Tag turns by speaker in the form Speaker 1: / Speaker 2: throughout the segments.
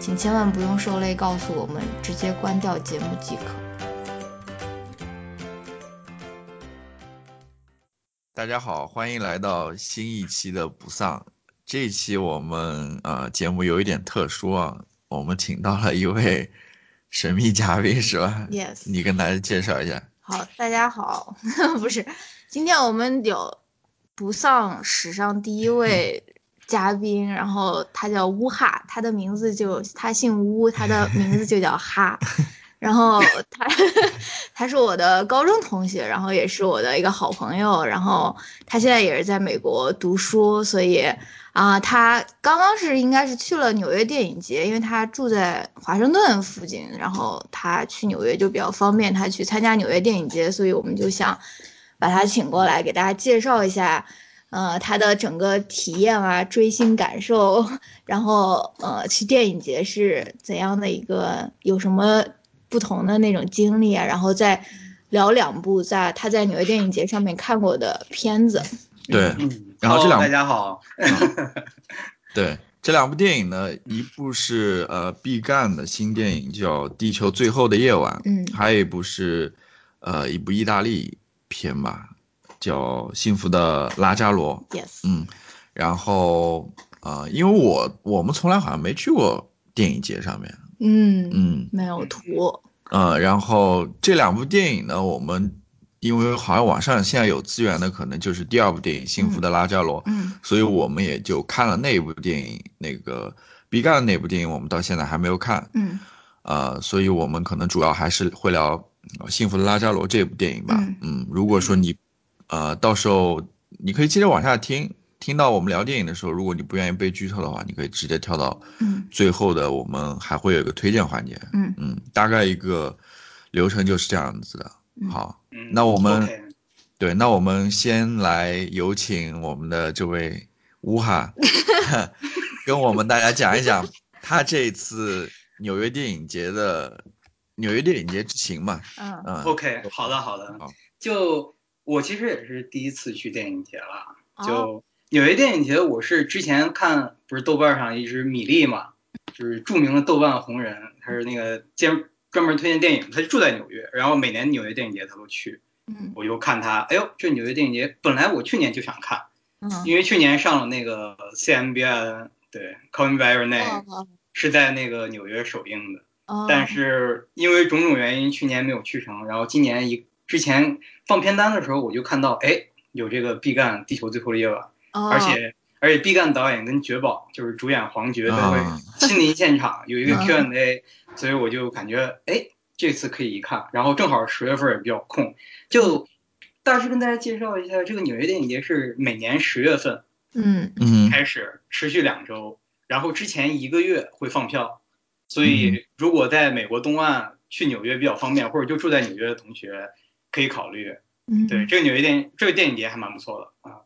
Speaker 1: 请千万不用受累告诉我们，直接关掉节目即可。
Speaker 2: 大家好，欢迎来到新一期的不丧。这一期我们呃节目有一点特殊啊，我们请到了一位神秘嘉宾，是吧？
Speaker 1: Yes，
Speaker 2: 你跟大家介绍一下。
Speaker 1: 好，大家好， 不是，今天我们有不丧史上第一位嘉宾，然后他叫乌哈，他的名字就他姓乌，他的名字就叫 哈，然后他 他是我的高中同学，然后也是我的一个好朋友，然后他现在也是在美国读书，所以啊、他刚刚是应该是去了纽约电影节，因为他住在华盛顿附近，然后他去纽约就比较方便，他去参加纽约电影节，所以我们就想把他请过来给大家介绍一下，呃，他的整个体验啊、追星感受，然后呃，去电影节是怎样的一个，有什么不同的那种经历啊，然后再聊两部在他在纽约电影节上面看过的片子。
Speaker 2: 对
Speaker 3: 嗯，
Speaker 2: 然后这
Speaker 3: Hello，
Speaker 2: 两
Speaker 3: 大家好，
Speaker 2: 对，这两部电影呢，一部是呃毕赣的新电影叫《地球最后的夜晚》，
Speaker 1: 嗯
Speaker 2: 还有一部是呃一部意大利片吧，叫《幸福的拉扎罗》。
Speaker 1: ，yes，
Speaker 2: 嗯，然后啊、呃因为我我们从来好像没去过电影节上面，
Speaker 1: 嗯，
Speaker 2: 嗯
Speaker 1: 没有图，
Speaker 2: 呃，然后这两部电影呢，我们因为好像网上现在有资源的，可能就是第二部电影《幸福的拉加罗》，
Speaker 1: 嗯
Speaker 2: 所以我们也就看了那部电影，那个毕赣的那部电影，我们到现在还没有看，
Speaker 1: 嗯
Speaker 2: 呃，所以我们可能主要还是会聊呃《幸福的拉加罗》这部电影吧。
Speaker 1: 嗯
Speaker 2: 如果说你，呃，到时候你可以接着往下听，听到我们聊电影的时候，如果你不愿意被剧透的话，你可以直接跳到
Speaker 1: 嗯
Speaker 2: 最后的，我们还会有一个推荐环节。
Speaker 1: 嗯
Speaker 2: 嗯，大概一个流程就是这样子的。
Speaker 1: 嗯
Speaker 2: 好，
Speaker 3: 嗯
Speaker 2: 那我们
Speaker 3: OK
Speaker 2: 对，那我们先来有请我们的这位乌 哈，跟我们大家讲一讲他这次纽约电影节的纽约电影节之行嘛，
Speaker 1: 嗯
Speaker 2: 嗯，
Speaker 3: OK，好的好的
Speaker 2: 好，
Speaker 3: 就我其实也是第一次去电影节了，
Speaker 1: 哦
Speaker 3: 就纽约电影节，我是之前看不是豆瓣上一直米粒嘛，就是著名的豆瓣红人，他是那个兼专门推荐电影，他住在纽约，然后每年纽约电影节他都去，
Speaker 1: 嗯
Speaker 3: 我就看他，哎呦，这纽约电影节本来我去年就想看，
Speaker 1: 嗯，
Speaker 3: 因为去年上了那个 CMBN 对 Call Me by Your Name
Speaker 1: 哦
Speaker 3: 是在那个纽约首映的。
Speaker 1: 哦，
Speaker 3: 但是因为种种原因，去年没有去成。然后今年一之前放片单的时候，我就看到，哎，有这个毕赣《地球最后的夜晚》，
Speaker 1: 哦
Speaker 3: 而且而且毕赣导演跟绝宝就是主演黄觉都会
Speaker 2: 啊
Speaker 3: 亲临现场，有一个
Speaker 1: 嗯
Speaker 3: Q&A，所以我就感觉，哎，这次可以一看。然后正好十月份也比较空，就大致跟大家介绍一下，这个纽约电影节是每年十月份
Speaker 1: 嗯
Speaker 2: 嗯
Speaker 3: 开始，持续两周，然后之前一个月会放票，所以如果在美国东岸去纽约比较方便，或者就住在纽约的同学可以考虑。
Speaker 1: 嗯
Speaker 3: 对，这个纽约电这个电影节还蛮不错的啊。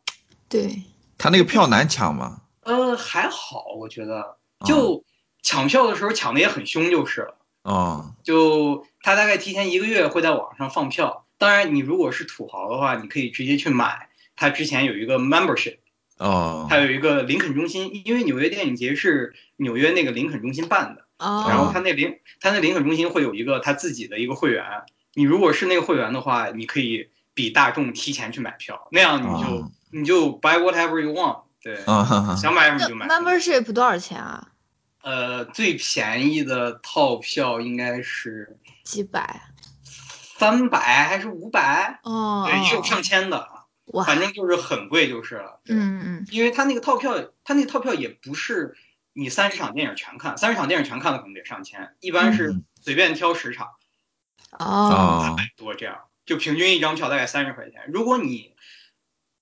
Speaker 1: 对
Speaker 2: 他那个票难抢嘛，
Speaker 3: 呃，还好，我觉得
Speaker 2: 啊
Speaker 3: 就抢票的时候抢的也很凶就是了。
Speaker 2: 哦，
Speaker 3: 就他大概提前一个月会在网上放票，当然你如果是土豪的话，你可以直接去买。他之前有一个 membership。
Speaker 2: 哦，
Speaker 3: 还有一个林肯中心，因为纽约电影节是纽约那个林肯中心办的，
Speaker 1: 哦，
Speaker 3: 然后他那林他那林肯中心会有一个他自己的一个会员，你如果是那个会员的话，你可以比大众提前去买票，那样你就、
Speaker 2: 哦
Speaker 3: 你就 buy whatever you want，对，
Speaker 1: 哦
Speaker 2: 啊哈哈，
Speaker 3: 想买什么
Speaker 1: 那
Speaker 3: 就买。
Speaker 1: membership 多少钱啊？
Speaker 3: 呃，最便宜的套票应该是
Speaker 1: 几百？
Speaker 3: 三百还是五百，
Speaker 1: 哦，
Speaker 3: 对，也有
Speaker 1: 哦
Speaker 3: 上千的啊，
Speaker 1: 哇，
Speaker 3: 反正就是很贵就是了。对，
Speaker 1: 嗯嗯
Speaker 3: 因为他那个套票，他那个套票也不是你三十场电影全看，三十场电影全看的可能得上千，一般是
Speaker 2: 嗯
Speaker 3: 随便挑十场，
Speaker 1: 哦，
Speaker 2: 啊，
Speaker 3: 多这样，就平均一张票大概三十块钱。如果你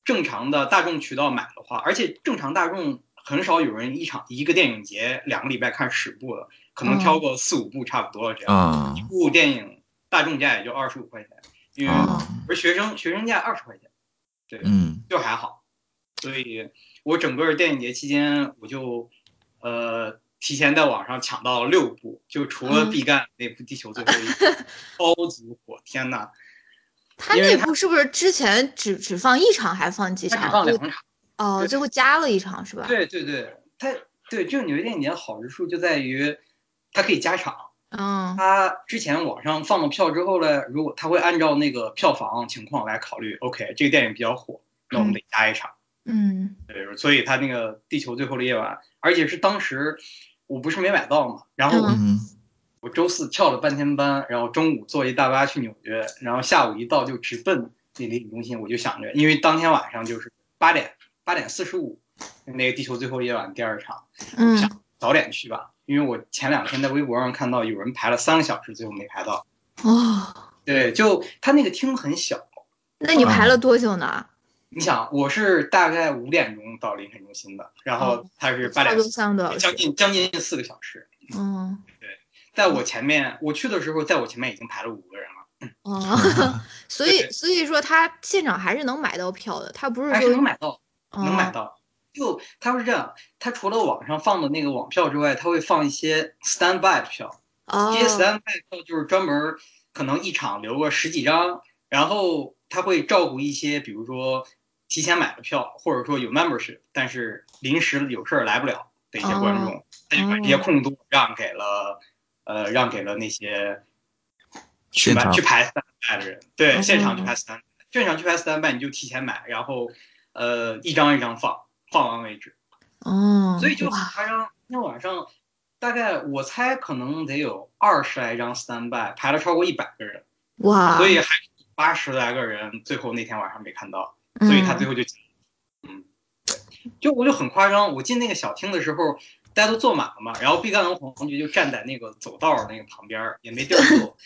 Speaker 3: 正常的大众渠道买的话，而且正常大众很少有人一场一个电影节两个礼拜看十部的，可能挑个四五部差不多这样。
Speaker 2: 啊
Speaker 3: 一部电影大众价也就二十五块钱，因为
Speaker 2: 啊，
Speaker 3: 而学生学生价二十块钱，对，
Speaker 2: 嗯
Speaker 3: 就还好。所以我整个电影节期间，我就呃提前在网上抢到了六部，就除了
Speaker 1: 嗯
Speaker 3: 毕赣那部《地球最后一天》超级火，天呐！
Speaker 1: 他
Speaker 3: 因
Speaker 1: 那
Speaker 3: 为
Speaker 1: 部是不是之前只只放一场，还放几
Speaker 3: 他
Speaker 1: 场？
Speaker 3: 只放
Speaker 1: 就
Speaker 3: 两场。
Speaker 1: 哦，
Speaker 3: 对
Speaker 1: 最后加了一场是吧？
Speaker 3: 对对对，它对这个纽约电影节的好之处就在于它可以加场。
Speaker 1: 嗯，
Speaker 3: 它之前网上放了票之后呢，如果它会按照那个票房情况来考虑，OK，这个电影比较火，那我们得加一场。
Speaker 1: 嗯
Speaker 3: 对，所以它那个《地球最后的夜晚》，而且是当时我不是没买到嘛，然后我
Speaker 2: 嗯
Speaker 3: 我周四翘了半天班，然后中午坐一大巴去纽约，然后下午一到就直奔那联影中心，我就想着，因为当天晚上就是八点八点四十五，那个《地球最后的夜晚》第二场。
Speaker 1: 嗯，
Speaker 3: 早点去吧，因为我前两天在微博上看到有人排了三个小时，最后没排到。
Speaker 1: 哦，
Speaker 3: 对，就他那个厅很小，
Speaker 1: 那你
Speaker 2: 啊
Speaker 1: 排了多久呢？
Speaker 3: 你想，我是大概五点钟到林肯中心的，然后他是八
Speaker 1: 哦差
Speaker 3: 点
Speaker 1: 不，多三个多小
Speaker 3: 将
Speaker 1: 时。
Speaker 3: 近将近四个小时。
Speaker 1: 嗯
Speaker 3: 在我前面，我去的时候，在我前面已经排了五个人了，
Speaker 1: 哦， 所以
Speaker 3: 对
Speaker 1: 所以说他现场还是能买到票的，他不是
Speaker 3: 还哎是
Speaker 1: 说
Speaker 3: 能买到，能买
Speaker 1: 哦
Speaker 3: 到。就他是这样，他除了网上放的那个网票之外，他会放一些 standby 的票，这些
Speaker 1: 哦
Speaker 3: stand by 票就是专门儿可能一场留个十几张，然后他会照顾一些，比如说提前买了票，或者说有 membership，但是临时有事儿来不了的一些观众，
Speaker 1: 哦
Speaker 3: 他就把这些空多让给了，呃，让给了那些去
Speaker 2: 现
Speaker 3: 买
Speaker 2: 场
Speaker 3: 去排 stand by 的人，对，
Speaker 1: 哦
Speaker 3: 现场去排 stand，by，现场去排 stand by 你就提前买，然后呃一张一张放，放完为止。
Speaker 1: 哦，
Speaker 3: 所以就
Speaker 1: 哇
Speaker 3: 排上那晚上，大概我猜可能得有二十来张 standby，排了超过一百个人，
Speaker 1: 哇，
Speaker 3: 所以还八十来个人最后那天晚上没看到，所以他最
Speaker 1: 后
Speaker 3: 后就，嗯，对，就我就很夸张，我进那个小厅的时候。大家都坐满了嘛，然后毕赣和黄黄觉就站在那个走道儿那个旁边儿，也没地儿坐，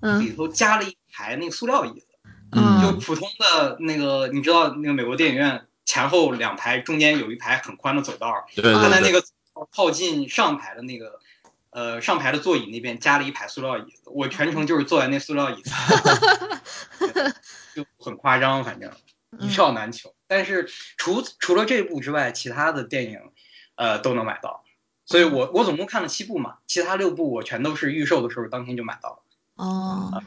Speaker 1: 嗯
Speaker 3: 里头加了一排那个塑料椅子，
Speaker 1: 嗯
Speaker 3: 就普通的那个，你知道那个美国电影院前后两排中间有一排很宽的走道儿，
Speaker 2: 对
Speaker 3: 他在
Speaker 2: 对
Speaker 3: 那
Speaker 2: 对，
Speaker 3: 个靠近上排的那个，呃，上排的座椅那边加了一排塑料椅子，我全程就是坐在那塑料椅子上， 对就很夸张，反正
Speaker 2: 嗯
Speaker 1: 嗯
Speaker 3: 一票难求。但是除除了这部之外，其他的电影，呃，都能买到。所以我我总共看了七部嘛，其他六部我全都是预售的时候当天就买到了。啊
Speaker 1: 哦，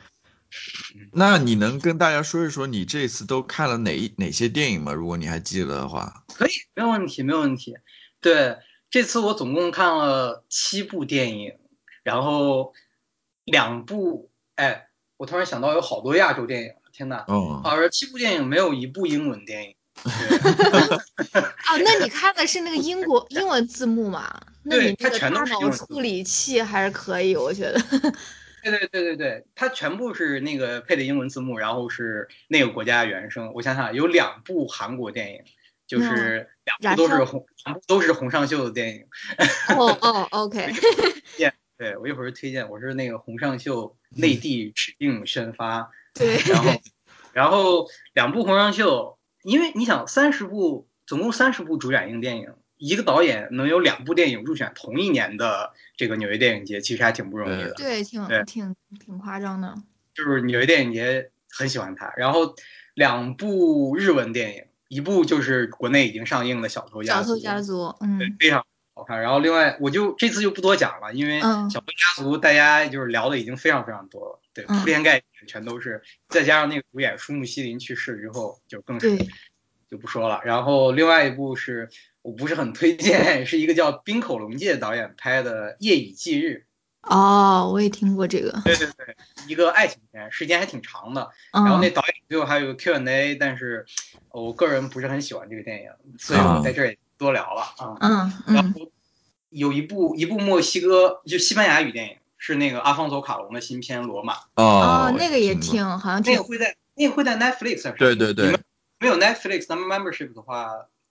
Speaker 2: 那你能跟大家说一说你这次都看了哪一哪些电影吗？如果你还记得的话，
Speaker 3: 可以，没有问题，没有问题。对，这次我总共看了七部电影，然后两部，哎，我突然想到有好多亚洲电影，天呐，
Speaker 2: 哦，
Speaker 3: 好像七部电影没有一部英文电影。对
Speaker 1: 啊，那你看的是那个英国英文字幕嘛？那
Speaker 3: 对
Speaker 1: 你
Speaker 3: 它
Speaker 1: 那个
Speaker 3: 全都
Speaker 1: 大
Speaker 3: 是英
Speaker 1: 脑
Speaker 3: 文字幕
Speaker 1: 处理器还是可以，我觉 得。
Speaker 3: 对对对对对，它全部是那个配的英文字幕，然后是那个国家的原声。我想想，有两部韩国电影，就是两
Speaker 1: 嗯燃
Speaker 3: 部都
Speaker 1: 烧
Speaker 3: 是红，两部都是洪尚秀的电影。
Speaker 1: 哦哦，OK，
Speaker 3: 对我一会儿推荐，我是那个洪尚秀内地指定宣发。
Speaker 1: 对，
Speaker 3: 然 后，然后两部《红裳秀》，因为你想，三十部总共三十部主演映电影，一个导演能有两部电影入选同一年的这个纽约电影节，其实还挺不容易的。
Speaker 1: 对，挺
Speaker 3: 对
Speaker 1: 挺挺夸张的。
Speaker 3: 就是纽约电影节很喜欢他。然后两部日文电影，一部就是国内已经上映的《小偷家
Speaker 1: 小
Speaker 3: 族
Speaker 1: 偷》，家族，
Speaker 3: 对
Speaker 1: 嗯，
Speaker 3: 非常好看。然后另外，我就这次就不多讲了，因为
Speaker 1: 嗯
Speaker 3: 《小偷家族》大家就是聊的已经非常非常多了，对，
Speaker 1: 嗯
Speaker 3: 铺天盖地全都是，再加上那个主演舒木希林去世之后，就更是
Speaker 1: 对
Speaker 3: 就不说了。然后另外一部是我不是很推荐，是一个叫冰口龙介导演拍的《夜以继日
Speaker 1: 哦，我也听过这个》，，
Speaker 3: 对对对，一个爱情片，时间还挺长的。然后那
Speaker 1: 嗯，
Speaker 3: 导演最后还有个 Q&A，但是我个人不是很喜欢这个电影，所以我在这儿也不多聊了啊。
Speaker 1: 嗯
Speaker 3: 然
Speaker 1: 嗯，
Speaker 3: 后有一部一部墨西哥就西班牙语电影是那个阿方索卡隆的新片《罗马》，
Speaker 2: 哦
Speaker 1: 哦，，那个也
Speaker 2: 听过
Speaker 1: 挺，好像
Speaker 3: 那
Speaker 1: 挺
Speaker 3: 个会在那个会在 Netflix 上。
Speaker 2: 对对对
Speaker 3: 你们没有 Netflix 咱们 membership 的话，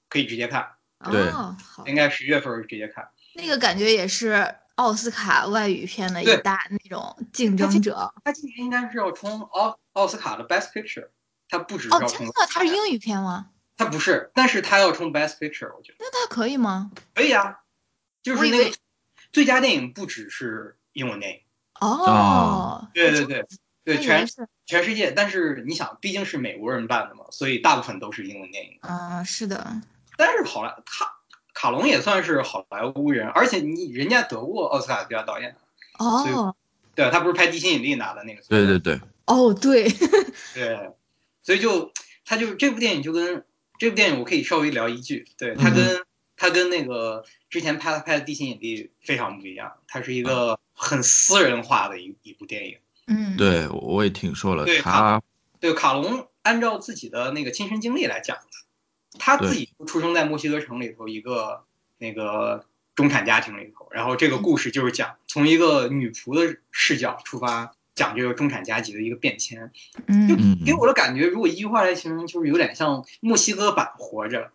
Speaker 3: 可以直接看，
Speaker 2: 对
Speaker 1: 哦，好
Speaker 3: 应，该十月份儿直接看。
Speaker 1: 那个感觉也是奥斯卡外语片的一
Speaker 3: 对
Speaker 1: 大那种竞争者。
Speaker 3: 他今年应该是要冲奥奥斯卡的 Best Picture，他不只是
Speaker 1: 哦，
Speaker 3: 要
Speaker 1: 真
Speaker 3: 冲
Speaker 1: 的，，它是英语片吗？
Speaker 3: 他不是，但是他要冲 Best Picture，我觉得
Speaker 1: 那它可以吗？
Speaker 3: 可以啊，就
Speaker 1: 我
Speaker 3: 是
Speaker 1: 以
Speaker 3: 那
Speaker 1: 为
Speaker 3: 个最佳电影不只是英文电影，
Speaker 1: 哦，
Speaker 3: 啊对对对
Speaker 1: 我
Speaker 3: 对，
Speaker 1: 以为
Speaker 3: 全
Speaker 1: 是，
Speaker 3: 全世界，但是你想，毕竟是美国人办的嘛，所以大部分都是英文电影。
Speaker 1: 嗯，是的，
Speaker 3: 但是好莱卡卡隆也算是好莱坞人，而且你人家得过奥斯卡最佳导演，所以
Speaker 1: 哦，
Speaker 3: 对啊他不是拍《地心引力》拿的那个，
Speaker 2: 对对对，
Speaker 1: 哦，对，
Speaker 3: 对，所以就他就这部电影就跟这部电影我可以稍微聊一句，对他跟、他跟那个之前拍拍的《地心引力》非常不一样，它是一个很私人化的一一部电影。
Speaker 1: 嗯，
Speaker 2: 对，我我也听说了
Speaker 3: 对，
Speaker 2: 他
Speaker 3: 对，卡隆按照自己的那个亲身经历来讲的，他自己出生在墨西哥城里头一个那个中产家庭里头，然后这个故事就是讲从一个女仆的视角出发，讲这个中产阶级的一个变迁。就
Speaker 1: 嗯，
Speaker 2: 嗯
Speaker 3: 给我的感觉，如果一句话来形容，就是有点像墨西哥版《活着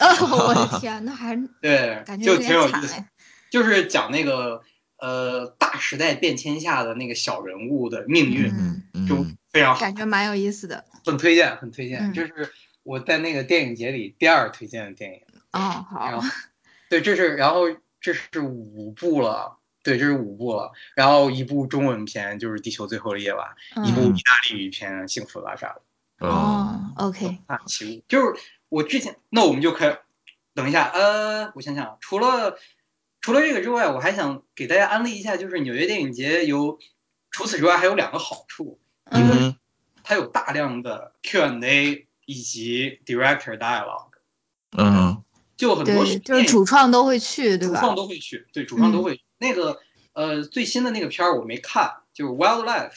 Speaker 1: 啊，我的天，那还》。
Speaker 3: 对
Speaker 1: 感，觉
Speaker 3: 就
Speaker 1: 有
Speaker 3: 挺有
Speaker 1: 点
Speaker 3: 意
Speaker 1: 惨
Speaker 3: 思，
Speaker 1: 哎，
Speaker 3: 就是讲那个呃大时代变迁下的那个小人物的命运，
Speaker 1: 嗯，
Speaker 3: 就
Speaker 2: 嗯
Speaker 3: 非常好。
Speaker 1: 感觉蛮有意思的。
Speaker 3: 很推荐，很推荐，
Speaker 1: 嗯
Speaker 3: 就是我在那个电影节里第二推荐的电影。
Speaker 1: 哦，好，
Speaker 3: 然后，对，这是然后这是五部了，对，这是五部了。然后一部中文片就是《地球最后的夜晚》，一部
Speaker 1: 嗯，
Speaker 2: 嗯
Speaker 3: 意大利语片《幸福的拉萨》
Speaker 1: 哦，OK，
Speaker 3: 啊，起舞。就是我之前，那我们就开，等一下，呃，我想想，除了除了这个之外，我还想给大家安利一下，就是纽约电影节有，除此之外还有两个好处，
Speaker 2: 嗯
Speaker 1: 嗯，
Speaker 2: 哼
Speaker 3: 它有大量的 Q&A 以及 director dialogue，
Speaker 2: 嗯
Speaker 3: 就很
Speaker 1: 对，
Speaker 3: 多
Speaker 1: 就是
Speaker 3: 电影
Speaker 1: 主嗯创都会去，对
Speaker 3: 主
Speaker 1: 吧？
Speaker 3: 创都会去，对，主创都会去。那个呃，最新的那个片儿我没看，就是《Wildlife》，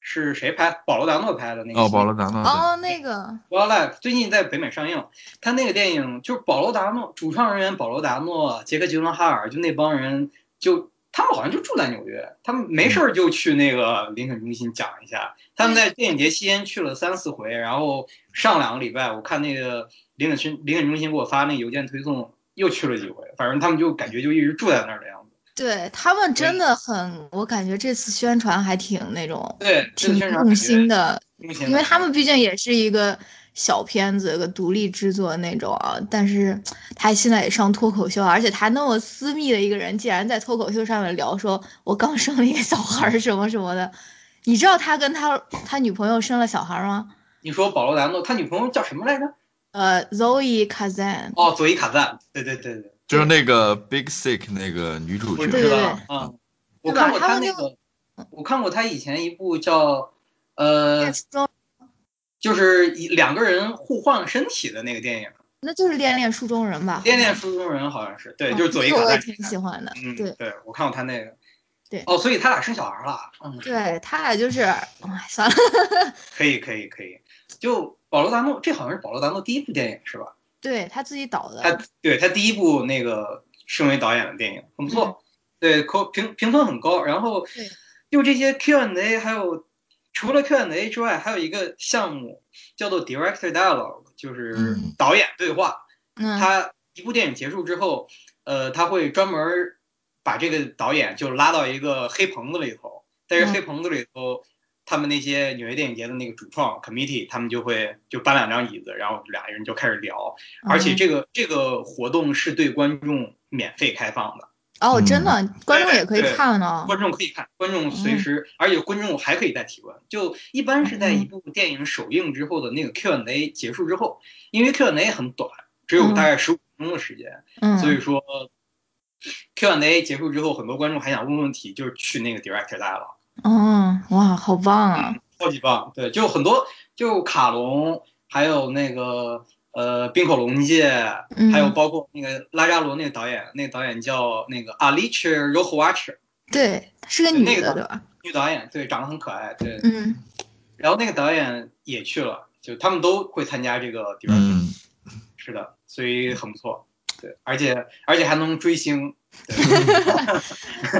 Speaker 3: 是谁拍？保罗·达诺拍的那个。
Speaker 2: 哦，保罗·达诺的，
Speaker 1: 哦，那个，
Speaker 3: Wildlife 最近在北美上映，他那个电影就是保罗·达诺，主创人员保罗·达诺、杰克·吉伦哈尔，就那帮人，就他们好像就住在纽约，他们没事儿就去那个林肯中心讲一下。他们在电影节期间去了三四回，然后上两个礼拜，我看那个林肯中林肯中心给我发那个邮件推送，又去了几回，反正他们就感觉就一直住在那儿的样子。
Speaker 1: 对他们真的很，我感觉这次宣传还挺那种，
Speaker 3: 对，这
Speaker 1: 挺
Speaker 3: 个宣传
Speaker 1: 用
Speaker 3: 感
Speaker 1: 心
Speaker 3: 觉，
Speaker 1: 的，
Speaker 3: 用心的
Speaker 1: 因为他们毕竟也是一个小片子，一个独立制作那种啊。但是他现在也上脱口秀啊，而且他那么私密的一个人，竟然在脱口秀上面聊说，我刚生了一个小孩儿什么什么的。你知道他跟他他女朋友生了小孩儿吗？
Speaker 3: 你说保罗·达诺，他女朋友叫什么来着？
Speaker 1: 呃，Zoe Kazan，
Speaker 3: 哦，佐伊·卡赞。对对对对。
Speaker 2: 就是那个 Big Sick 那个女主
Speaker 3: 我
Speaker 2: 角，
Speaker 1: 对
Speaker 3: 知
Speaker 1: 对
Speaker 3: 道
Speaker 1: 对，
Speaker 3: 嗯，
Speaker 1: 对
Speaker 3: 我
Speaker 1: 吧
Speaker 3: 看过
Speaker 1: 他
Speaker 3: 他
Speaker 1: 们
Speaker 3: 那
Speaker 1: 就
Speaker 3: 个，我看过他以前一部叫，呃，就是一两个人互换身体的那个电影，
Speaker 1: 那就是恋恋书中人吧？
Speaker 3: 《恋恋书中人》好像是，对，
Speaker 1: 嗯
Speaker 3: 就是佐伊
Speaker 1: 这
Speaker 3: 卡
Speaker 1: 我也
Speaker 3: 戴
Speaker 1: 挺喜欢的，
Speaker 3: 嗯，
Speaker 1: 对。
Speaker 3: 对，我看过他那个。
Speaker 1: 对
Speaker 3: 哦，所以他俩生小孩了，嗯，
Speaker 1: 对他俩就是，哎，算了，
Speaker 3: 可以，可以，可以。就保罗·达诺，这好像是保罗·达诺第一部电影是吧？
Speaker 1: 对他自己导的，
Speaker 3: 他对他第一部那个身为导演的电影很不错，对，口评评分很高。然后
Speaker 1: 嗯对
Speaker 3: 就这些 Q&A，还有除了 Q&A 之外，还有一个项目叫做 Director Dialogue，就是
Speaker 2: 嗯
Speaker 3: 导演对话。
Speaker 1: 嗯，
Speaker 3: 他一部电影结束之后，呃，他会专门把这个导演就拉到一个黑棚子里头，在这
Speaker 1: 嗯
Speaker 3: 黑棚子里头。他们那些纽约电影节的那个主创 committee，他们就会就搬两张椅子，然后俩人就开始聊，而
Speaker 1: 嗯
Speaker 3: 且这个这个活动是对观众免费开放的，
Speaker 1: 哦，真
Speaker 2: 嗯
Speaker 1: 的，观众也可以
Speaker 3: 对
Speaker 1: 看呢。
Speaker 3: 观众可以看，观众随时，而且观众还可以再提问。就一般是在一部电影首映之后的那个 Q&A 结束之后，因为 Q&A 很短，只有大概十五分钟的时间，
Speaker 1: 嗯，
Speaker 3: 所以说 Q&A 结束之后，很多观众还想问问题，就是去那个 Director Dialog。
Speaker 1: 嗯，哇，好棒啊！
Speaker 3: 超级棒，对，就很多，就卡隆，还有那个呃冰口龙介，
Speaker 1: 嗯
Speaker 3: 还有包括那个拉扎罗那个导演，那个导演叫那个 Alice r o h w a c h
Speaker 1: 对，她是个
Speaker 3: 对
Speaker 1: 女
Speaker 3: 那个
Speaker 1: 的，
Speaker 3: 导
Speaker 1: 对吧？
Speaker 3: 女导演，对，长得很可爱，对，
Speaker 1: 嗯，
Speaker 3: 然后那个导演也去了，就他们都会参加这个地方，
Speaker 2: 嗯，
Speaker 3: 是的，所以很不错，对，而且而且还能追星，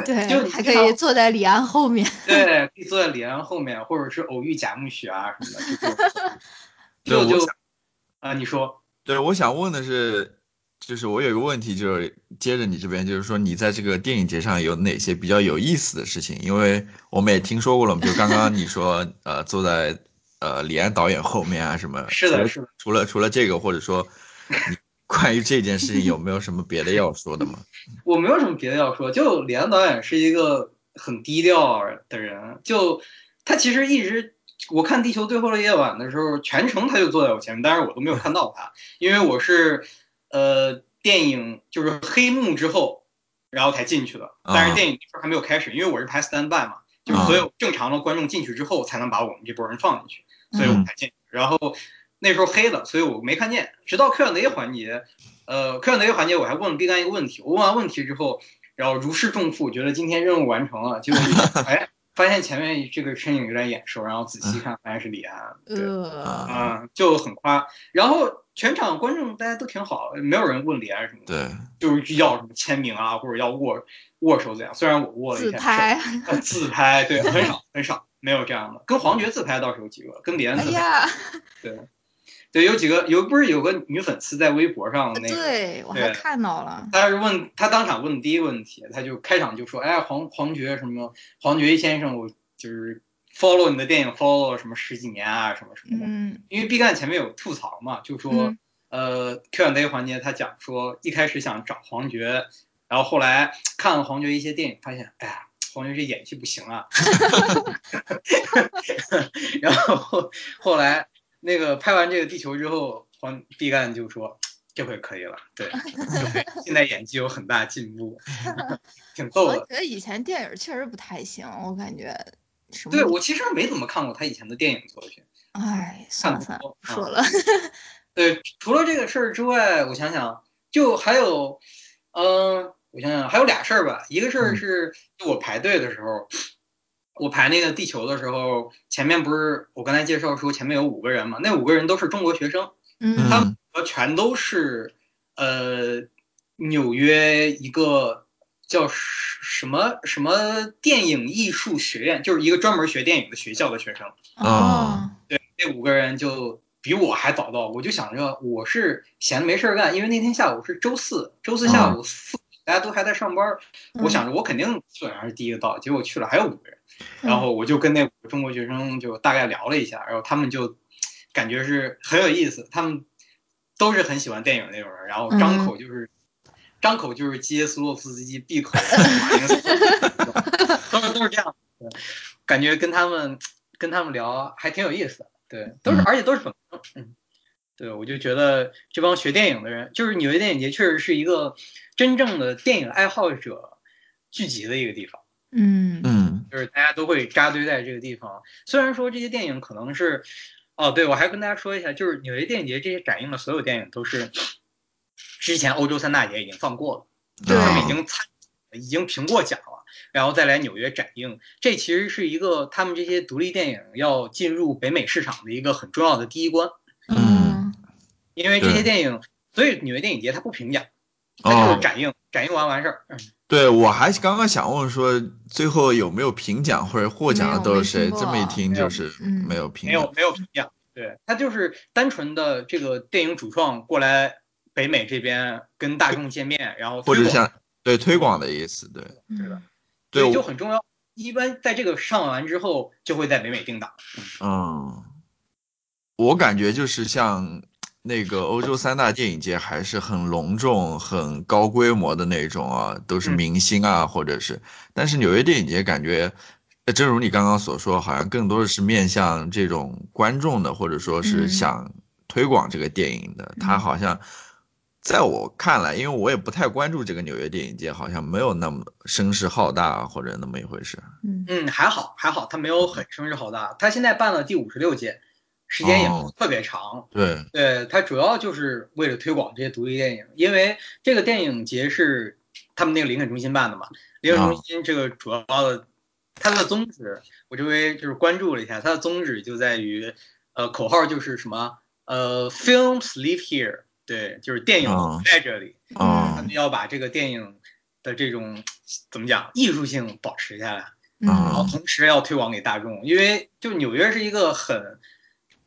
Speaker 1: 对，
Speaker 3: 就你
Speaker 1: 还可
Speaker 3: 知
Speaker 1: 以
Speaker 3: 道
Speaker 1: 坐在李安后面。
Speaker 3: 对，可以坐在李安后面，或者是偶遇贾木许啊什么的，
Speaker 2: 对
Speaker 3: 就就
Speaker 2: 我
Speaker 3: 就
Speaker 2: 想
Speaker 3: 啊，你说
Speaker 2: 对，我想问的是，就是我有一个问题，就是接着你这边，就是说你在这个电影节上有哪些比较有意思的事情？因为我们也听说过了嘛，就刚刚你说，呃，坐在呃李安导演后面啊什么，
Speaker 3: 是的
Speaker 2: 除了
Speaker 3: 是的
Speaker 2: 除了除了这个，或者说你关于这件事情有没有什么别的要说的吗？
Speaker 3: 我没有什么别的要说，就李安导演是一个很低调的人，就他其实一直。我看《地球最后的夜晚》的时候，全程他就坐在我前面，但是我都没有看到他，因为我是，呃，电影就是黑幕之后，然后才进去的。但是
Speaker 2: 啊
Speaker 3: 电影这时候还没有开始，因为我是排 stand by 嘛，就是
Speaker 2: 啊
Speaker 3: 所有正常的观众进去之后，才能把我们这波人放进去。 所以我
Speaker 2: 嗯
Speaker 3: 才进去。然后那时候黑了，所以我没看见。直到 Q&A 环节，呃，Q&A 环节我还问了毕赣一个问题，我问完问题之后，然后如释重负，觉得今天任务完成了。结果一看 哎，发现前面这个身影有点眼熟，然后仔细看发现是李安，对，
Speaker 1: 呃，
Speaker 2: 啊，
Speaker 3: 啊、就很夸。然后全场观众大家都挺好，没有人问李安什么，
Speaker 2: 对，
Speaker 3: 就是要什么签名啊，或者要握握手怎样。虽然我握了一
Speaker 1: 自
Speaker 3: 下手，
Speaker 1: 拍。
Speaker 3: 呃自拍对，很少很少，没有这样的。跟黄觉自拍倒是有几个，跟李安
Speaker 1: 哎
Speaker 3: 自拍。
Speaker 1: 呀，
Speaker 3: 对，有几个有不是有个女粉丝在微博上 那个，
Speaker 1: 啊对我还
Speaker 3: 对
Speaker 1: 看到了。
Speaker 3: 她是问她当场问的第一个问题，她就开场就说，哎，黄黄觉什么黄觉先生，我就是 follow 你的电影 follow 了什么十几年啊，什么什么的。
Speaker 1: 嗯
Speaker 3: 因为毕赣前面有吐槽嘛，就说、
Speaker 1: 嗯
Speaker 3: 呃 Q&A 环节他讲说一开始想找黄觉，然后后来看了黄觉一些电影，发现哎呀。黄觉这演技不行啊，然后后来那个拍完这个地球之后，黄毕赣就说这回可以了，对，这回现在演技有很大进步，挺逗
Speaker 1: 我
Speaker 3: 的。
Speaker 1: 觉得以前电影确实不太行，我感觉什么
Speaker 3: 对我其实没怎么看过他以前的电影作品，
Speaker 1: 哎，算
Speaker 3: 看
Speaker 1: 了
Speaker 3: 不
Speaker 1: 算了，不说
Speaker 3: 多啊
Speaker 1: 了。
Speaker 3: 对，除了这个事儿之外，我想想，就还有，呃，我想想，还有俩事儿吧。一个事儿
Speaker 2: 嗯
Speaker 3: 是就我排队的时候，我排那个地球的时候，前面不是我刚才介绍说前面有五个人嘛，那五个人都是中国学生，
Speaker 1: 嗯
Speaker 3: 他们
Speaker 2: 嗯
Speaker 3: 呃全都是呃纽约一个叫什什么什么电影艺术学院，就是一个专门学电影的学校的学生。
Speaker 1: 哦，
Speaker 2: 啊
Speaker 3: 这五个人就比我还早到，我就想着我是闲着没事儿干，因为那天下午是周四，周四下午四、大家都还在上班儿，
Speaker 1: 嗯
Speaker 3: 我想着我肯定基本上是第一个到，结果去了还有五个人，然后我就跟那五个中国学生就大概聊了一下，然后他们就感觉是很有意思，他们都是很喜欢电影那种人，然后张口就是。张口就是基耶斯洛夫斯基，闭口就是马丁斯科塞斯，都是都是这样的，对感觉跟他们跟他们聊还挺有意思的。对，都是
Speaker 2: 嗯
Speaker 3: 而且都是本科。嗯，对，我就觉得这帮学电影的人，就是纽约电影节确实是一个真正的电影爱好者聚集的一个地方，
Speaker 1: 嗯
Speaker 2: 嗯
Speaker 3: 就是大家都会扎堆在这个地方。虽然说这些电影可能是，哦，对，我还跟大家说一下，就是纽约电影节这些展映的所有电影都是之前欧洲三大节已经放过了。
Speaker 1: 对
Speaker 3: 他们
Speaker 2: 啊
Speaker 3: 已经参已经评过奖了，然后再来纽约展映，这其实是一个他们这些独立电影要进入北美市场的一个很重要的第一关，
Speaker 2: 嗯
Speaker 3: 因为这
Speaker 2: 对
Speaker 3: 些电影，所以纽约电影节它不评奖，它就
Speaker 2: 哦
Speaker 3: 是，展映，展映完完事儿。嗯
Speaker 2: 对我还刚刚想问说，最后有没有评奖或者获奖
Speaker 1: 没
Speaker 2: 的
Speaker 1: 有
Speaker 2: 都
Speaker 1: 没
Speaker 2: 是谁？
Speaker 1: 听
Speaker 2: 这么一
Speaker 1: 过
Speaker 2: 听
Speaker 3: 没有
Speaker 2: 就是
Speaker 1: 嗯
Speaker 2: 没有评
Speaker 3: 没
Speaker 2: 奖
Speaker 3: 有。没有评价，对，它就是单纯的这个电影主创过来北美这边跟大众见面，然后
Speaker 2: 或者
Speaker 3: 推广，
Speaker 2: 像对推广的意思，对
Speaker 3: 是的
Speaker 2: 对
Speaker 3: 所以就
Speaker 2: 我，
Speaker 3: 很重要。一般在这个上完之后，就会在北美定档。
Speaker 2: 嗯，我感觉就是像那个欧洲三大电影节还是很隆重、很高规模的那种啊，都是
Speaker 3: 嗯
Speaker 2: 明星啊，或者是，但是纽约电影节感觉，呃正如你刚刚所说，好像更多的是面向这种观众的，或者说是
Speaker 1: 嗯
Speaker 2: 想推广这个电影的，它
Speaker 1: 嗯
Speaker 2: 好像。在我看来，因为我也不太关注这个纽约电影节，好像没有那么声势浩大啊或者那么一回事。
Speaker 1: 嗯
Speaker 3: 嗯，还好还好，他没有很声势浩大。他现在办了第五十六届，时间也不
Speaker 2: 哦
Speaker 3: 是特别长。
Speaker 2: 对，
Speaker 3: 对，他呃主要就是为了推广这些独立电影，因为这个电影节是他们那个林肯中心办的嘛。林肯中心这个主要的，它的宗旨，我这回就是关注了一下，它的宗旨就在于，呃，口号就是什么，呃，films live here，对，就是电影
Speaker 2: 哦
Speaker 3: 在这里。
Speaker 1: 嗯
Speaker 3: 他
Speaker 2: 嗯
Speaker 3: 们要把这个电影的这种怎么讲艺术性保持下来，然
Speaker 2: 啊
Speaker 1: 嗯
Speaker 3: 后同时要推广给大众，因为就纽约是一个很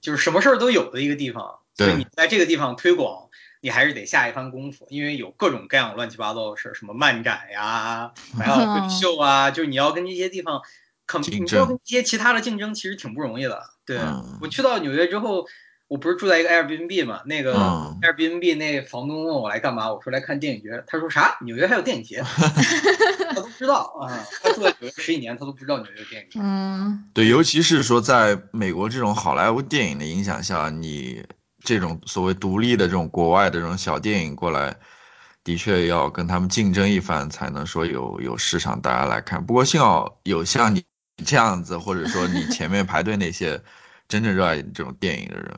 Speaker 3: 就是什么事儿都有的一个地方，
Speaker 2: 对
Speaker 3: 所以你在这个地方推广，你还是得下一番功夫，因为有各种各样乱七八糟的事儿，什么漫展呀、百老汇秀啊，就是你要跟这些地方 com，
Speaker 2: 竞
Speaker 3: 你要
Speaker 2: 争
Speaker 3: 跟这些其他的竞争其实挺不容易的。对、
Speaker 2: 嗯
Speaker 3: 我去到纽约之后，我不是住在一个 Airbnb 嘛，那个。
Speaker 2: 嗯
Speaker 3: Airbnb 那房东问我来干嘛，我说来看电影节。他说啥？纽约还有电 影节？他都不知道啊！他住在纽约十几年，他都不知道纽约有电影节。
Speaker 1: 嗯
Speaker 2: 对，尤其是说在美国这种好莱坞电影的影响下，你这种所谓独立的这种国外的这种小电影过来，的确要跟他们竞争一番，才能说有有市场大家来看。不过幸好有像你这样子，或者说你前面排队那些真正热爱这种电影的人，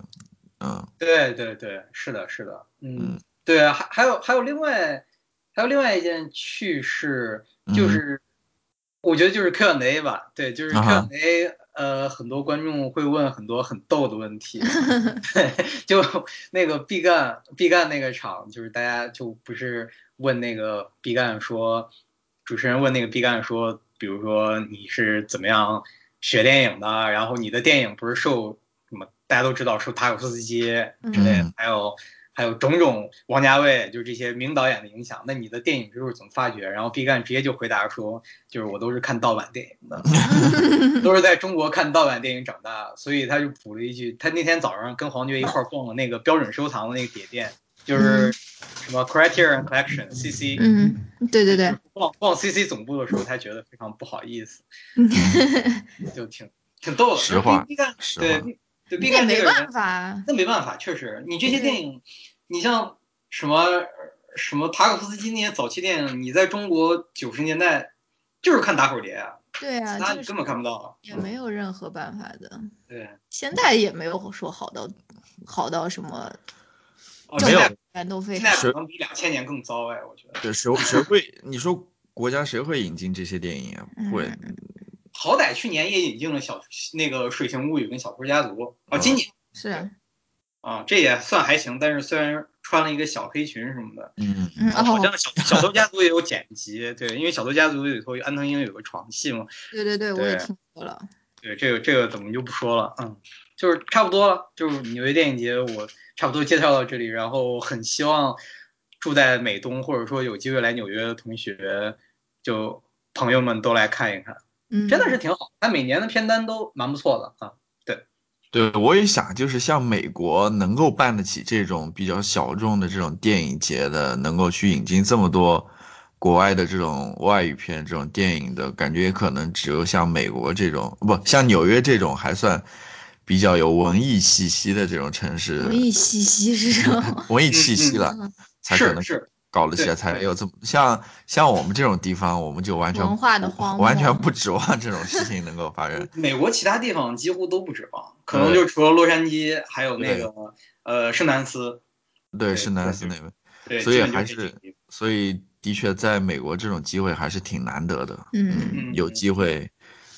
Speaker 2: 嗯
Speaker 3: 对对对，是的，是的，嗯
Speaker 2: 嗯，
Speaker 3: 对啊，还还有还有另外还有另外一件趣事，就是、我觉得就是 Q&A 吧，对，就
Speaker 2: 嗯
Speaker 3: 是
Speaker 2: 啊哈
Speaker 3: Q&A，、呃，很多观众会问很多很逗的 问题，对，就那个毕赣毕赣那个场，就是大家就不是问那个毕赣说，主持人问那个毕赣说，比如说你是怎么样学电影的，然后你的电影不是受什么大家都知道受塔可夫斯基之类的
Speaker 2: 嗯，
Speaker 3: 还有还有种种王家卫，就是这些名导演的影响。那你的电影之路怎么发掘？然后毕赣直接就回答说，就是我都是看盗版电影 的，都是在中国看盗版电影长大的，所以他就补了一句，他那天早上跟黄觉一块儿逛了那个标准收藏的那个碟店，就是什么 Criterion Collection CC。
Speaker 1: 嗯，对对对，
Speaker 3: 逛逛 CC 总部的时候，他觉得非常不好意思，
Speaker 1: 嗯
Speaker 3: 就挺挺逗的。
Speaker 2: 实话
Speaker 3: 毕赣
Speaker 2: 实话
Speaker 3: 对对毕
Speaker 1: 那也没
Speaker 3: 赣这个人
Speaker 1: 办，法，
Speaker 3: 那没办法，确实，你这些
Speaker 1: 嗯
Speaker 3: 电影，你像什么什么塔可夫斯基那些早期电影，你在中国九十年代就是看打口碟啊，
Speaker 1: 对啊，
Speaker 3: 其他
Speaker 1: 就
Speaker 3: 你
Speaker 1: 是
Speaker 3: 根本看不到。
Speaker 1: 也没有任何办法的。
Speaker 3: 对，
Speaker 1: 现在也没有说好到好到什么
Speaker 3: 哦，
Speaker 1: 正
Speaker 2: 没
Speaker 3: 现
Speaker 2: 有
Speaker 1: 大
Speaker 3: 在
Speaker 1: 全都非
Speaker 3: 现
Speaker 1: 常
Speaker 3: 在可能比两千年更糟哎，我觉得，
Speaker 2: 对，谁谁会？你说国家谁会引进这些电影啊？不会，
Speaker 3: 好歹去年也引进了小那个《水形物语》跟《小偷家族》啊，
Speaker 2: 嗯
Speaker 3: 今年
Speaker 1: 是啊，
Speaker 3: 啊这也算还行，但是虽然穿了一个小黑裙什么的。
Speaker 2: 嗯，
Speaker 1: 嗯
Speaker 3: 然啊后好
Speaker 1: 哦，
Speaker 3: 像小小偷家族也有剪辑，对，因为小偷家族里头安藤英有个床戏嘛，
Speaker 1: 对对对，我也
Speaker 3: 对
Speaker 1: 听说了，
Speaker 3: 对，这个这个怎么就不说了，嗯，就是差不多了，就是纽约电影节我差不多介绍到这里，然后很希望住在美东或者说有机会来纽约的同学，就朋友们都来看一看，
Speaker 1: 嗯，
Speaker 3: 真的是挺好，它每年的片单都蛮不错的啊，
Speaker 2: 对，我也想，就是像美国能够办得起这种比较小众的这种电影节的，能够去引进这么多国外的这种外语片、这种电影的，感觉可能只有像美国这种，不像纽约这种还算比较有文艺气息的这种城市，
Speaker 1: 文艺气息是什么？
Speaker 2: 文艺气息了，
Speaker 1: 嗯
Speaker 2: 才可
Speaker 3: 是
Speaker 2: 能
Speaker 3: 是，
Speaker 2: 搞得起来，
Speaker 3: 对
Speaker 2: 才有这么像像我们这种地方，我们就完全
Speaker 1: 文化的荒漠嗯
Speaker 2: 完全不指望这种事情能够发生。
Speaker 3: 美国其他地方几乎都不指望，可能就除了洛杉矶，还有那个呃圣丹斯，
Speaker 2: 对，
Speaker 3: 对
Speaker 2: 是南
Speaker 3: 对
Speaker 2: 斯那边。
Speaker 3: 对，
Speaker 2: 所以
Speaker 3: 基本就
Speaker 2: 还
Speaker 3: 这
Speaker 2: 是
Speaker 3: 几个地方
Speaker 2: 所以的确，在美国这种机会还是挺难得的。
Speaker 1: 嗯
Speaker 2: 有机会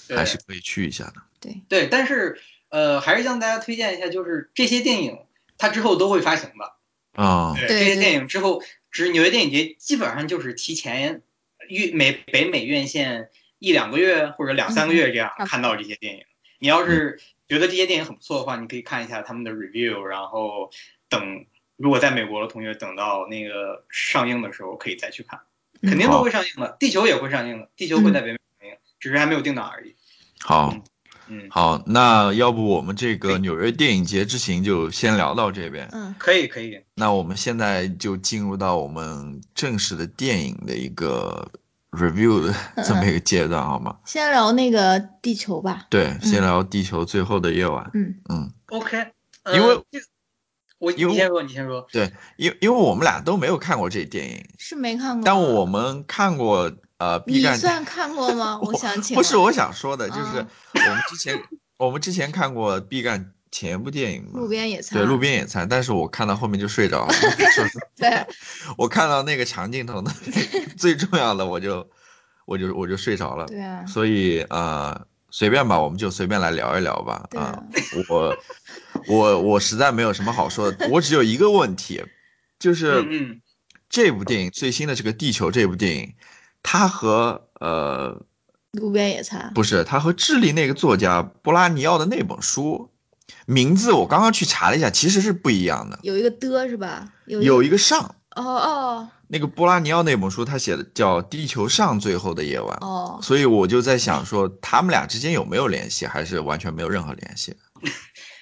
Speaker 3: 对
Speaker 2: 还是可以去一下的。
Speaker 1: 对，
Speaker 3: 对，但是呃，还是向大家推荐一下，就是这些电影它之后都会发行的。
Speaker 2: 啊、
Speaker 1: 对
Speaker 3: 这
Speaker 1: 对
Speaker 3: 些电影之后，只纽约电影节基本上就是提前预美北美院线一两个月或者两三个月这样
Speaker 1: 嗯差不多
Speaker 3: 看到这些电影。你要是觉得这些电影很不错的话，你可以看一下他们的 review，然后等如果在美国的同学等到那个上映的时候可以再去看，
Speaker 1: 嗯
Speaker 3: 肯定都会上映的。地球也会上映的，地球会在北美上映，只是还没有定档而已。
Speaker 2: 好
Speaker 3: 嗯嗯，
Speaker 2: 好，那要不我们这个纽约电影节之行就先聊到这边。
Speaker 1: 嗯
Speaker 3: 可以可以，
Speaker 2: 那我们现在就进入到我们正式的电影的一 个 review 的这么一个阶段，好吗？
Speaker 1: 嗯先聊那个地球吧，
Speaker 2: 对，先聊《地球最后的夜晚》。
Speaker 1: 嗯
Speaker 2: 嗯，
Speaker 3: OK，、呃
Speaker 2: 因为
Speaker 3: 这个我
Speaker 2: 因为
Speaker 3: 你先说，你先说。
Speaker 2: 对，因因为我们俩都没有看过这电影，
Speaker 1: 是没看过，
Speaker 2: 但我们看过呃
Speaker 1: 你
Speaker 2: 毕赣
Speaker 1: 算看过吗？我想 请问，
Speaker 2: 不是我想说的，就是
Speaker 1: 嗯
Speaker 2: 我们之前我们之前看过毕赣前一部电影嘛
Speaker 1: 路，边野餐，
Speaker 2: 对《路边野餐》，但是我看到后面就睡着了， 就是
Speaker 1: 对，
Speaker 2: 我看到那个长镜 头的最重要的，我就我就我就睡着了，
Speaker 1: 对啊，
Speaker 2: 所以呃随便吧，我们就随便来聊一聊吧
Speaker 1: 对
Speaker 2: 啊
Speaker 1: 啊，
Speaker 2: 我我我实在没有什么好说的，我只有一个问题，就是
Speaker 3: 嗯嗯，
Speaker 2: 这部电影最新的这个《地球》这部电影，他和呃
Speaker 1: 路边野餐
Speaker 2: 不是他和智利那个作家波拉尼奥的那本书，名字我刚刚去查了一下，其实是不一样的，
Speaker 1: 有一个的是吧？有
Speaker 2: 有一个上。
Speaker 1: 哦哦
Speaker 2: 那个波拉尼奥那本书，他写的叫《地球上最后的夜晚》，
Speaker 1: 哦，
Speaker 2: 所以我就在想说，他们俩之间有没有联系，还是完全没有任何联系？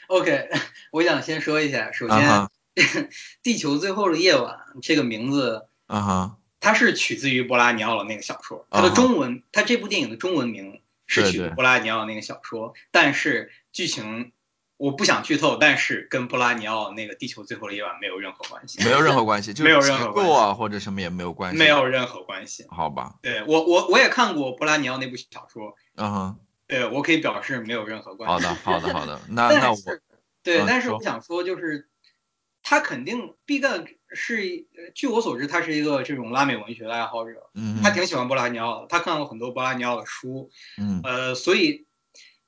Speaker 3: OK，我 想先说一下，首
Speaker 2: 啊
Speaker 3: 先，
Speaker 2: 哈，
Speaker 3: 地球最后的夜晚》这个名字，
Speaker 2: 啊哈，
Speaker 3: 它是取自于波拉尼奥的那个小说，
Speaker 2: 啊
Speaker 3: 它
Speaker 2: 哈
Speaker 3: 的中文，它这部电影的中文名是
Speaker 2: 对
Speaker 3: 取
Speaker 2: 对
Speaker 3: 波拉尼奥那个小说，但是剧情我不想剧透，但是跟波拉尼奥那个《地球最后的夜晚》没有任何关系，
Speaker 2: 没有任何 关系，就
Speaker 3: 没有
Speaker 2: 是
Speaker 3: 任
Speaker 2: 结
Speaker 3: 何
Speaker 2: 构啊或者什么也没有关系，
Speaker 3: 没，有任何关系。
Speaker 2: 好吧，
Speaker 3: 对我我我也看过波拉尼奥那部小说，
Speaker 2: 嗯哼，
Speaker 3: 对我可以表示没有任何关系。
Speaker 2: 好的，好的，好的，那啊那
Speaker 3: 但
Speaker 2: 我
Speaker 3: 是，对，
Speaker 2: 嗯
Speaker 3: 但是
Speaker 2: 说
Speaker 3: 我想说，就是他肯定毕赣是一，呃据我所知，他是一个这种拉美文学的爱好者，
Speaker 2: 嗯
Speaker 3: 他挺喜欢波拉尼奥的，他看过很多波拉尼奥的书，
Speaker 2: 嗯
Speaker 3: 呃，所以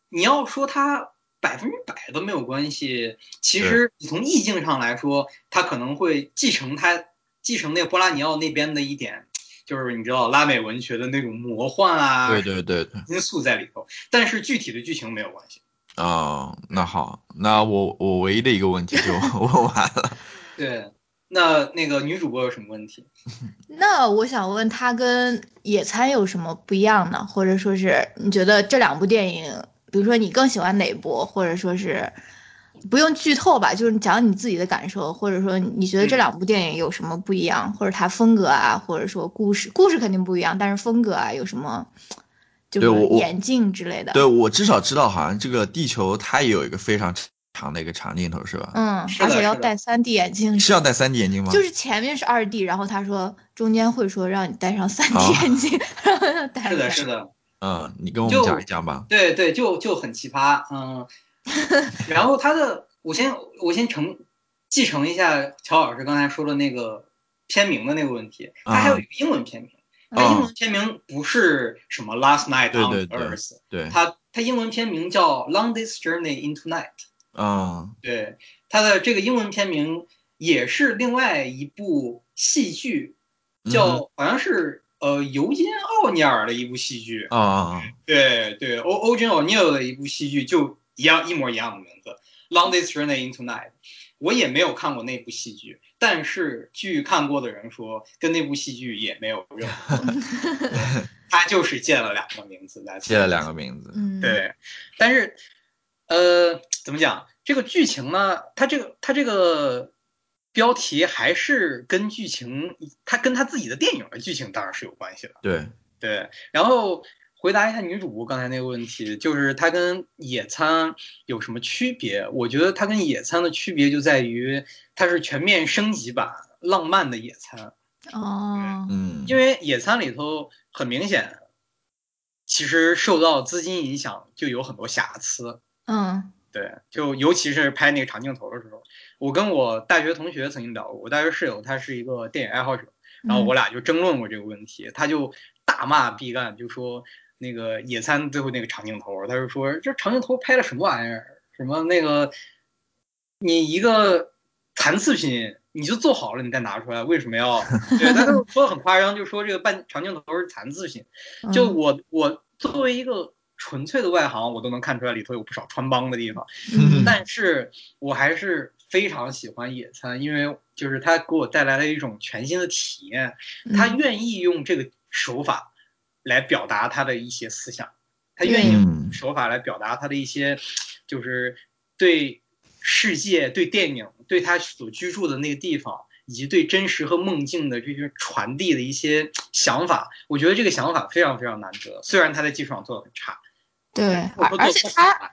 Speaker 3: 你要说他百分之百都没有关系，其实你从意境上来说，他可能会继承他继承那个波拉尼奥那边的一点，就是你知道拉美文学的那种魔幻啊
Speaker 2: 嗯对对对对
Speaker 3: 因素在里头，但是具体的剧情没有关系。
Speaker 2: 啊、那好，那我我唯一的一个问题就 问完了，
Speaker 3: 对，那那个女主播有什么问题？
Speaker 1: 那我想问它跟野餐有什么不一样呢？或者说是你觉得这两部电影，比如说你更喜欢哪部，或者说是不用剧透吧，就是你讲你自己的感受，或者说你觉得这
Speaker 3: 嗯
Speaker 1: 两部电影有什么不一样，或者它风格啊，或者说故事，故事肯定不一样，但是风格啊有什么，就
Speaker 2: 对
Speaker 1: 是
Speaker 2: 我我
Speaker 1: 演进之类的。
Speaker 2: 对我至少知道好像这个地球它也有一个非常长的一个长镜头是吧？
Speaker 1: 嗯，
Speaker 3: 是
Speaker 1: 而
Speaker 3: 的
Speaker 1: 且要
Speaker 3: 是的
Speaker 1: 戴3 D 眼镜
Speaker 2: 是要戴3 D 眼镜吗？
Speaker 1: 就是前面是2 D，然后他说中间会说让你戴上3 D
Speaker 2: 哦
Speaker 1: 眼镜， 然后要戴
Speaker 3: 是的，
Speaker 1: 上
Speaker 3: 是的，
Speaker 2: 嗯，你跟我们
Speaker 3: 就
Speaker 2: 讲一讲吧。
Speaker 3: 对对，就就很奇葩，嗯。然后他的，我先我先承继承一下乔老师刚才说的那个片名的那个问题，他还
Speaker 2: 啊
Speaker 3: 有一个英文片名，
Speaker 1: 哎
Speaker 3: 他英文片名不是什么 Last Night
Speaker 2: 对
Speaker 3: on
Speaker 2: 对对
Speaker 3: Earth，
Speaker 2: 对，
Speaker 3: 他他英文片名叫 Longest Journey into Night。
Speaker 2: 嗯
Speaker 3: 对，它的这个英文片名也是另外一部戏剧，
Speaker 2: 嗯
Speaker 3: 叫好像是呃尤金奥尼尔的一部戏剧。
Speaker 2: 啊啊
Speaker 3: 对对，欧欧金奥尼尔的一部戏剧就一样一模一样的名字，《Longest Journey into Night》。我也没有看过那部戏剧，但是据看过的人说，跟那部戏剧也没有任何关系。 对它就是借了两个名字来。
Speaker 2: 借了两个名字。
Speaker 1: 嗯，
Speaker 3: 对，但是，呃，怎么讲？这个剧情呢，它这个它这个标题还是跟剧情，它跟他自己的电影的剧情当然是有关系的。
Speaker 2: 对，
Speaker 3: 对，然后回答一下女主播刚才那个问题，就是它跟野餐有什么区别？我觉得它跟野餐的区别就在于它是全面升级版浪漫的野餐，
Speaker 1: 哦，
Speaker 2: 嗯，
Speaker 3: 因为野餐里头很明显。其实受到资金影响，就有很多瑕疵。
Speaker 1: 嗯
Speaker 3: 对，就尤其是拍那个长镜头的时候，我跟我大学同学曾经聊过，我大学室友他是一个电影爱好者，然后我俩就争论过这个问题，他就大骂毕赣，就说那个野餐最后那个长镜头，他就说这长镜头拍的什么玩意儿，什么那个你一个残次品。你就做好了，你再拿出来，为什么要？对，他就说的很夸张，就说这个半长镜头是残次品，
Speaker 1: 嗯
Speaker 3: 就我我作为一个纯粹的外行，我都能看出来里头有不少穿帮的地方，
Speaker 1: 嗯
Speaker 3: 但是我还是非常喜欢野餐，因为就是它给我带来了一种全新的体验，他
Speaker 1: 嗯
Speaker 3: 愿意用这个手法来表达他的一些思想，他愿意
Speaker 2: 嗯
Speaker 3: 用手法来表达他的一些，就是对世界、对电影、对他所居住的那个地方，以及对真实和梦境的这些传递的一些想法。我觉得这个想法非常非常难得，虽然他在技术上做的很差，
Speaker 1: 对，
Speaker 3: 或
Speaker 1: 而而
Speaker 3: 者说做
Speaker 1: 且
Speaker 3: 得
Speaker 1: 他
Speaker 3: 很差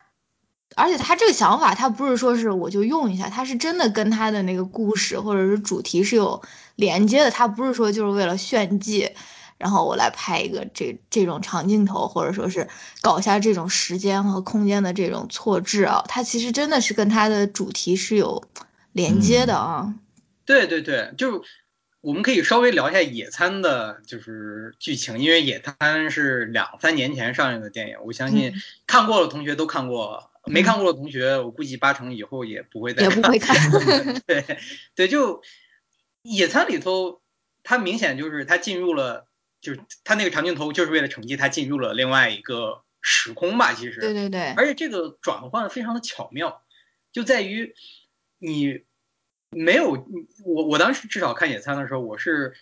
Speaker 1: 而且他这个想法，他不是说是我就用一下，他是真的跟他的那个故事或者是主题是有连接的，他不是说就是为了炫技，然后我来拍一个这这种长镜头，或者说是搞一下这种时间和空间的这种错置啊，他其实真的是跟他的主题是有连接的啊。
Speaker 3: 对对对，就是我们可以稍微聊一下《野餐》的，就是剧情，因为《野餐》是两三年前上映的电影，我相信
Speaker 1: 嗯
Speaker 3: 看过的同学都看过，没看过的同学，我估计八成以后也不会再
Speaker 1: 也不会 看，
Speaker 3: 对对，就《野餐》里头，他明显就是他进入了就是他那个长镜头就是为了惩戒他进入了另外一个时空吧，其实
Speaker 1: 对对对，
Speaker 3: 而且这个转换非常的巧妙，就在于你没有我我当时至少看野餐的时候，我是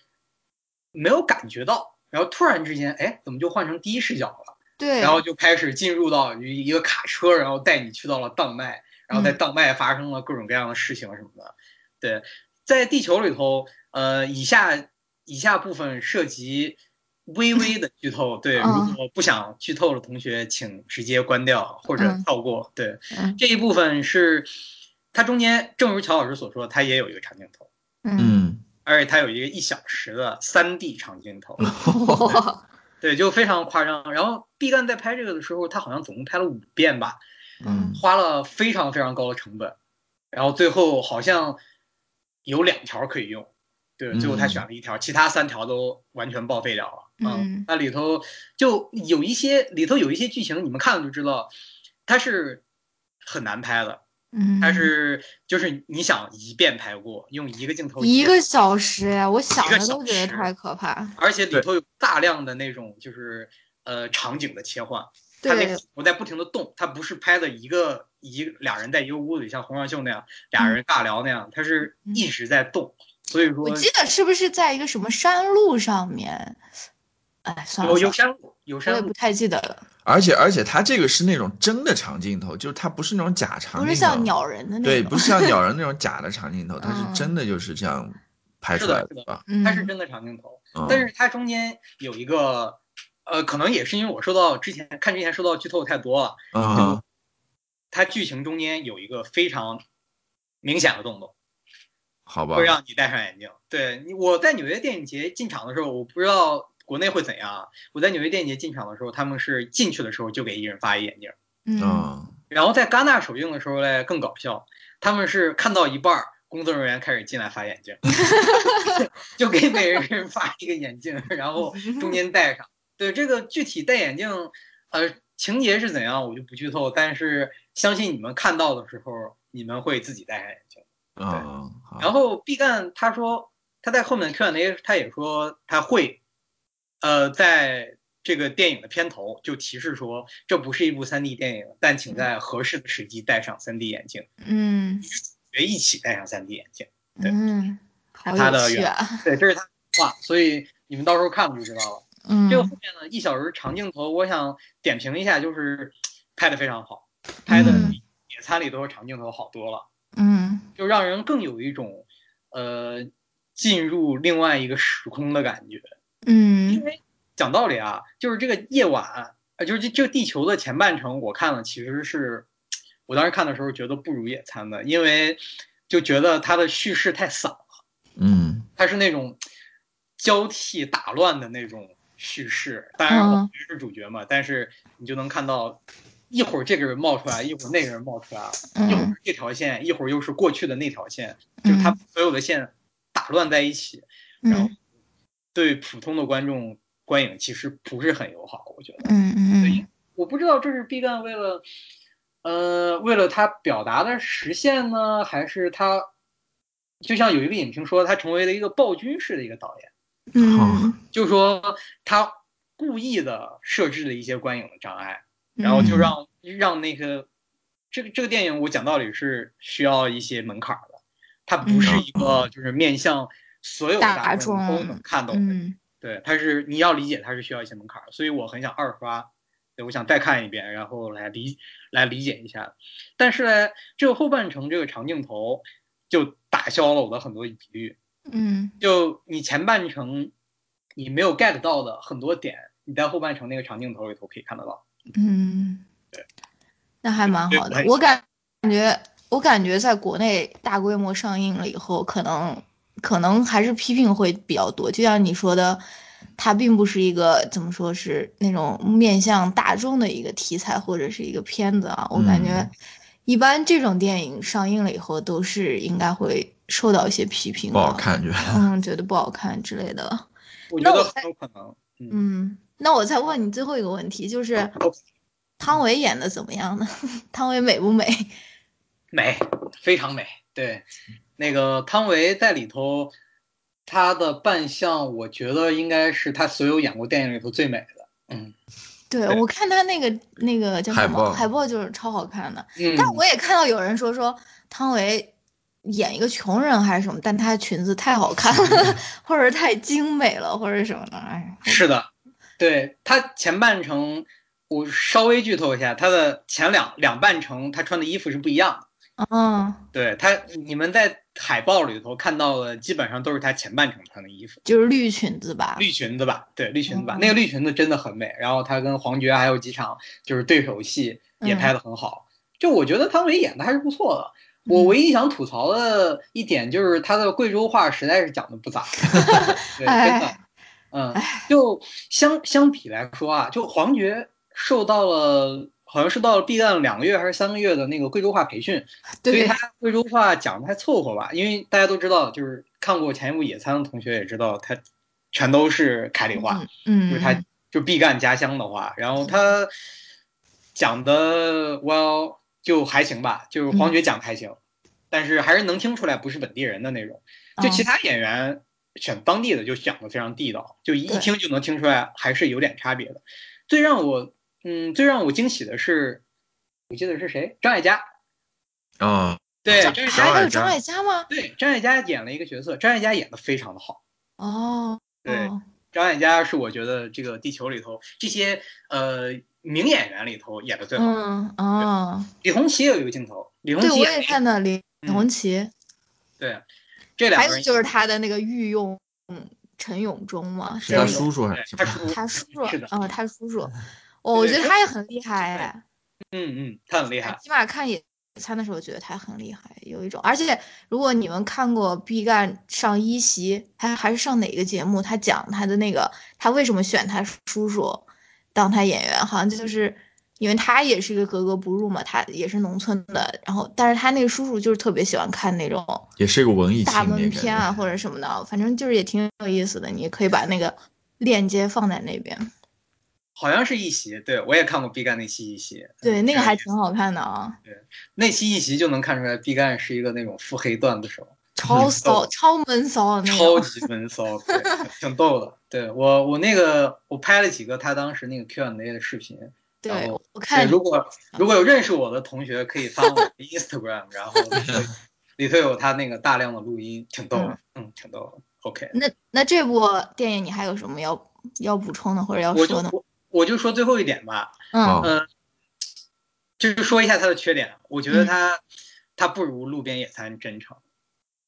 Speaker 3: 没有感觉到，然后突然之间，哎，怎么就换成第一视角了？
Speaker 1: 对，啊
Speaker 3: 然后就开始进入到一个卡车，然后带你去到了当麦，
Speaker 1: 嗯
Speaker 3: 然后在当麦发生了各种各样的事情什么的。对，在地球里头，呃，以下以下部分涉及微微的剧透，对，
Speaker 1: 嗯
Speaker 3: 如果不想剧透的同学，请直接关掉或者
Speaker 1: 嗯
Speaker 3: 跳过。对，
Speaker 1: 嗯
Speaker 3: 这一部分是它中间，正如乔老师所说，它也有一个长镜头，
Speaker 1: 嗯，
Speaker 2: 嗯，
Speaker 3: 而且它有一个一小时的三 D 长镜头。
Speaker 1: 哇
Speaker 3: 对，就非常夸张。然后毕赣在拍这个的时候，他好像总共拍了五遍吧，
Speaker 2: 嗯
Speaker 3: 花了非常非常高的成本，然后最后好像有两条可以用，对，最后他
Speaker 2: 嗯
Speaker 3: 选了一条，其他三条都完全报废掉了。啊
Speaker 1: 嗯
Speaker 3: 那里头就有一些里头有一些剧情，你们看了就知道，它是很难拍的，
Speaker 1: 嗯，
Speaker 3: 它是就是你想一遍拍过，用一个镜头
Speaker 1: 一
Speaker 3: 遍
Speaker 1: 个小时呀，我想
Speaker 3: 个
Speaker 1: 着都
Speaker 3: 小
Speaker 1: 觉得
Speaker 3: 时
Speaker 1: 太可怕。
Speaker 3: 而且里
Speaker 2: 对
Speaker 3: 头有大量的那种就是呃场景的切换，它那
Speaker 1: 对
Speaker 3: 个，我在不停的动，它不是拍的一个一个俩人在一个屋子里像洪尚秀那样俩人尬聊那样，它是一直在动，所以说
Speaker 1: 嗯我记得是不是在一个什么山路上面？哎，算了
Speaker 3: 有有
Speaker 1: 算了，
Speaker 3: 山路有
Speaker 1: 我也
Speaker 3: 山
Speaker 1: 不
Speaker 3: 路，
Speaker 1: 太记得了，
Speaker 2: 而且而且它这个是那种真的长镜头，就是它不是那种假长镜头，
Speaker 1: 不是像鸟人的那
Speaker 2: 对，
Speaker 1: 种。
Speaker 2: 不是像鸟人那种假的长镜头，它
Speaker 1: 嗯
Speaker 2: 是真的就是这样拍出
Speaker 3: 是的
Speaker 2: 来
Speaker 3: 是的
Speaker 2: 吧？
Speaker 1: 嗯，
Speaker 3: 它是真的长镜头，
Speaker 2: 嗯
Speaker 3: 但是它中间有一个呃，可能也是因为我受到之前看之前受到剧透太多了，
Speaker 2: 啊，
Speaker 3: 它剧情中间有一个非常明显的动作。
Speaker 2: 好吧
Speaker 3: 会，让你戴上眼镜。对你，我在纽约电影节进场的时候，我不知道国内会怎样啊。我在纽约电影节进场的时候，他们是进去的时候就给一人发一眼镜，
Speaker 1: 嗯，
Speaker 2: 嗯，
Speaker 3: 然后在戛纳首映的时候嘞更搞笑，他们是看到一半儿，工作人员开始进来发眼镜， 就给每人发一个眼镜，然后中间戴上。对这个具体戴眼镜，呃，情节是怎样我就不剧透，但是相信你们看到的时候，你们会自己戴上眼镜。
Speaker 2: 嗯，
Speaker 3: 然
Speaker 2: 好，
Speaker 3: 后毕赣他说他在后面的 Q&A 他也说他会，呃，在这个电影的片头就提示说这不是一部 3D 电影，但请在合适的时机戴上 3D 眼镜，
Speaker 1: 嗯
Speaker 3: 别一起戴上 3D 眼镜。对
Speaker 1: 嗯，好
Speaker 3: 它
Speaker 1: 有
Speaker 3: 的
Speaker 1: 趣
Speaker 3: 原
Speaker 1: 啊！
Speaker 3: 对，这是他的话，所以你们到时候看了就知道了。
Speaker 1: 嗯
Speaker 3: 这个后面呢一小时长镜头，我想点评一下，就是拍的非常好，拍的
Speaker 1: 嗯
Speaker 3: 比野餐里头的长镜头好多了。
Speaker 1: 嗯
Speaker 3: 就让人更有一种呃进入另外一个时空的感觉。因
Speaker 1: 嗯
Speaker 3: 为讲道理啊，就是这个夜晚，呃，就是这这个地球的前半程，我看了其实是我当时看的时候觉得不如野餐的，因为就觉得它的叙事太散了，
Speaker 2: 嗯，
Speaker 3: 它是那种交替打乱的那种叙事。当然，我
Speaker 1: 嗯
Speaker 3: 们是主角嘛，但是你就能看到。一会儿这个人冒出来，一会儿那个人冒出来，啊一会
Speaker 1: 嗯
Speaker 3: 儿这条线，一会儿又是过去的那条线，就是
Speaker 1: 嗯
Speaker 3: 它所有的线打乱在一起，然后
Speaker 1: 嗯
Speaker 3: 对普通的观众观影其实不是很友好，我觉得。
Speaker 1: 嗯嗯
Speaker 3: 我不知道这是毕赣为了，呃，为了他表达的实现呢，还是他，就像有一个影评说，他成为了一个暴君式的一个导演，
Speaker 1: 嗯，
Speaker 3: 就是说他故意的设置了一些观影的障碍，
Speaker 1: 嗯
Speaker 3: 然后就
Speaker 2: 嗯
Speaker 3: 让让那个这个这个电影，我讲道理是需要一些门槛儿的，它不是一个就是面向所有
Speaker 1: 嗯大
Speaker 3: 大众都
Speaker 1: 众
Speaker 3: 能看懂的，
Speaker 1: 嗯
Speaker 3: 对，它是你要理解它是需要一些门槛儿，所以我很想二刷，对，我想再看一遍，然后来理来理解一下。但是呢，这个后半程这个长镜头就打消了我的很多疑虑，
Speaker 1: 嗯
Speaker 3: 就你前半程你没有 get 到的很多点，你在后半程那个长镜头里头可以看得到。
Speaker 1: 嗯，那还蛮好的
Speaker 3: 对。
Speaker 1: 我感觉，我感觉在国内大规模上映了以后，可能可能还是批评会比较多。就像你说的，它并不是一个怎么说是那种面向大众的一个题材或者是一个片子啊。我感觉
Speaker 2: 嗯，
Speaker 1: 一般这种电影上映了以后，都是应该会受到一些批评
Speaker 2: 不好
Speaker 1: 的，
Speaker 2: 看，觉得，
Speaker 1: 嗯，觉得不好看之类的。
Speaker 3: 我觉
Speaker 1: 那
Speaker 3: 得
Speaker 1: 我
Speaker 3: 很有可能。嗯，
Speaker 1: 嗯，那我再问你最后一个问题，就是汤唯演的怎么样呢？ 汤唯美不美？
Speaker 3: 美，非常美。对，那个汤唯在里头，她的扮相，我觉得应该是她所有演过电影里头最美的。嗯
Speaker 1: 对
Speaker 2: 对
Speaker 1: 我看他那个那个叫什
Speaker 2: 海
Speaker 1: 么
Speaker 2: 报
Speaker 1: 海报就是超好看的，
Speaker 3: 嗯，
Speaker 1: 但我也看到有人说说汤唯演一个穷人还是什么，但她的裙子太好看
Speaker 3: 嗯
Speaker 1: 了， 或者是太精美了，或者什么的，哎，
Speaker 3: 是的，对她前半程，我稍微剧透一下，她的前两两半程她穿的衣服是不一样的。
Speaker 1: 嗯，
Speaker 3: 对她，你们在海报里头看到的基本上都是她前半程穿的衣服，
Speaker 1: 就是绿裙子吧，
Speaker 3: 绿裙子吧？对，绿裙子吧
Speaker 1: 嗯，
Speaker 3: 那个绿裙子真的很美。然后她跟黄觉还有几场就是对手戏
Speaker 1: 嗯
Speaker 3: 也拍的很好，就我觉得汤唯演的还是不错的。我
Speaker 1: 嗯
Speaker 3: 唯一想吐槽的一点就是她的贵州话实在是讲的不咋 地，对，真的
Speaker 1: 哎，
Speaker 3: 嗯，就相相比来说啊，就黄觉受到了好像是到了 B 站两个月还是三个月的那个贵州话培训，所以
Speaker 1: 对，
Speaker 3: 他贵州话讲的还凑合吧。因为大家都知道，就是看过前一部《野餐》的同学也知道，他全都是凯里话，就是
Speaker 1: 嗯，
Speaker 3: 他就毕赣家乡的话，然后他讲的 well 就还行吧，就是
Speaker 1: 嗯
Speaker 3: 黄觉讲的还行，但是还是能听出来不是本地人的那种。就其
Speaker 1: 嗯
Speaker 3: 他演员选当地的就讲的非常地道，就一
Speaker 1: 对
Speaker 3: 听就能听出来还是有点差别的。最让我嗯最让我惊喜的是，我记得是谁？张艾嘉，
Speaker 2: 嗯，
Speaker 3: 对，
Speaker 2: 张
Speaker 3: 张艾嘉，
Speaker 1: 还
Speaker 2: 艾
Speaker 1: 有
Speaker 2: 嘉
Speaker 1: 张艾嘉吗？
Speaker 3: 对，张艾嘉演了一个角色，张艾嘉演的非常的好。
Speaker 1: 哦，
Speaker 3: 对
Speaker 1: 哦
Speaker 3: 张艾嘉是我觉得这个地球里头这些呃名演员里头演的最好。
Speaker 1: 嗯哦，
Speaker 3: 李红旗也有一个镜头，李红
Speaker 1: 对
Speaker 3: 旗
Speaker 1: 我
Speaker 3: 也
Speaker 1: 也看到李
Speaker 3: 嗯
Speaker 1: 红旗，
Speaker 3: 对，这两
Speaker 1: 还
Speaker 3: 个
Speaker 1: 有
Speaker 3: 人
Speaker 1: 就是他的那个御用嗯陈永忠嘛，
Speaker 2: 是他
Speaker 1: 那个
Speaker 2: 啊叔叔还
Speaker 3: 对
Speaker 2: 是
Speaker 3: 他
Speaker 2: 什么
Speaker 3: 叔，
Speaker 1: 他叔叔
Speaker 3: 是的，
Speaker 1: 啊，他叔叔，哦我
Speaker 3: 对
Speaker 1: 觉得
Speaker 3: 所以
Speaker 1: 他也很厉害
Speaker 3: 嗯嗯，他很厉
Speaker 1: 哎，
Speaker 3: 害，
Speaker 1: 起码看野餐的时候觉得他很厉害，有一种，而且如果你们看过毕赣上一席，还还是上哪个节目，他讲他的那个他为什么选他叔叔当他演员，好像就是。因为他也是一个格格不入嘛，他也是农村的，然后但是他那个叔叔就是特别喜欢看那种
Speaker 2: 也是一个文艺
Speaker 1: 大
Speaker 2: 青
Speaker 1: 闷
Speaker 2: 年
Speaker 1: 片啊
Speaker 2: 感
Speaker 1: 或者什么的，反正就是也挺有意思的。你也可以把那个链接放在那边，
Speaker 3: 好像是一席，对我也看过毕赣那期一席，
Speaker 1: 对，
Speaker 3: 嗯
Speaker 1: 那个
Speaker 3: 非常
Speaker 1: 还
Speaker 3: 有意思
Speaker 1: 挺好看的啊，
Speaker 3: 那期一席就能看出来，毕赣是一个那种腹黑段子手，
Speaker 1: 超
Speaker 3: 嗯
Speaker 1: 骚、
Speaker 3: 逗
Speaker 1: 超闷骚的那
Speaker 3: 超
Speaker 1: 种。
Speaker 3: 级闷骚，对，挺逗的。对我，我那个我拍了几个他当时那个 Q&A 的视频。
Speaker 1: 对
Speaker 3: 哦，
Speaker 1: 我
Speaker 3: 对，
Speaker 1: 看
Speaker 3: 如果如果有认识我的同学，可以翻 我的 Instagram，然后里头里头有他那个大量的录音，挺逗的，嗯，挺逗的。OK，
Speaker 1: 那那这部电影你还有什么要要补充的或者要
Speaker 3: 我就
Speaker 1: 说的吗？
Speaker 3: 我我就说最后一点吧，
Speaker 1: 嗯
Speaker 2: 哦
Speaker 3: 嗯，就是说一下他的缺点，我觉得
Speaker 1: 嗯
Speaker 3: 他他不如路边野餐真诚，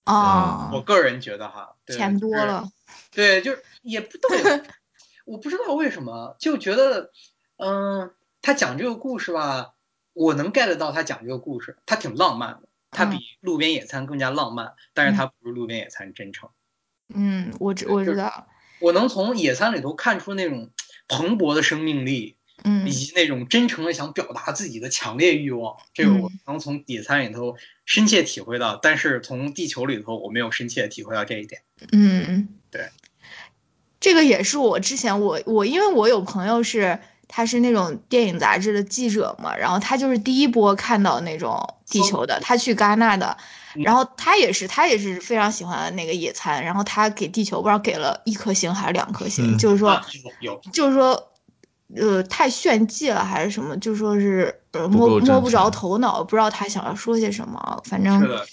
Speaker 1: 啊
Speaker 3: 我，个人觉得哈，对
Speaker 1: 钱多
Speaker 3: 就是
Speaker 1: 了，
Speaker 3: 对，就是也 不都有，我不知道为什么，就觉得，嗯、他讲这个故事吧，我能 get 到他讲这个故事，他挺浪漫的，他比
Speaker 1: 嗯
Speaker 3: 路边野餐更加浪漫，但是他不如路边野餐真诚。
Speaker 1: 嗯，我知
Speaker 3: 对
Speaker 1: 我
Speaker 3: 就
Speaker 1: 知
Speaker 3: 是
Speaker 1: 道，
Speaker 3: 我能从野餐里头看出那种蓬勃的生命力，
Speaker 1: 嗯
Speaker 3: 以及那种真诚的想表达自己的强烈欲望，这个我
Speaker 1: 嗯
Speaker 3: 能从野餐里头深切体会到，但是从地球里头我没有深切体会到这一点。
Speaker 1: 嗯，
Speaker 3: 对，
Speaker 1: 这个也是我之前我我因为我有朋友是他是那种电影杂志的记者嘛，然后他就是第一波看到那种地球的，他去戛纳的，
Speaker 3: 嗯
Speaker 1: 然后他也是他也是非常喜欢那个野餐，然后他给地球不知道给了一颗星还是两颗星，
Speaker 2: 嗯
Speaker 1: 就是说
Speaker 3: 啊有有
Speaker 1: 就是说，呃，太炫技了还是什么，就说是呃
Speaker 2: 不
Speaker 1: 摸
Speaker 2: 够
Speaker 1: 摸
Speaker 2: 真
Speaker 1: 不着
Speaker 2: 诚
Speaker 1: 头脑，不知道他想要说些什么。反
Speaker 3: 是
Speaker 1: 正
Speaker 3: 的，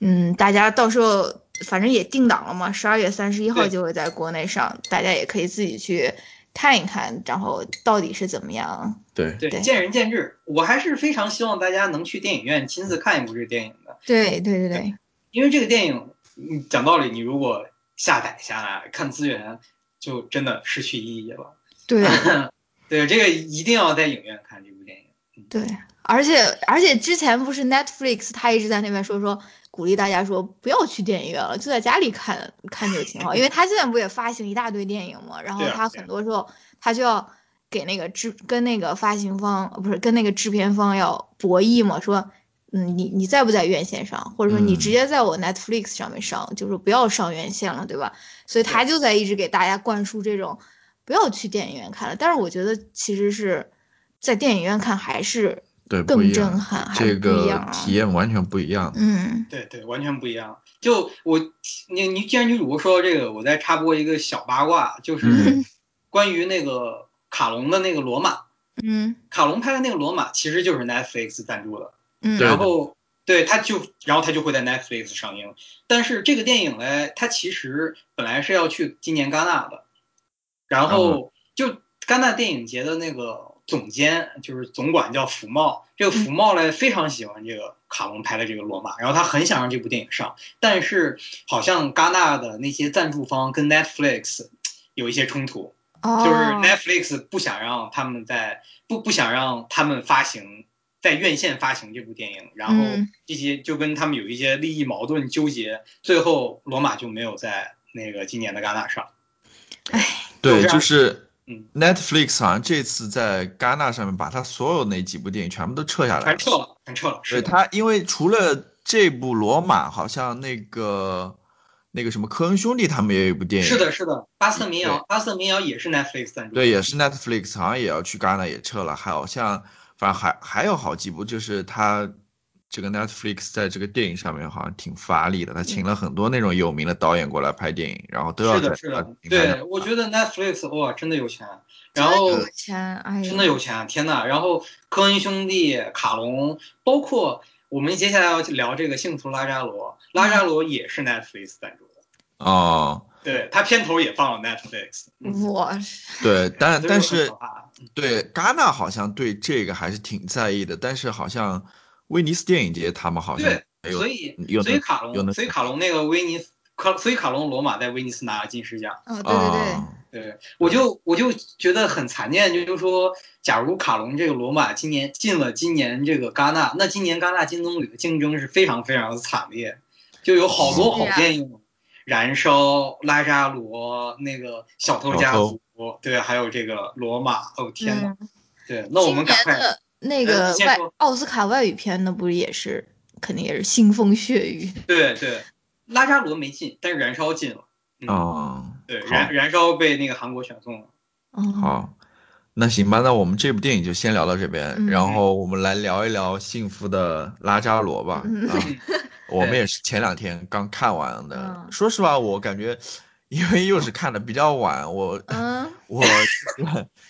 Speaker 1: 嗯，大家到时候反正也定档了嘛，十二月三十一号
Speaker 3: 对
Speaker 1: 就会在国内上，大家也可以自己去看一看，然后到底是怎么样。
Speaker 2: 对，
Speaker 3: 对，
Speaker 1: 对
Speaker 3: 见仁见智。我还是非常希望大家能去电影院亲自看一部这个电影的，
Speaker 1: 对对对对，
Speaker 3: 因为这个电影，嗯，讲道理，你如果下载下来看资源，就真的失去意义了。
Speaker 1: 对
Speaker 3: 对，这个一定要在影院看这部电影。
Speaker 1: 对，而且而且之前不是 Netflix 他一直在那边说说鼓励大家说不要去电影院了，就在家里看看就挺好，因为他现在不也发行一大堆电影嘛，然后
Speaker 3: 对啊
Speaker 1: 他
Speaker 3: 对啊
Speaker 1: 很多时候他就要给那个制跟那个发行方呃不是跟那个制片方要博弈嘛，说。嗯，你你在不在院线上，或者说你直
Speaker 2: 嗯
Speaker 1: 接在我 Netflix 上面上，就是不要上院线了，对吧？所以他就在一直给大家灌输这种不要去电影院看了。但是我觉得其实是在电影院看还是
Speaker 2: 对，不
Speaker 1: 更
Speaker 2: 一样
Speaker 1: 震撼，还
Speaker 2: 这
Speaker 1: 是不一样
Speaker 2: 个
Speaker 1: 啊。
Speaker 2: 体验完全不一样。
Speaker 1: 嗯
Speaker 3: 对对，完全不一样。就我，你你既然女主播说到这个，我再插播一个小八卦，就是
Speaker 2: 嗯
Speaker 3: 关于那个卡隆的那个《罗马》，
Speaker 1: 嗯
Speaker 3: 卡隆拍的那个《罗马》其实就是 Netflix 赞助的，
Speaker 1: 嗯，
Speaker 2: 对
Speaker 3: 然后对他就然后他就会在 Netflix 上映。但是这个电影嘞，它其实本来是要去今年戛纳的，然后就戛纳电影节的那个总监就是总管叫福茂，这个福茂嘞非常喜欢这个卡隆拍的这个《罗马》，然后他很想让这部电影上，但是好像戛纳的那些赞助方跟 Netflix 有一些冲突。
Speaker 1: 哦，
Speaker 3: 就是 Netflix 不想让他们在不不想让他们发行在院线发行这部电影，然后
Speaker 1: 嗯
Speaker 3: 这些就跟他们有一些利益矛盾纠结，最后罗马就没有在那个今年的戛纳上。
Speaker 2: 对，
Speaker 3: 就
Speaker 2: 就是是
Speaker 3: 嗯
Speaker 2: Netflix 好像这次在戛纳上面把它所有那几部电影全部都撤下来
Speaker 3: 全
Speaker 2: 了。
Speaker 3: 撤了，全撤了。
Speaker 2: 对
Speaker 3: 是的，
Speaker 2: 它，因为除了这部《罗马》，好像那个那个什么科恩兄弟他们也有一部电影，
Speaker 3: 是的，，是的。巴斯特民谣，巴斯特民谣也是 Netflix 赞助的。
Speaker 2: 对，也是 Netflix 好像也要去戛纳也撤了，好像反正还还有好几部，就是它这个 Netflix 在这个电影上面好像挺发力的，他请了很多那种有名的导演过来拍电影，然后都要
Speaker 3: 是
Speaker 2: 在
Speaker 3: 的，是
Speaker 2: 它。
Speaker 3: 的
Speaker 2: 平台上
Speaker 3: 对，我觉得 Netflix 哇，真的有钱。
Speaker 1: 真
Speaker 3: 然
Speaker 1: 的
Speaker 3: 后
Speaker 1: 有钱，哎呀，
Speaker 3: 真的有钱，啊天呐！然后科恩兄弟、卡隆，包括我们接下来要聊这个《幸福拉扎罗》，拉扎罗也是 Netflix 赞助的，
Speaker 2: 哦，
Speaker 3: 对，它片头也放了 Netflix，嗯
Speaker 1: 我
Speaker 2: 对，但但
Speaker 3: 所以我很
Speaker 2: 是
Speaker 3: 可怕
Speaker 2: 对戛纳好像对这个还是挺在意的，但是好像威尼斯电影节他们好像
Speaker 3: 对
Speaker 2: 没，有
Speaker 3: 所以
Speaker 2: 有
Speaker 3: 所以卡
Speaker 2: 有
Speaker 3: 隆，
Speaker 2: 那
Speaker 3: 所以卡隆那个威尼斯，卡所以卡隆罗马在威尼斯拿了金狮奖，
Speaker 1: 哦，对对对，
Speaker 2: 啊，
Speaker 3: 对我就我就觉得很残念，就是说，假如卡隆这个罗马今年进了今年这个戛纳，那今年戛纳金棕榈的竞争是非常非常的惨烈，就有好多好
Speaker 1: 是啊
Speaker 3: 电影，燃烧、拉扎罗、那个小偷家族，对，还有这个罗马，哦
Speaker 1: 嗯
Speaker 3: 天呐，对，那我们
Speaker 1: 今
Speaker 3: 赶
Speaker 1: 年
Speaker 3: 快，
Speaker 1: 的那
Speaker 3: 呃
Speaker 1: 个
Speaker 3: 你先
Speaker 1: 外
Speaker 3: 说
Speaker 1: 奥斯卡外语片，那不是也是肯定也是腥风血雨？
Speaker 3: 对对，拉扎罗没进，但是燃烧进了，嗯，
Speaker 2: 哦，
Speaker 3: 对，
Speaker 2: 好
Speaker 3: 燃燃烧被那个韩国选送 了，
Speaker 1: 嗯，
Speaker 2: 好，啊那行吧，那我们这部电影就先聊到这
Speaker 1: 嗯
Speaker 2: 边，然后我们来聊一聊《幸福的拉扎罗》吧。
Speaker 1: 嗯
Speaker 2: 啊，我们也是前两天刚看完的
Speaker 1: 嗯。
Speaker 2: 说实话，我感觉，因为又是看的比较晚，我
Speaker 1: 嗯，
Speaker 2: 我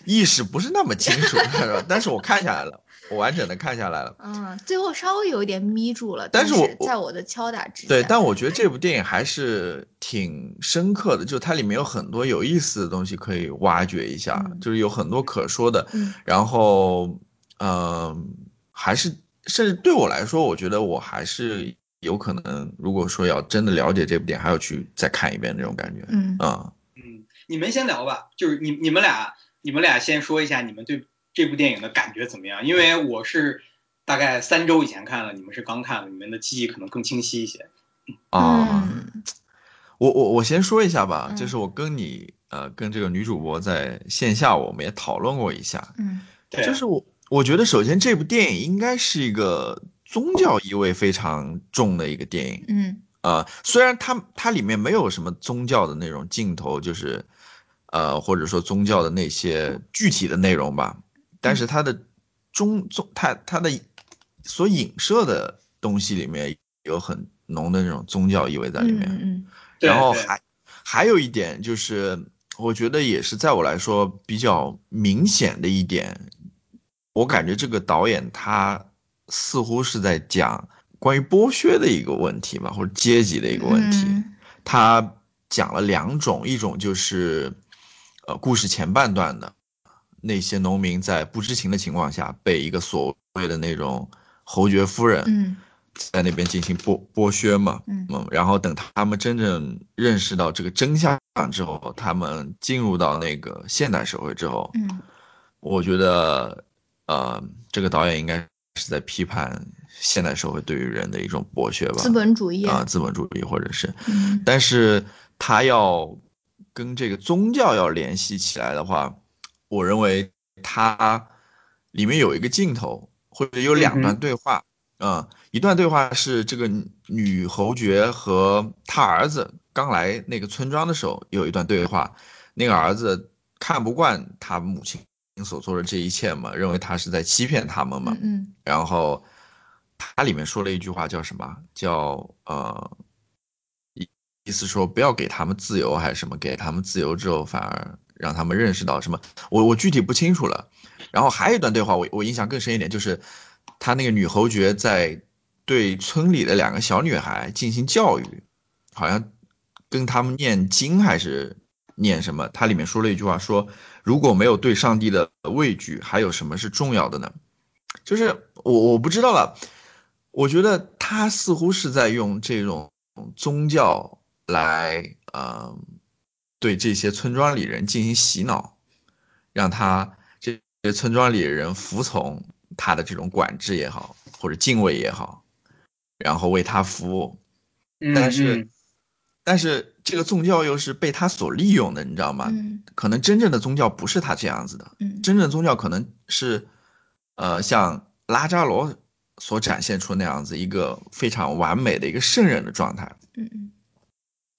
Speaker 2: 意识不是那么清楚，是吧？但是我看下来了，我完整的看下来了。
Speaker 1: 嗯，最后稍微有一点眯住了，
Speaker 2: 但
Speaker 1: 但
Speaker 2: 是我我
Speaker 1: 在我的敲打之下，
Speaker 2: 对，但我觉得这部电影还是挺深刻的，就它里面有很多有意思的东西可以挖掘一下，
Speaker 1: 嗯
Speaker 2: 就是有很多可说的。
Speaker 1: 嗯
Speaker 2: 然后，嗯、还是甚至对我来说，我觉得我还是有可能，如果说要真的了解这部电影，还要去再看一遍这种感觉。
Speaker 1: 嗯
Speaker 2: 啊、
Speaker 3: 嗯，你们先聊吧，就是你你们俩，你们俩先说一下你们对这部电影的感觉怎么样？因为我是大概三周以前看了，你们是刚看了，你们的记忆可能更清晰一些。
Speaker 2: 啊，
Speaker 1: 嗯
Speaker 2: 我我我先说一下吧，
Speaker 1: 嗯
Speaker 2: 就是我跟你呃跟这个女主播在线下我们也讨论过一下，
Speaker 1: 嗯
Speaker 3: 对，啊
Speaker 2: 就是我，我觉得首先这部电影应该是一个宗教意味非常重的一个电影
Speaker 1: 嗯
Speaker 2: 啊、呃虽然它它里面没有什么宗教的那种镜头，就是呃或者说宗教的那些具体的内容吧，但
Speaker 1: 嗯
Speaker 2: 是它的中宗它它的所影射的东西里面有很浓的那种宗教意味在里面。
Speaker 1: 嗯
Speaker 3: 对
Speaker 2: 然后
Speaker 3: 对
Speaker 2: 还还有一点就是，我觉得也是在我来说比较明显的一点，我感觉这个导演他似乎是在讲关于剥削的一个问题吧，或者阶级的一个问题。
Speaker 1: 嗯
Speaker 2: 他讲了两种，一种就是，呃，故事前半段的那些农民在不知情的情况下被一个所谓的那种侯爵夫人，
Speaker 1: 嗯
Speaker 2: 在那边进行剥剥削嘛，
Speaker 1: 嗯
Speaker 2: 嗯，然后等他们真正认识到这个真相之后，他们进入到那个现代社会之后，
Speaker 1: 嗯
Speaker 2: 我觉得，呃，这个导演应该是在批判现代社会对于人的一种剥削吧，
Speaker 1: 资本主义
Speaker 2: 啊、，资本主义或者是，
Speaker 1: 嗯
Speaker 2: 但是他要跟这个宗教要联系起来的话，我认为他里面有一个镜头，或者有两
Speaker 3: 嗯
Speaker 2: 段对话，啊、一段对话是这个女侯爵和她儿子刚来那个村庄的时候有一段对话，那个儿子看不惯他母亲所做的这一切嘛，认为他是在欺骗他们嘛。
Speaker 1: 嗯嗯
Speaker 2: 然后他里面说了一句话叫什么？叫呃，意意思说不要给他们自由还是什么？给他们自由之后，反而让他们认识到什么？我我具体不清楚了。然后还有一段对话，我我印象更深一点，就是他那个女侯爵在对村里的两个小女孩进行教育，好像跟他们念经还是念什么？他里面说了一句话说。如果没有对上帝的畏惧，还有什么是重要的呢？就是我我不知道了。我觉得他似乎是在用这种宗教来，呃，对这些村庄里人进行洗脑，让他这些村庄里人服从他的这种管制也好，或者敬畏也好，然后为他服务。但是
Speaker 3: 嗯
Speaker 2: 但是这个宗教又是被他所利用的，你知道吗？
Speaker 1: 嗯
Speaker 2: 可能真正的宗教不是他这样子的，
Speaker 1: 嗯
Speaker 2: 真正宗教可能是，呃，像拉扎罗所展现出那样子一个非常完美的一个圣人的状态，
Speaker 1: 嗯嗯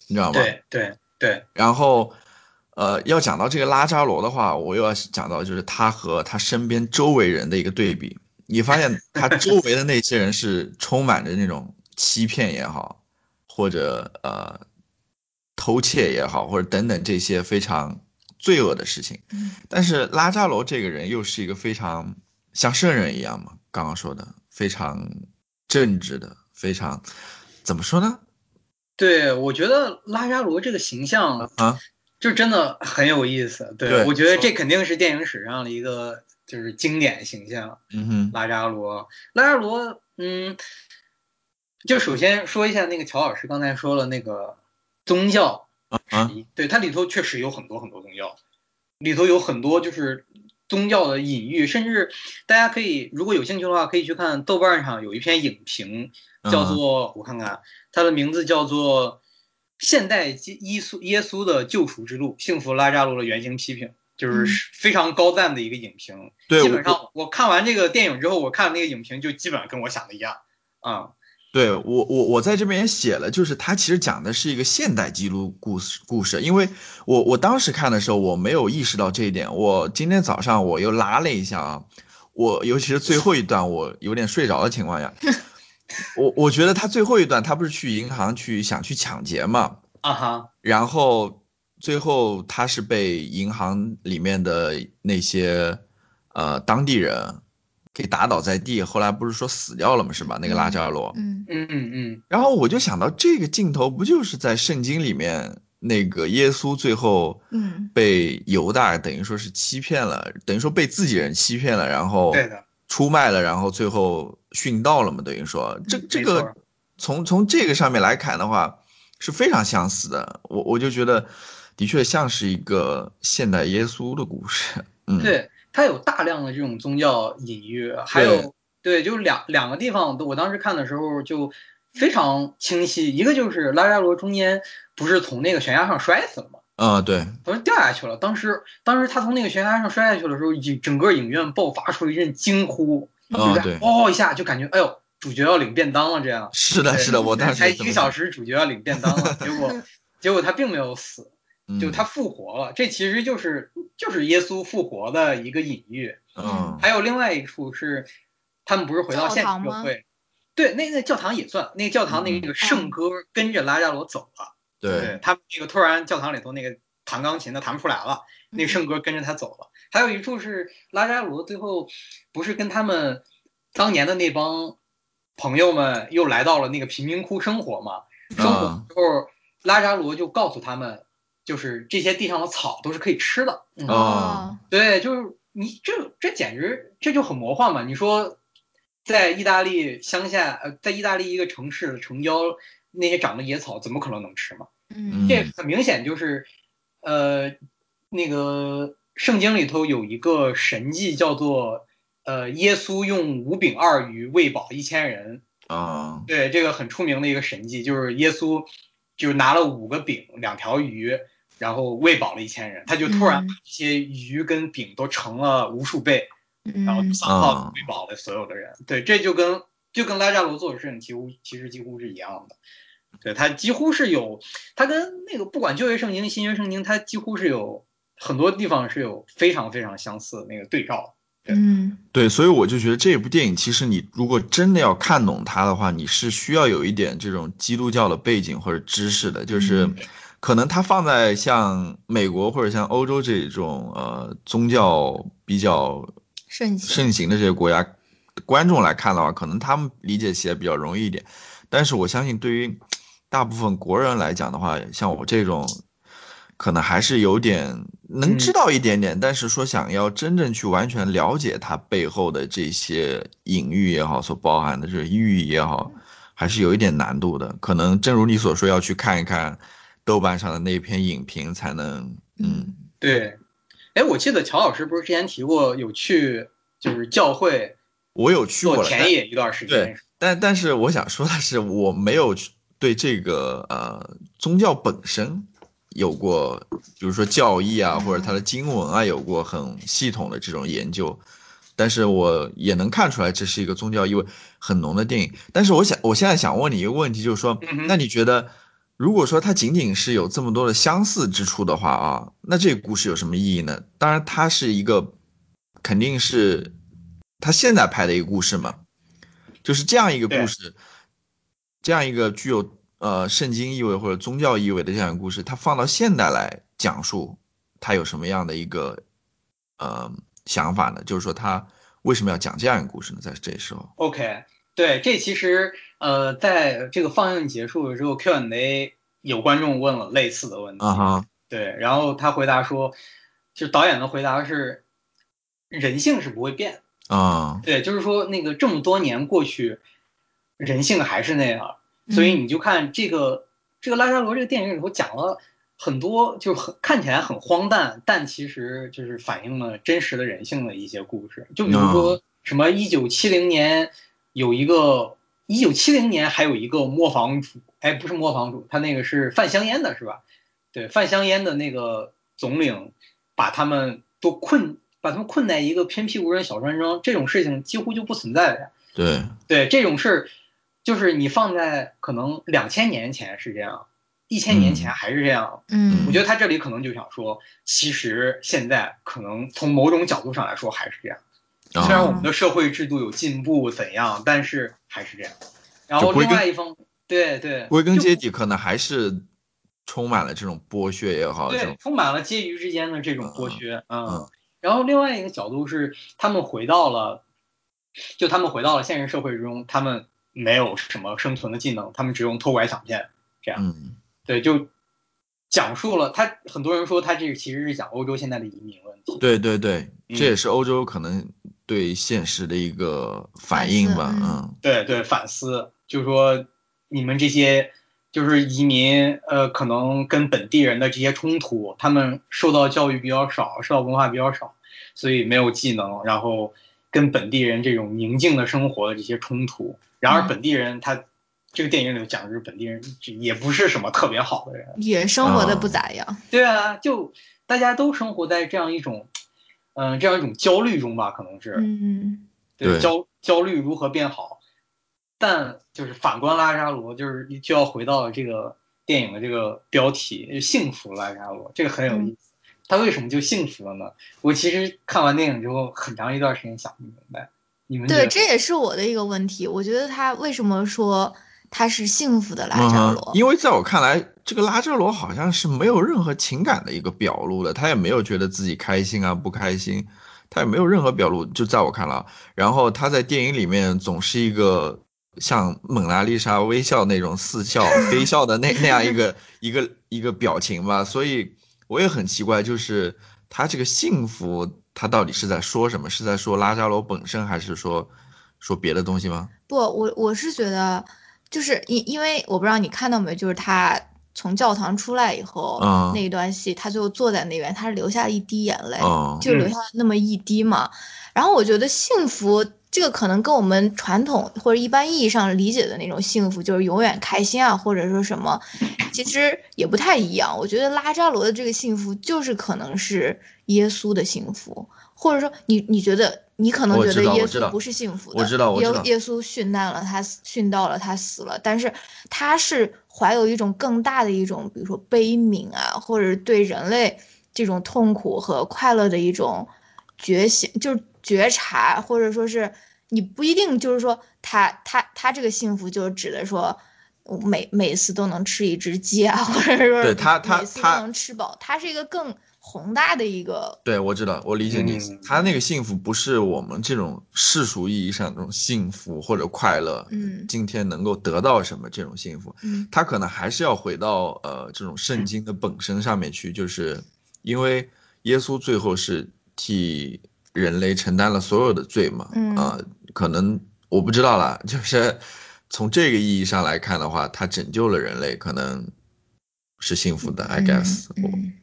Speaker 2: 你知道吗？
Speaker 3: 嗯对对对，
Speaker 2: 然后，呃，要讲到这个拉扎罗的话，我又要讲到就是他和他身边周围人的一个对比。你发现他周围的那些人是充满着那种欺骗也好，或者呃偷窃也好，或者等等这些非常罪恶的事情。
Speaker 1: 嗯
Speaker 2: 但是拉扎罗这个人又是一个非常像圣人一样嘛，刚刚说的非常正直的，非常怎么说呢？
Speaker 3: 对，我觉得拉扎罗这个形象
Speaker 2: 啊，
Speaker 3: 就真的很有意思。对，
Speaker 2: 对
Speaker 3: 我觉得这肯定是电影史上的一个就是经典形象。
Speaker 2: 嗯哼，
Speaker 3: 拉扎罗，拉扎罗，嗯，就首先说一下那个乔老师刚才说了那个宗教，
Speaker 2: 啊，
Speaker 3: 对，它里头确实有很多很多宗教，里头有很多就是宗教的隐喻，甚至大家可以如果有兴趣的话，可以去看豆瓣上有一篇影评，叫
Speaker 2: 嗯
Speaker 3: 做、我看看，它的名字叫做《现代耶稣耶稣的救赎之路：幸福拉扎罗的原型批评》，就是
Speaker 1: 嗯
Speaker 3: 非常高赞的一个影评。
Speaker 2: 对，
Speaker 3: 基
Speaker 2: 我
Speaker 3: 本上我看完这个电影之后，我看那个影评就基本上跟我想的一样。啊、
Speaker 2: 对我我我在这边也写了，就是它其实讲的是一个现代基督故事故事，因为我我当时看的时候我没有意识到这一点，我今天早上我又拉了一下啊，我尤其是最后一段我有点睡着的情况下，我我觉得他最后一段他不是去银行去想去抢劫嘛，
Speaker 3: 啊哈，
Speaker 2: 然后最后他是被银行里面的那些呃当地人给打倒在地，后来不是说死掉了嘛是吧？那个拉扎罗。
Speaker 1: 嗯
Speaker 3: 嗯嗯嗯，
Speaker 2: 然后我就想到，这个镜头不就是在圣经里面那个耶稣最后
Speaker 1: 嗯
Speaker 2: 被犹大等于说是欺骗了，等于说被自己人欺骗了，然后
Speaker 3: 对的，
Speaker 2: 出卖了，然后最后殉道了嘛？等于说这这
Speaker 3: 嗯没
Speaker 2: 个
Speaker 3: 错
Speaker 2: 从从这个上面来看的话是非常相似的，我我就觉得的确像是一个现代耶稣的故事，嗯，
Speaker 3: 对，它有大量的这种宗教隐喻，还有对，就是两两个地方，我当时看的时候就非常清晰，一个就是拉扎罗中间不是从那个悬崖上摔死了吗？
Speaker 2: 啊对，
Speaker 3: 他是掉下去了。当时，当时他从那个悬崖上摔下去的时候，影整个影院爆发出一阵惊呼，
Speaker 2: 啊
Speaker 1: 嗯
Speaker 3: 就是
Speaker 2: 对，
Speaker 3: 哦一下就感觉，哎呦，主角要领便当了这样。
Speaker 2: 是的，
Speaker 3: 对
Speaker 2: 是的，我
Speaker 3: 对
Speaker 2: 当时
Speaker 3: 才
Speaker 2: 也
Speaker 3: 一
Speaker 2: 这么
Speaker 3: 个小
Speaker 2: 想
Speaker 3: 时，主角要领便当了，结 果结果他并没有死，就
Speaker 2: 嗯
Speaker 3: 他复活了。这其实就是就是耶稣复活的一个隐喻。
Speaker 2: 嗯
Speaker 3: 还有另外一处是，他们不是回到现
Speaker 1: 教堂
Speaker 3: 实
Speaker 1: 吗
Speaker 3: 社会，对，那那教堂也算，那个教堂那个
Speaker 1: 嗯
Speaker 3: 圣歌跟着拉扎罗走
Speaker 2: 嗯
Speaker 3: 了，
Speaker 2: 对，
Speaker 3: 他们那个突然教堂里头那个弹钢琴的弹不出来了，那
Speaker 1: 嗯
Speaker 2: 啊
Speaker 3: 个圣歌跟着他走了。还有一处是拉扎罗最后不是跟他们当年的那帮朋友们又来到了那个贫民窟生活嘛？
Speaker 2: 嗯
Speaker 3: 生活的时候，拉扎罗就告诉他们，就是这些地上的草都是可以吃的。嗯，
Speaker 2: 哦
Speaker 3: 对，就是你这这简直这就很魔幻嘛！你说在意大利乡下，呃，在意大利一个城市的城郊，那些长的野草怎么可能能吃嘛？
Speaker 1: 嗯
Speaker 3: 这很明显就是，呃，那个圣经里头有一个神迹叫做，呃，耶稣用五饼二鱼喂饱一千人。
Speaker 2: 啊
Speaker 3: 对，这个很出名的一个神迹，就是耶稣就是拿了五个饼、两条鱼，然后喂饱了一千人，他就突然
Speaker 1: 嗯
Speaker 3: 把这些鱼跟饼都盛了无数倍，然后
Speaker 1: 嗯
Speaker 3: 撒到喂饱了所有的人。对，这就跟就跟拉扎罗做的事情几乎其实几乎是一样的。对，它几乎是有，它跟那个不管旧约圣经、新约圣经，它几乎是有很多地方是有非常非常相似的那个对照。
Speaker 1: 嗯
Speaker 2: 对，所以我就觉得这部电影，其实你如果真的要看懂它的话，你是需要有一点这种基督教的背景或者知识的，就是
Speaker 1: 嗯
Speaker 2: 可能它放在像美国或者像欧洲这种呃宗教比较
Speaker 1: 顺其
Speaker 2: 盛行的这些国家观众来看的话，可能他们理解起来比较容易一点。但是我相信，对于大部分国人来讲的话，像我这种，可能还是有点能知道一点
Speaker 3: 嗯
Speaker 2: 点，但是说想要真正去完全了解它背后的这些隐喻也好，所包含的这个寓意也好，
Speaker 3: 嗯
Speaker 2: 还是有一点难度的。可能正如你所说，要去看一看豆瓣上的那篇影评，才能嗯
Speaker 1: 嗯
Speaker 3: 对，哎，我记得乔老师不是之前提过有去就是教会
Speaker 2: 我有去过
Speaker 3: 做
Speaker 2: 了，但
Speaker 3: 田野一段时
Speaker 2: 对
Speaker 3: 间，
Speaker 2: 但但是我想说的是，我没有去对这个呃宗教本身有过，比如说教义啊，
Speaker 1: 嗯
Speaker 2: 或者它的经文啊，有过很系统的这种研究。但是我也能看出来，这是一个宗教意味很浓的电影。但是我想，我现在想问你一个问题，就是说
Speaker 3: 嗯，哼
Speaker 2: 那你觉得，如果说它仅仅是有这么多的相似之处的话啊，那这个故事有什么意义呢？当然，它是一个，肯定是他现在拍的一个故事嘛，就是这样一个故
Speaker 3: 对
Speaker 2: 事，这样一个具有呃圣经意味或者宗教意味的这样一个故事，它放到现代来讲述，它有什么样的一个呃想法呢？就是说，他为什么要讲这样一个故事呢？在这时候，
Speaker 3: OK，对，这其实呃，在这个放映结束了之后，Q&A 有观众问了类似的问题，
Speaker 2: 啊哈，
Speaker 3: 对，然后他回答说，就导演的回答是，人性是不会变的，
Speaker 2: 啊，
Speaker 3: 对，就是说那个这么多年过去，人性还是那样，所以你就看这个这个拉扎罗这个电影里头讲了很多，就是很看起来很荒诞，但其实就是反映了真实的人性的一些故事。就比如说什么一九七零年有一个一九七零年还有一个磨坊主，哎，不是磨坊主，他那个是贩香烟的是吧？对，贩香烟的那个总领把他们都困，把他们困在一个偏僻无人小山庄，这种事情几乎就不存在了呀。
Speaker 2: 对，
Speaker 3: 对，这种事儿，就是你放在可能两千年前是这样，一千年前还是这样。
Speaker 1: 嗯
Speaker 3: 我觉得他这里可能就想说，其实现在可能从某种角度上来说还是这样。虽然
Speaker 2: 啊，
Speaker 3: 我们的社会制度有进步怎样，但是还是这样。然后
Speaker 2: 就归
Speaker 3: 另
Speaker 2: 根
Speaker 3: 外一方，对对，
Speaker 2: 归根
Speaker 3: 就
Speaker 2: 结底，可能还是充满了这种剥削也好，这
Speaker 3: 对
Speaker 2: 种，
Speaker 3: 充满了介于之间的这种剥削，
Speaker 2: 嗯
Speaker 3: 嗯。然后另外一个角度是，他们回到了，就他们回到了现实社会中，他们没有什么生存的技能，他们只用偷拐抢骗。
Speaker 2: 嗯
Speaker 3: 对，就讲述了他很多人说他这个其实是讲欧洲现在的移民问题。
Speaker 2: 对对对，
Speaker 3: 嗯
Speaker 2: 这也是欧洲可能对现实的一个反应吧，
Speaker 1: 反思
Speaker 2: 嗯
Speaker 3: 对对，反思，就是说你们这些就是移民，呃，可能跟本地人的这些冲突，他们受到教育比较少，受到文化比较少，所以没有技能，然后跟本地人这种宁静的生活的这些冲突。然而
Speaker 1: 嗯
Speaker 3: 本地人他、这个电影里头讲的就是本地人也不是什么特别好的人，
Speaker 1: 也生活的
Speaker 2: 嗯
Speaker 1: 不咋样，
Speaker 3: 对啊，就大家都生活在这样一种，嗯、这样一种焦虑中吧，可能是，
Speaker 1: 嗯
Speaker 2: 对
Speaker 3: 焦焦虑如何变好，但就是反观拉扎罗，就是就要回到这个电影的这个标题“幸福拉扎罗”，这个很有意
Speaker 1: 嗯
Speaker 3: 思。他为什么就幸福了呢？我其实看完电影之后，很长一段时间想不明白。你们觉
Speaker 1: 对，
Speaker 3: 得
Speaker 1: 这也是我的一个问题。我觉得他为什么说他是幸福的拉扎
Speaker 2: 嗯
Speaker 1: 罗？
Speaker 2: 因为在我看来，这个拉扎罗好像是没有任何情感的一个表露的，他也没有觉得自己开心啊不开心，他也没有任何表露，就在我看来啊，然后他在电影里面总是一个像蒙娜丽莎微笑那种似笑 非笑的那那样一个一个一个表情吧，所以我也很奇怪，就是他这个幸福，他到底是在说什么？是在说拉扎罗本身，还是说说别的东西吗？
Speaker 1: 不，我我是觉得，就是因因为我不知道你看到没，就是他从教堂出来以后、
Speaker 2: 嗯
Speaker 1: 那一段戏，他就坐在那边，他是流下一滴眼泪，
Speaker 2: 哦，
Speaker 1: 就留下那么一滴嘛。然后我觉得幸福这个可能跟我们传统或者一般意义上理解的那种幸福，就是永远开心啊，或者说什么，其实也不太一样。我觉得拉扎罗的这个幸福，就是可能是耶稣的幸福，或者说你你觉得你可能
Speaker 2: 我
Speaker 1: 觉得
Speaker 2: 知道
Speaker 1: 耶
Speaker 2: 我知
Speaker 1: 稣
Speaker 2: 道
Speaker 1: 不是幸福的，
Speaker 2: 我知道我
Speaker 1: 耶
Speaker 2: 知道
Speaker 1: 耶稣殉难了，他死殉道了，他死了，但是他是怀有一种更大的一种，比如说悲悯啊，或者对人类。这种痛苦和快乐的一种觉醒，就是觉察，或者说是你不一定就是说他他他这个幸福就是指的说。每每次都能吃一只鸡啊，或者说
Speaker 2: 对他他
Speaker 1: 每次都
Speaker 2: 他
Speaker 1: 能吃饱，它是一个更宏大的一个，
Speaker 2: 对，我知道，我理解你。
Speaker 3: 嗯
Speaker 2: 他那个幸福不是我们这种世俗意义上这种幸福或者快乐，
Speaker 1: 嗯
Speaker 2: 今天能够得到什么这种幸福，
Speaker 1: 嗯
Speaker 2: 他可能还是要回到呃这种圣经的本身上面去，就是因为耶稣最后是替人类承担了所有的罪嘛，
Speaker 1: 嗯
Speaker 2: 啊，可能我不知道啦，就是从这个意义上来看的话，他拯救了人类，可能是幸福的，I
Speaker 1: 嗯
Speaker 2: guess 我。
Speaker 1: 嗯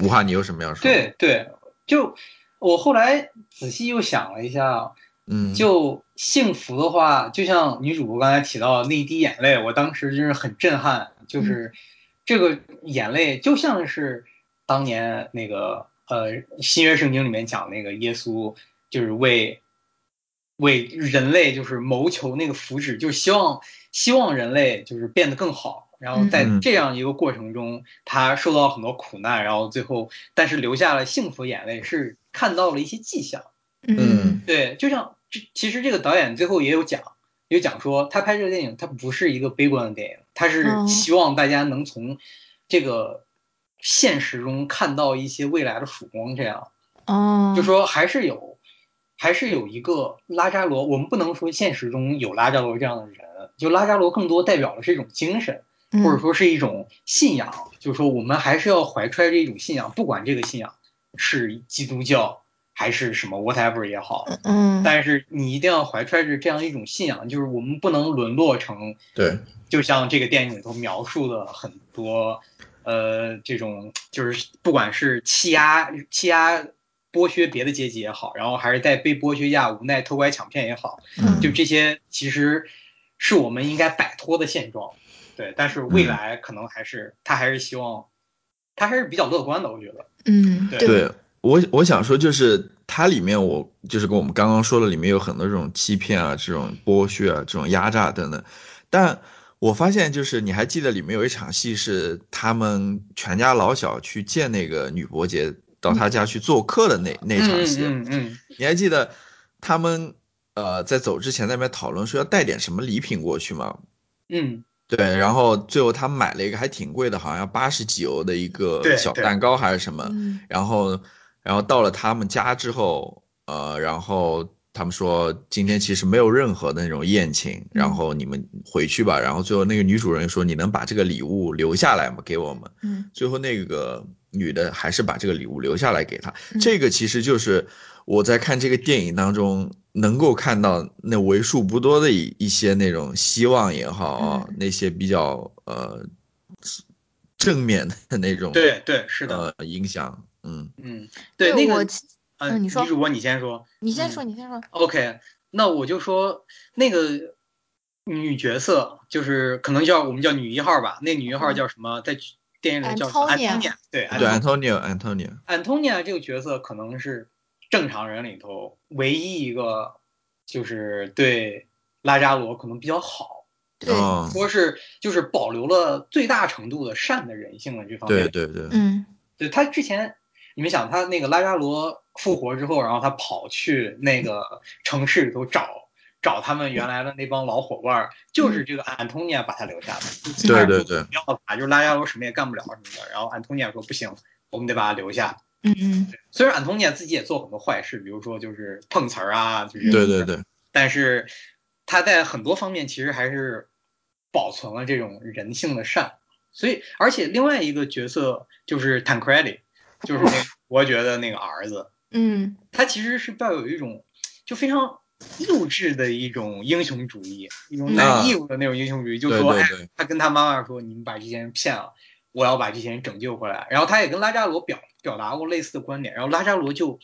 Speaker 2: 吴汉，你有什么要说？，
Speaker 3: 对对，就我后来仔细又想了一下，
Speaker 2: 嗯，
Speaker 3: 就幸福的话，就像女主播刚才提到那一滴眼泪，我当时真是很震撼，就是
Speaker 2: 嗯
Speaker 3: 这个眼泪就像是当年那个呃新约圣经里面讲那个耶稣，就是为为人类就是谋求那个福祉，就希望希望人类就是变得更好，然后在
Speaker 2: 嗯
Speaker 3: 这样一个过程中，他受到很多苦难，然后最后但是留下了幸福眼泪，是看到了一些迹象。
Speaker 1: 嗯
Speaker 2: 嗯
Speaker 3: 对，就像这，其实这个导演最后也有讲，有讲说他拍这个电影，他不是一个悲观的电影，他
Speaker 1: 哦
Speaker 3: 是希望大家能从这个现实中看到一些未来的曙光。这样，
Speaker 1: 哦，
Speaker 3: 就说还是有，还是有一个拉扎罗，我们不能说现实中有拉扎罗这样的人，就拉扎罗更多代表的是一种精神，
Speaker 1: 嗯
Speaker 3: 或者说是一种信仰，就是说我们还是要怀揣着一种信仰，不管这个信仰是基督教还是什么 whatever 也好。
Speaker 1: 嗯，嗯
Speaker 3: 但是你一定要怀揣着这样一种信仰，就是我们不能沦落成，
Speaker 2: 对，
Speaker 3: 就像这个电影里头描述的很多，呃，这种就是不管是欺压、欺压、剥削别的阶级也好，然后还是在被剥削下无奈偷拐抢骗也好，
Speaker 1: 嗯
Speaker 3: 就这些其实是我们应该摆脱的现状。对，但是未来可能还是他还是希望，他还是比较乐观的，我觉得。
Speaker 1: 嗯，
Speaker 3: 对
Speaker 2: 对我我想说就是它里面我就是跟我们刚刚说的，里面有很多这种欺骗啊、这种剥削啊、这种压榨等等，但。我发现就是你还记得里面有一场戏是他们全家老小去见那个女伯爵，到她家去做客的那、那场戏，
Speaker 3: 嗯嗯嗯
Speaker 2: 你还记得他们呃在走之前在那边讨论说要带点什么礼品过去吗？
Speaker 3: 嗯
Speaker 2: 对，然后最后他买了一个还挺贵的，好像八十几欧的一个
Speaker 3: 对
Speaker 2: 小
Speaker 3: 对
Speaker 2: 蛋糕还是什么，
Speaker 1: 嗯
Speaker 2: 然后，然后到了他们家之后，呃，然后他们说今天其实没有任何的那种宴请，
Speaker 3: 嗯
Speaker 2: 然后你们回去吧。然后最后那个女主人说：“你能把这个礼物留下来吗？给我们。”
Speaker 1: 嗯
Speaker 2: 最后那个女的还是把这个礼物留下来给他
Speaker 1: 嗯。
Speaker 2: 这个其实就是我在看这个电影当中能够看到那为数不多的一一些那种希望也好啊
Speaker 1: 嗯，
Speaker 2: 那些比较呃正面的那种
Speaker 3: 对对，是的，
Speaker 2: 呃影响。嗯
Speaker 3: 嗯，对，那
Speaker 1: 我
Speaker 3: 个，
Speaker 1: 其
Speaker 3: 嗯、
Speaker 1: 嗯你说
Speaker 3: 女主播你先说。
Speaker 1: 你先
Speaker 3: 嗯
Speaker 1: 说，你先说，
Speaker 3: OK，那我就说那个女角色，就是可能叫我们叫女一号吧，那女一号叫什么？在电影里叫什么
Speaker 1: 嗯 Antonia
Speaker 3: Antonia，对
Speaker 2: 对，Antonio，Antonio，
Speaker 3: ，Antonia 这个角色可能是正常人里头唯一一个，就是对拉扎罗可能比较好，
Speaker 1: 对，
Speaker 2: 哦
Speaker 3: 说是就是保留了最大程度的善的人性的这方面。
Speaker 2: 对对对，
Speaker 1: 嗯
Speaker 3: 对他之前，你们想他那个拉扎罗复活之后，然后他跑去那个城市里头找找他们原来的那帮老伙伴儿，就是这个安东尼亚把他留下的。
Speaker 2: 对对对
Speaker 3: 不要他，就是拉扎罗什么也干不了什么的。然后安东尼亚说不行，我们得把他留下。
Speaker 1: 嗯嗯
Speaker 3: 虽然安东尼亚自己也做很多坏事，比如说就是碰瓷儿啊，就是
Speaker 2: 对对
Speaker 1: 嗯
Speaker 2: 对，
Speaker 3: 但是他在很多方面其实还是保存了这种人性的善，所以而且另外一个角色就是 Tancredi，就是那个伯爵的那个儿子，
Speaker 1: 嗯
Speaker 3: 他其实是抱有一种就非常幼稚的一种英雄主义，一种
Speaker 1: 嗯
Speaker 3: 难义务的那种英雄主义，就
Speaker 2: 对
Speaker 3: 说
Speaker 2: 对
Speaker 3: 哎
Speaker 2: 对，
Speaker 3: 他跟他妈妈说你们把这些人骗了。我要把这些人拯救回来，然后他也跟拉扎罗表表达过类似的观点，然后拉扎罗就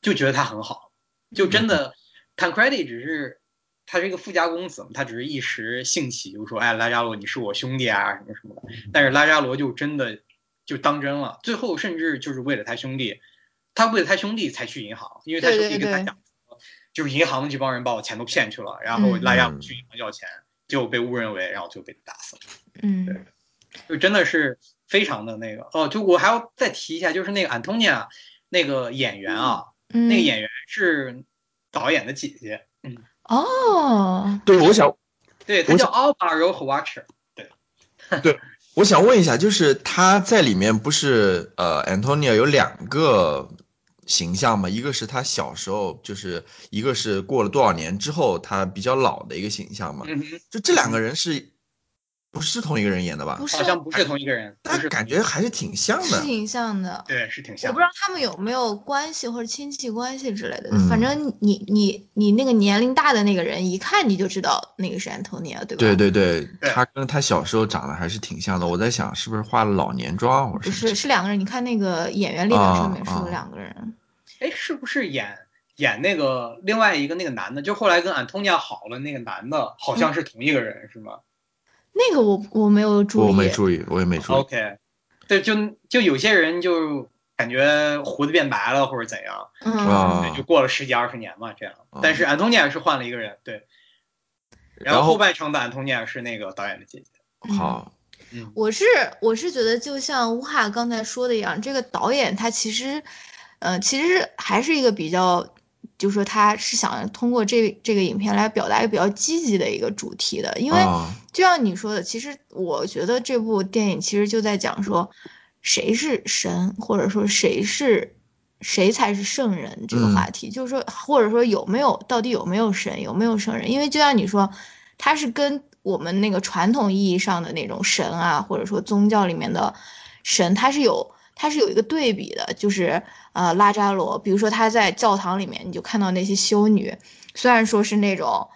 Speaker 3: 就觉得他很好，就真的 t a n c r e d i 只是他是一个富家公子嘛，他只是一时兴起，就说哎，拉扎罗你是我兄弟啊，什么什么的。但是拉扎罗就真的就当真了，最后甚至就是为了他兄弟，他为了他兄弟才去银行，因为他
Speaker 1: 对
Speaker 3: 兄
Speaker 1: 对
Speaker 3: 弟跟他
Speaker 1: 对
Speaker 3: 讲说，就是银行的这帮人把我钱都骗去了，然后
Speaker 1: 嗯
Speaker 3: 拉扎罗去银行要钱，结果被误认为，然后就被打死了。
Speaker 1: 嗯
Speaker 3: 对就真的是非常的那个哦。就我还要再提一下，就是那个安东尼亚那个演员啊，
Speaker 1: 嗯，
Speaker 3: 那个演员是导演的姐姐，
Speaker 1: 哦，
Speaker 2: 对，我想
Speaker 3: 对，她
Speaker 2: 我
Speaker 3: 叫 Alba 嗯 Roh Watcher，
Speaker 2: 我想问一下，就是他在里面不是呃，Antonia 有两个形象嘛？一个是他小时候，就是一个是过了多少年之后他比较老的一个形象嘛。
Speaker 3: 嗯哼，
Speaker 2: 就这两个人是不是同一个人演的吧
Speaker 1: 不？是
Speaker 3: 好像不是同一个人，不
Speaker 2: 但
Speaker 3: 是
Speaker 2: 感觉还是挺像
Speaker 1: 是
Speaker 2: 的。
Speaker 1: 挺像的。
Speaker 3: 对，是挺
Speaker 1: 我
Speaker 3: 像
Speaker 1: 不
Speaker 3: 的
Speaker 1: 知。道他们有没有关系或者亲戚关系之类的，
Speaker 2: 嗯
Speaker 1: 反正你你你那个年龄大的那个人一看你就知道那个是安东尼奥，对吧？
Speaker 2: 对对对，
Speaker 3: 对
Speaker 2: 他跟他小时候长得还是挺像的。我在想，是不是化了老年妆或者
Speaker 1: 不
Speaker 2: 什么
Speaker 1: 是
Speaker 2: 之
Speaker 1: 是两个人，你看那个演员列
Speaker 2: 啊
Speaker 1: 表上面是有两个人，
Speaker 3: 哎，是不是演演那个另外一个那个男的，就后来跟安东尼亚好了那个男的，好
Speaker 1: 嗯
Speaker 3: 像是同一个人，是吗
Speaker 1: 那个我我没有
Speaker 2: 类的？
Speaker 1: 注
Speaker 2: 我
Speaker 1: 意
Speaker 2: 没，注意，我也没注意。
Speaker 3: ？OK，对，就就有些人就感觉胡子变白了或者怎样，
Speaker 1: 嗯，
Speaker 2: 啊
Speaker 3: 对，就过了十几二十年嘛，这样
Speaker 2: 啊。
Speaker 3: 但是安东尼亚是换了一个人，对。然
Speaker 2: 然后
Speaker 3: 后后半程的安东尼亚是那个导演的姐姐，
Speaker 1: 嗯
Speaker 2: 好，
Speaker 3: 嗯，
Speaker 1: 我是我是觉得，就像乌哈刚才说的一样，这个导演他其实，呃，其实还是一个比较，就是说他是想通过这这个影片来表达一个比较积极的一个主题的，因为
Speaker 2: 啊
Speaker 1: 就像你说的，其实我觉得这部电影其实就在讲说，谁是神，或者说谁是谁才是圣人这个话题，就是说，或者说有没有到底有没有神，有没有圣人？因为就像你说，它是跟我们那个传统意义上的那种神啊，或者说宗教里面的神，它是有。它是有一个对比的，就是呃拉扎罗，比如说他在教堂里面，你就看到那些修女，虽然说是那种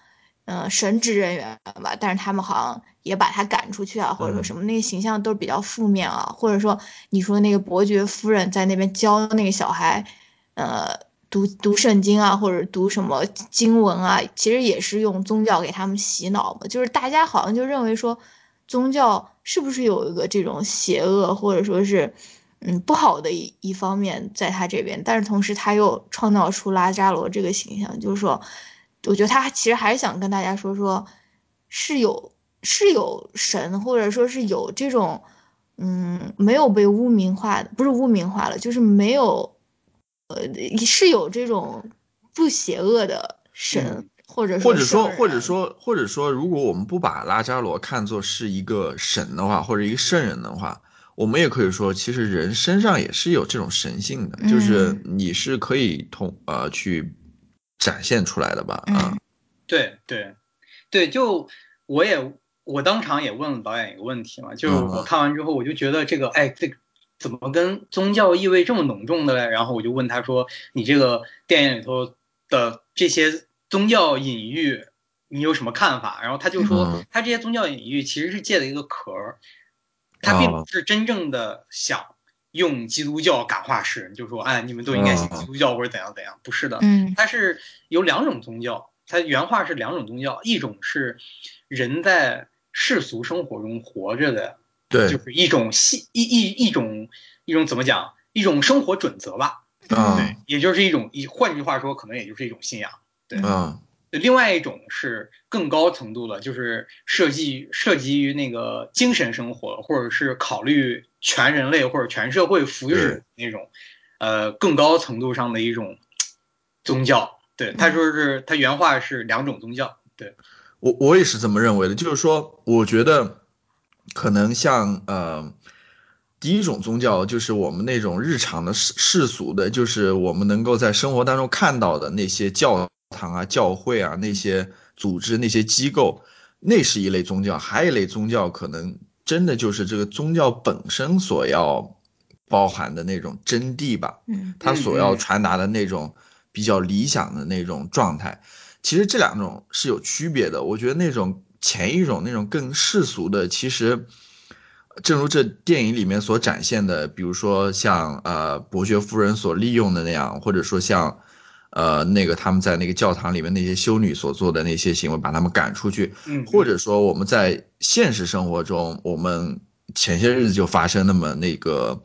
Speaker 1: 嗯，神职人员吧，但是他们好像也把他赶出去啊，或者说
Speaker 2: 嗯
Speaker 1: 什么那个形象都是比较负面啊，或者说你说那个伯爵夫人在那边教那个小孩，呃，读读圣经啊，或者读什么经文啊，其实也是用宗教给他们洗脑嘛，就是大家好像就认为说，宗教是不是有一个这种邪恶或者说是。嗯，不好的一一方面在他这边，但是同时他又创造出拉扎罗这个形象，就是说，我觉得他其实还是想跟大家说说，是有是有神，或者说是有这种，嗯，没有被污名化的，不是污名化了，就是没有，呃，是有这种不邪恶的神，
Speaker 3: 嗯
Speaker 1: 或者说
Speaker 2: 或者说，
Speaker 1: 圣
Speaker 2: 或者
Speaker 1: 人
Speaker 3: 啊
Speaker 2: 说，或者说，如果我们不把拉扎罗看作是一个神的话，或者一个圣人的话，我们也可以说，其实人身上也是有这种神性的，就是
Speaker 3: 嗯
Speaker 2: 你是可以通呃去展现出来的吧？
Speaker 3: 嗯
Speaker 2: 啊、
Speaker 3: 对对对，就我也我当场也问了导演一个问题嘛，就是
Speaker 2: 嗯
Speaker 3: 我看完之后我就觉得这个，哎，这个怎么跟宗教意味这么浓重的嘞？然后我就问他说，你这个电影里头的这些宗教隐喻，你有什么看法？然后他就说
Speaker 2: 嗯，
Speaker 3: 他这些宗教隐喻其实是借了一个壳儿，他并
Speaker 2: 哦
Speaker 3: 不是真正的想用基督教感化世人，就说，哎，你们都应该信
Speaker 2: 嗯
Speaker 3: 基督教或者怎样怎样，不是的，
Speaker 1: 嗯
Speaker 3: 它是有两种宗教，它原话是两种宗教，一种是人在世俗生活中活着的，就
Speaker 2: 对，
Speaker 3: 是一种系一一一种一种怎么讲，一种生活准则吧，
Speaker 2: 嗯
Speaker 3: 也就是一种，一换句话说，可能也就是一种信仰。对
Speaker 2: 嗯
Speaker 3: 另外一种是更高程度的，就是涉及涉及于那个精神生活，或者是考虑全人类或者全社会福祉那种，呃，更高程度上的一种宗教。对，
Speaker 2: 嗯
Speaker 3: 他说是他原话是两种宗教。对，
Speaker 2: 我我也是这么认为的，就是说，我觉得可能像呃，第一种宗教就是我们那种日常的世世俗的，就是我们能够在生活当中看到的那些教堂啊、教会啊、那些组织、那些机构，那是一类宗教；还有一类宗教，可能真的就是这个宗教本身所要包含的那种真谛吧。
Speaker 1: 嗯
Speaker 2: 他所要
Speaker 3: 嗯嗯
Speaker 2: 传达的那种比较理想的那种状态。其实这两种是有区别的。我觉得那种前一种那种更世俗的，其实正如这电影里面所展现的，比如说像呃伯爵夫人所利用的那样，或者说像呃那个他们在那个教堂里面那些修女所做的那些行为，把他们赶出去，
Speaker 3: 嗯，
Speaker 2: 或者说我们在现实生活中，我们前些日子就发生那么那个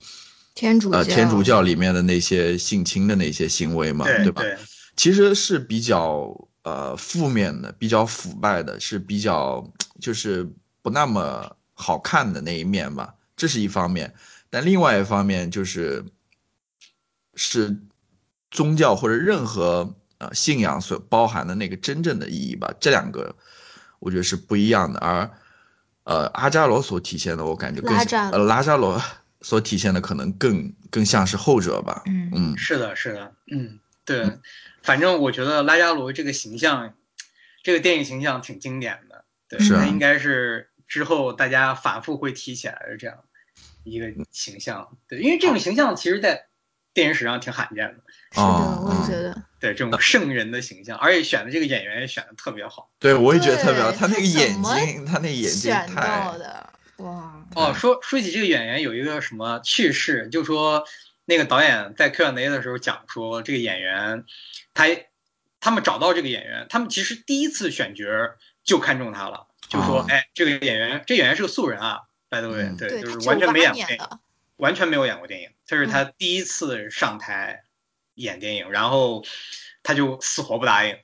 Speaker 1: 天主
Speaker 2: 呃
Speaker 1: 教
Speaker 2: 天主教里面的那些性侵的那些行为嘛，
Speaker 3: 对
Speaker 2: 吧？其实是比较呃负面的，比较腐败的，是比较就是不那么好看的那一面吧，这是一方面。但另外一方面就是，是宗教或者任何呃信仰所包含的那个真正的意义吧。这两个我觉得是不一样的。而呃阿扎罗所体现的，我感觉更
Speaker 1: 拉
Speaker 2: 像
Speaker 1: 扎
Speaker 2: 呃拉扎罗所体现的可能更更像是后者吧。
Speaker 1: 嗯
Speaker 2: 嗯
Speaker 3: 是的，是的，嗯，对，反正我觉得拉加罗这个形象，这个电影形象挺经典的，对，
Speaker 1: 是
Speaker 3: 他应该是之后大家反复会提起来的这样一个形象，对，因为这种形象其实在电影史上挺罕见的，
Speaker 1: 是的，我也觉得，
Speaker 3: 对，这种圣人的形象，而且选的这个演员也选的特别好。
Speaker 2: 对，我也觉得特别好。
Speaker 1: 对
Speaker 2: 他那
Speaker 1: 他
Speaker 2: 个
Speaker 1: 怎
Speaker 2: 眼
Speaker 1: 么
Speaker 2: 睛，他那眼睛
Speaker 1: 选
Speaker 2: 太
Speaker 1: 到的，哇，
Speaker 2: 嗯
Speaker 3: 哦，说说起这个演员有一个什么趣事，就说那个导演在 Q&A 的时候讲说，这个演员他他们找到这个演员，他们其实第一次选角儿就看中他了，就说、
Speaker 2: 哦
Speaker 3: 哎，这个演员这演员是个素人啊，by the way，、
Speaker 2: 嗯
Speaker 3: 对，
Speaker 1: 对，他
Speaker 3: 就是
Speaker 1: 九
Speaker 3: 完全
Speaker 1: 八
Speaker 3: 没演过
Speaker 1: 年
Speaker 3: 电影，
Speaker 1: 的，
Speaker 3: 完全没有演过电影，这是他第一次上台演电影，然后他就死活不答应。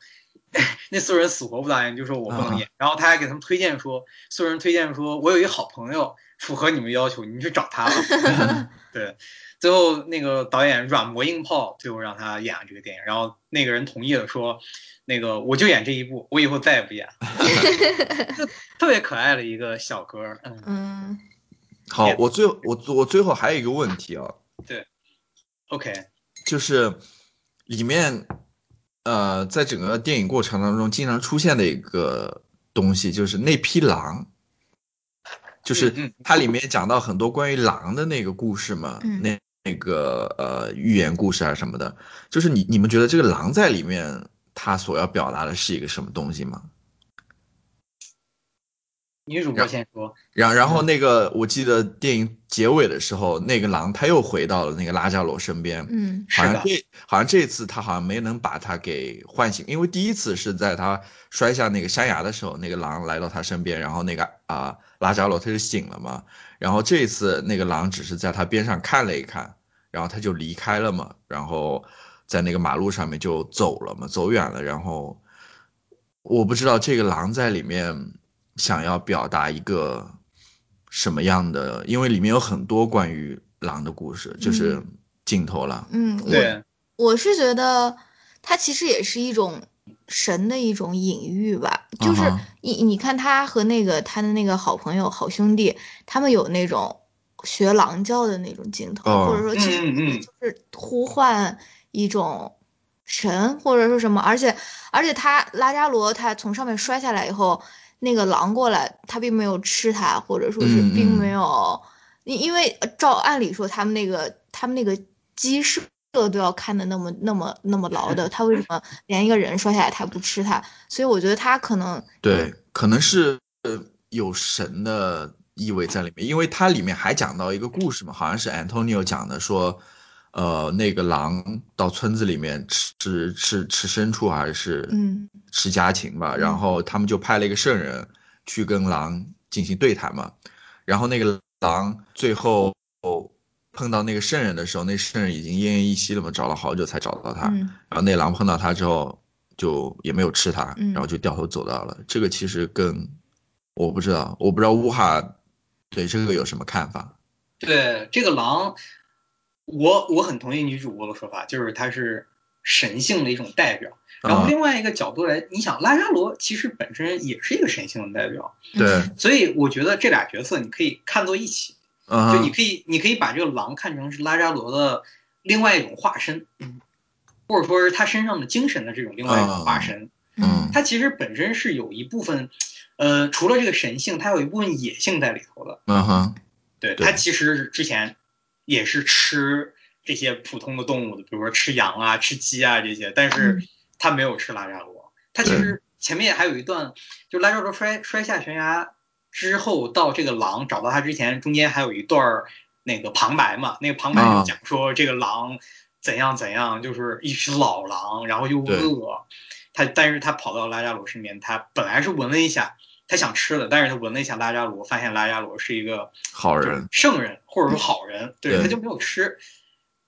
Speaker 3: 那素人死活不答应，就说我不能演。然后他还给他们推荐说，素人推荐说，我有一好朋友符合你们要求，你们去找他吧。对，最后那个导演软磨硬泡，最后让他演了这个电影。然后那个人同意了，说那个我就演这一部，我以后再也不演了。 就特别可爱的一个小哥儿，嗯，
Speaker 1: 嗯，
Speaker 2: 好
Speaker 3: 也。
Speaker 2: 我最后我我最后还有一个问题啊，
Speaker 3: OK，
Speaker 2: 就是里面呃，在整个电影过程当中经常出现的一个东西，就是那匹狼，就是
Speaker 3: 嗯嗯
Speaker 2: 它里面讲到很多关于狼的那个故事嘛，
Speaker 1: 嗯
Speaker 2: 那那个呃寓言故事啊什么的，就是你你们觉得这个狼在里面它所要表达的是一个什么东西吗？
Speaker 3: 女主播先说，
Speaker 2: 然然后那个我记得电影结尾的时候，那个狼它又回到了那个拉加罗身边，
Speaker 1: 嗯，
Speaker 3: 是
Speaker 2: 好
Speaker 3: 的
Speaker 2: 像这好像这次他好像没能把他给唤醒，因为第一次是在他摔下那个山崖的时候，那个狼来到他身边，然后那个啊、拉扎罗他就醒了嘛。然后这一次那个狼只是在他边上看了一看，然后他就离开了嘛，然后在那个马路上面就走了嘛，走远了。然后我不知道这个狼在里面想要表达一个什么样的，因为里面有很多关于狼的故事，
Speaker 3: 嗯
Speaker 2: 就是镜头了。
Speaker 1: 嗯，我
Speaker 3: 对，
Speaker 1: 我是觉得它其实也是一种神的一种隐喻吧，就是
Speaker 2: 啊哈
Speaker 1: 你你看他和那个他的那个好朋友、好兄弟，他们有那种学狼叫的那种镜头，
Speaker 2: 哦
Speaker 1: 或者说 其实
Speaker 3: 嗯嗯嗯
Speaker 1: 就是呼唤一种神或者说什么，而且而且他拉扎罗他从上面摔下来以后，那个狼过来，他并没有吃他，或者说是
Speaker 2: 嗯
Speaker 1: 并
Speaker 2: 嗯
Speaker 1: 没有，因因为呃照按理说他们那个他们那个鸡舍都要看的那么那么那么牢的，他为什么连一个人摔下来他不吃他？所以我觉得他可能
Speaker 2: 对，可能是呃有神的意味在里面，因为它里面还讲到一个故事嘛，好像是 Antonio 讲的，说，呃，那个狼到村子里面吃吃吃牲畜还是
Speaker 1: 嗯
Speaker 2: 吃家禽吧，然
Speaker 1: 嗯
Speaker 2: 后他们就派了一个圣人去跟狼进行对谈嘛，然后那个狼最后碰到那个圣人的时候，那圣人已经奄奄一息了嘛，找了好久才找到他，
Speaker 1: 嗯
Speaker 2: 然后那狼碰到它之后，就也没有吃它，
Speaker 1: 嗯
Speaker 2: 然后就掉头走掉了。这个其实跟我不知道，我不知道乌哈对这个有什么看法。
Speaker 3: 对这个狼，我我很同意女主播的说法，就是它是神性的一种代表。然后
Speaker 2: 啊
Speaker 3: 另外一个角度来，你想拉扎罗其实本身也是一个神性的代表，
Speaker 2: 对，
Speaker 3: 所以我觉得这俩角色你可以看作一起，
Speaker 1: 啊
Speaker 2: 嗯
Speaker 3: 就你
Speaker 2: 哼，
Speaker 3: 可以你可以把这个狼看成是拉扎罗的另外一种化身，
Speaker 1: 嗯
Speaker 3: 或者说是他身上的精神的这种另外一种
Speaker 1: 啊
Speaker 3: 化身。
Speaker 2: 嗯
Speaker 3: 它其实本身是有一部分，呃，除了这个神性，它有一部分野性在里头的。
Speaker 2: 嗯哼，
Speaker 3: 对，
Speaker 2: 对
Speaker 3: 它其实之前也是吃这些普通的动物的，比如说吃羊啊、吃鸡啊这些，但
Speaker 2: 嗯
Speaker 1: 嗯
Speaker 3: 是它没有吃拉扎罗。它其实前面还有一段，就拉扎罗摔摔下悬崖之后，到这个狼找到它之前，中间还有一段儿那个旁白嘛，那个旁白
Speaker 2: 啊
Speaker 3: 就讲说这个狼怎样怎样，就是一只老狼，然后又
Speaker 2: 对
Speaker 3: 饿，它但是它跑到拉扎罗身边，它本来是闻了一下。它想吃的，但是它闻了一下拉扎罗，发现拉扎罗是一个
Speaker 2: 好
Speaker 3: 就
Speaker 2: 人
Speaker 3: 是，圣人或者说好人，对
Speaker 2: 对
Speaker 3: 他就没有吃，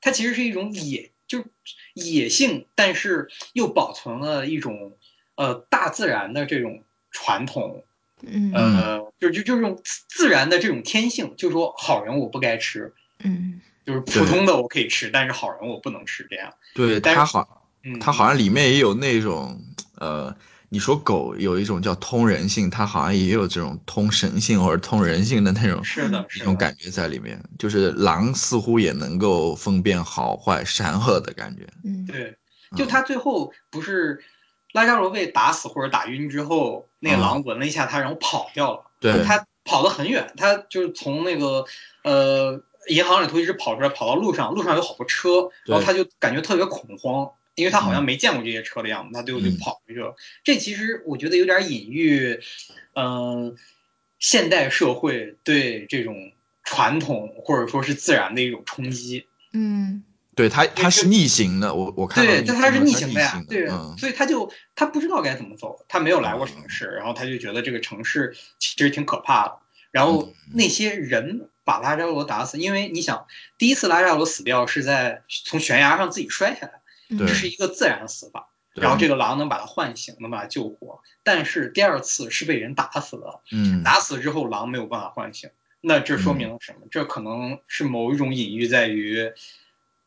Speaker 3: 他其实是一种野，就是野性，但是又保存了一种呃大自然的这种传统
Speaker 1: 嗯
Speaker 3: 呃，就就就这种自然的这种天性，就说好人我不该吃，
Speaker 1: 嗯
Speaker 3: 就是普通的我可以吃，但是好人我不能吃这样。
Speaker 2: 对
Speaker 3: 但是
Speaker 2: 它好，
Speaker 3: 嗯，
Speaker 2: 它好像里面也有那种呃，你说狗有一种叫通人性，它好像也有这种通神性或者通人性的那种
Speaker 3: 是的，是
Speaker 2: 那
Speaker 3: 啊的
Speaker 2: 种感觉在里面，就是狼似乎也能够分辨好坏善恶的感觉。
Speaker 1: 嗯
Speaker 3: 对，
Speaker 2: 嗯
Speaker 3: 就他最后不是拉扎罗被打死或者打晕之后，那个狼闻了一下他，然后跑掉了。
Speaker 2: 嗯对，
Speaker 3: 他跑得很远，他就是从那个呃银行里头一直跑出来，跑到路上，路上有好多车，
Speaker 2: 对
Speaker 3: 然后他就感觉特别恐慌，因为他好像没见过这些车的样子，他最后就
Speaker 2: 嗯
Speaker 3: 跑回去了。这其实我觉得有点隐喻，嗯、现代社会对这种传统或者说是自然的一种冲击。
Speaker 1: 嗯
Speaker 2: 对它它
Speaker 3: 就是
Speaker 2: 逆行的，我我看到
Speaker 3: 对，
Speaker 2: 那
Speaker 3: 但
Speaker 2: 个
Speaker 3: 他是
Speaker 2: 新闻
Speaker 3: 逆
Speaker 2: 它
Speaker 3: 行的呀，对，
Speaker 2: 嗯，
Speaker 3: 所以他就他不知道该怎么走，他没有来过城市，然后他就觉得这个城市其实挺可怕的。
Speaker 2: 嗯
Speaker 3: 然后那些人把拉扎罗打死，因为你想，第一次拉扎罗死掉是在从悬崖上自己摔下来，
Speaker 1: 嗯
Speaker 2: 对
Speaker 3: 这是一个自然死法。
Speaker 2: 对
Speaker 3: 然后这个狼能把他唤醒，能把他救活，但是第二次是被人打死的，
Speaker 2: 嗯
Speaker 3: 打死之后狼没有办法唤醒，那这说明了什么？这可能是某一种隐喻，在于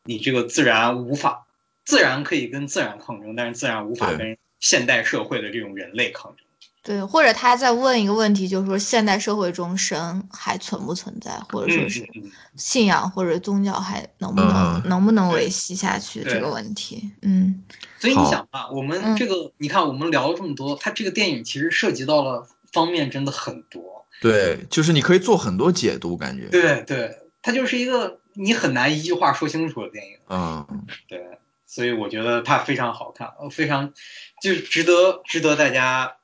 Speaker 3: 你这个自然无法，自然可以跟自然抗争，但是自然无法
Speaker 2: 对
Speaker 3: 跟现代社会的这种人类抗争。
Speaker 1: 对，或者他再问一个问题，就是说现代社会中神还存不存在，或者
Speaker 3: 嗯
Speaker 1: 说是
Speaker 3: 嗯嗯，
Speaker 1: 信仰或者宗教还能不能、
Speaker 2: 嗯
Speaker 1: 能不能
Speaker 3: 对
Speaker 1: 维系下去
Speaker 3: 对
Speaker 1: 这个问题？嗯
Speaker 3: 所以你
Speaker 2: 好
Speaker 3: 想吧，我们
Speaker 1: 嗯
Speaker 3: 这个，你看我们聊了这么多，它这个电影其实涉及到了方面真的很多。
Speaker 2: 对，就是你可以做很多解读，感觉
Speaker 3: 对对，它就是一个你很难一句话说清楚的电影。
Speaker 2: 嗯
Speaker 3: 对，所以我觉得它非常好看，呃非常就是值得值得大家，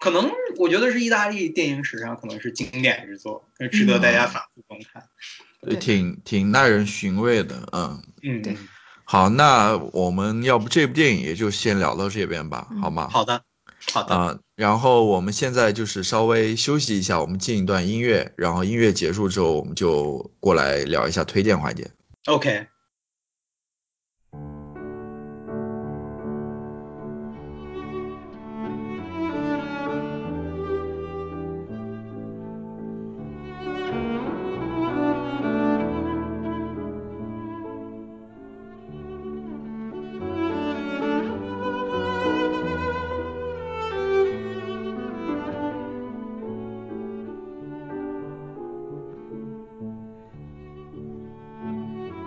Speaker 3: 可能我觉得是意大利电影史上可能是经典之作，呃值得
Speaker 1: 嗯
Speaker 3: 大家反复观看。
Speaker 1: 对
Speaker 2: 挺挺耐人寻味的，嗯。
Speaker 3: 嗯，
Speaker 1: 对
Speaker 2: 好，那我们要不这部电影也就先聊到这边吧，
Speaker 1: 嗯
Speaker 2: 好吗？
Speaker 3: 好的，好的，
Speaker 2: 啊、然后我们现在就是稍微休息一下，我们进一段音乐，然后音乐结束之后，我们就过来聊一下推荐环节。
Speaker 3: OK，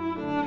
Speaker 4: Thank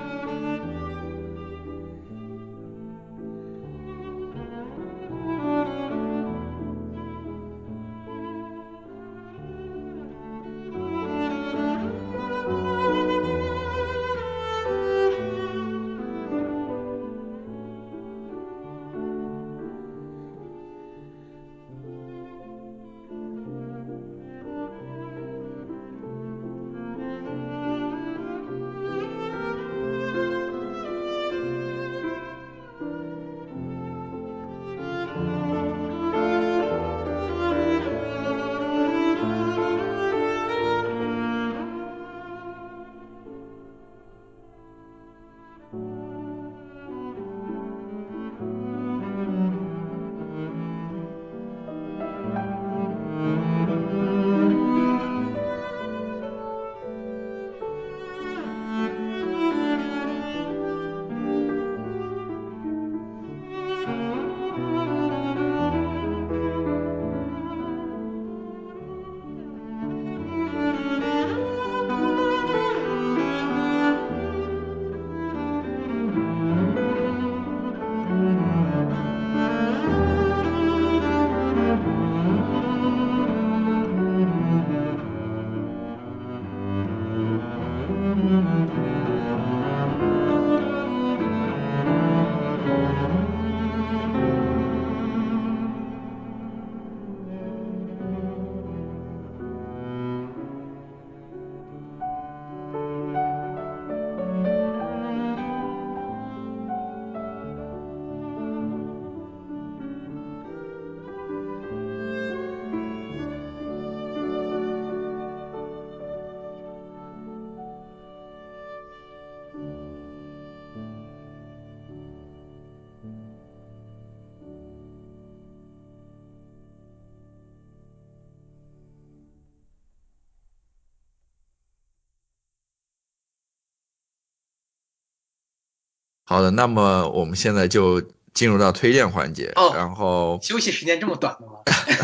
Speaker 2: 好的，那么我们现在就进入到推荐环节，
Speaker 3: 哦
Speaker 2: 然后
Speaker 3: 休息时间这么短的吗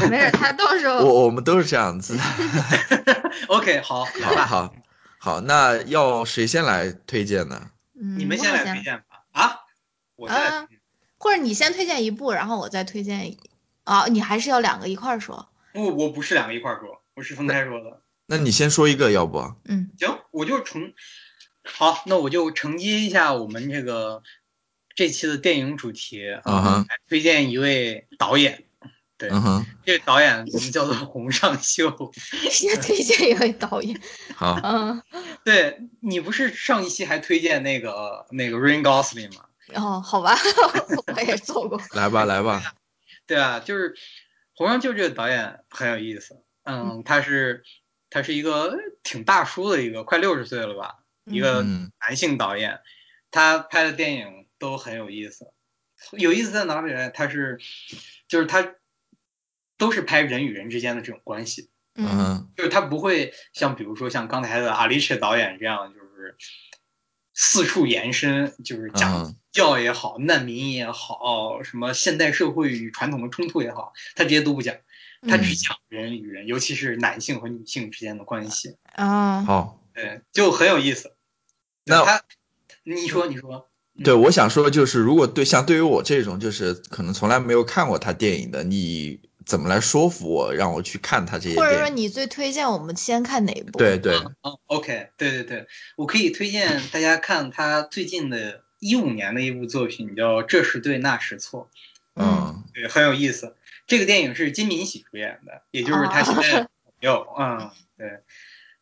Speaker 1: 没事，他到
Speaker 3: 哦
Speaker 1: 时候
Speaker 2: 我我们都是这样
Speaker 3: 嗯
Speaker 2: 子。
Speaker 3: ？OK，好，
Speaker 2: 好好好，那要谁先来推荐呢？
Speaker 1: 嗯
Speaker 3: 你们先
Speaker 1: 我
Speaker 3: 来推荐吧。啊，我先来
Speaker 1: 啊
Speaker 3: 推荐。
Speaker 1: 或者你先推荐一部，然后我再推荐一。啊，你还是要两个一块儿说。
Speaker 3: 不，我不是两个一块儿说，我是分开说的。
Speaker 2: 那你先说一个，要不？
Speaker 1: 嗯
Speaker 3: 行，我就承，好，那我就承接一下我们这个这期的电影主题，
Speaker 2: 嗯哼，
Speaker 3: 来推荐一位导演。对
Speaker 2: 嗯哼，
Speaker 3: 这个导演我们叫做洪尚秀。 嗯
Speaker 1: 先推荐一位导演。
Speaker 2: 好，
Speaker 1: 嗯，
Speaker 3: 对你不是上一期还推荐那个那个 Rain Gosling 吗？
Speaker 1: 哦，好吧， 我也做过。
Speaker 2: 来吧，来吧。
Speaker 3: 对啊，就是洪尚秀这个导演很有意思。嗯，他是他是一个挺大叔的一个，快六十岁了吧， 一个
Speaker 2: 嗯
Speaker 3: 男性导演，他拍的电影都很有意思。有意思在哪里呢？他是，就是他都是拍人与人之间的这种关系，
Speaker 2: 嗯
Speaker 1: 嗯
Speaker 2: 哼，
Speaker 3: 就是他不会像比如说像刚才的阿里切导演这样，就是四处延伸，就是讲
Speaker 2: 嗯
Speaker 3: 教也好，难民也好，什么现代社会与传统的冲突也好，他这些都不讲，
Speaker 1: 嗯
Speaker 3: 他
Speaker 2: 嗯
Speaker 3: 只讲人与人，尤其是男性和女性之间的关系。
Speaker 1: 啊，
Speaker 2: 好。
Speaker 3: 对，就很有意思。对
Speaker 2: 那
Speaker 3: 他，你说，你说，
Speaker 2: 对，我想说就是，如果对像对于我这种就是可能从来没有看过他电影的，你怎么来说服我让我去看他这些
Speaker 1: 或者说
Speaker 2: 电影？
Speaker 1: 你最推荐我们先看哪一部？
Speaker 2: 对对，
Speaker 3: 哦，OK，对对对，我可以推荐大家看他最近的一五年的一部作品，叫《这是对，那是错
Speaker 2: 嗯》，
Speaker 3: 对，很有意思。这个电影是金敏喜主演的，也就是他现在的朋友，嗯，对，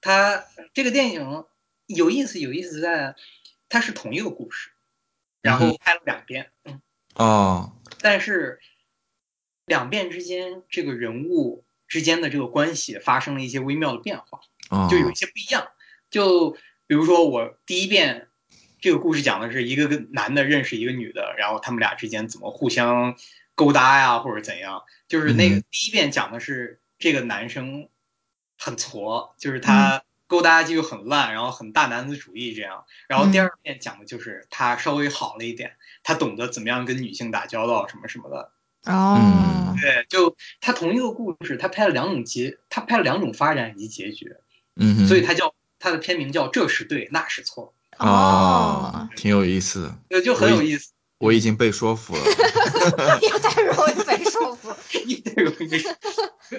Speaker 3: 他这个电影有意思，有意思在它是同一个故事，然后拍了两遍，嗯，
Speaker 2: 哦，
Speaker 3: 但是两遍之间这个人物之间的这个关系发生了一些微妙的变化，
Speaker 2: 哦
Speaker 3: 就有一些不一样。就比如说我第一遍这个故事讲的是一个个男的认识一个女的，然后他们俩之间怎么互相勾搭呀，或者怎样。就是那个
Speaker 2: 嗯
Speaker 3: 第一遍讲的是这个男生很挫，就是
Speaker 2: 嗯
Speaker 3: 他勾搭技术很烂，然后很大男子主义这样。然后第
Speaker 2: 嗯
Speaker 3: 二遍讲的就是他稍微好了一点，他懂得怎么样跟女性打交道什么什么的。
Speaker 2: 嗯
Speaker 1: 哦，
Speaker 3: 对，就他同一个故事，他拍了两种结，他拍了两种发展以及结局，
Speaker 2: 嗯哼，
Speaker 3: 所以他叫他的片名叫这是对，那是错，
Speaker 2: 哦，，挺有意思的，
Speaker 3: 对，就很有意思。
Speaker 2: 我已经被说服了。
Speaker 1: 也太容易被说服。
Speaker 3: 你这个不用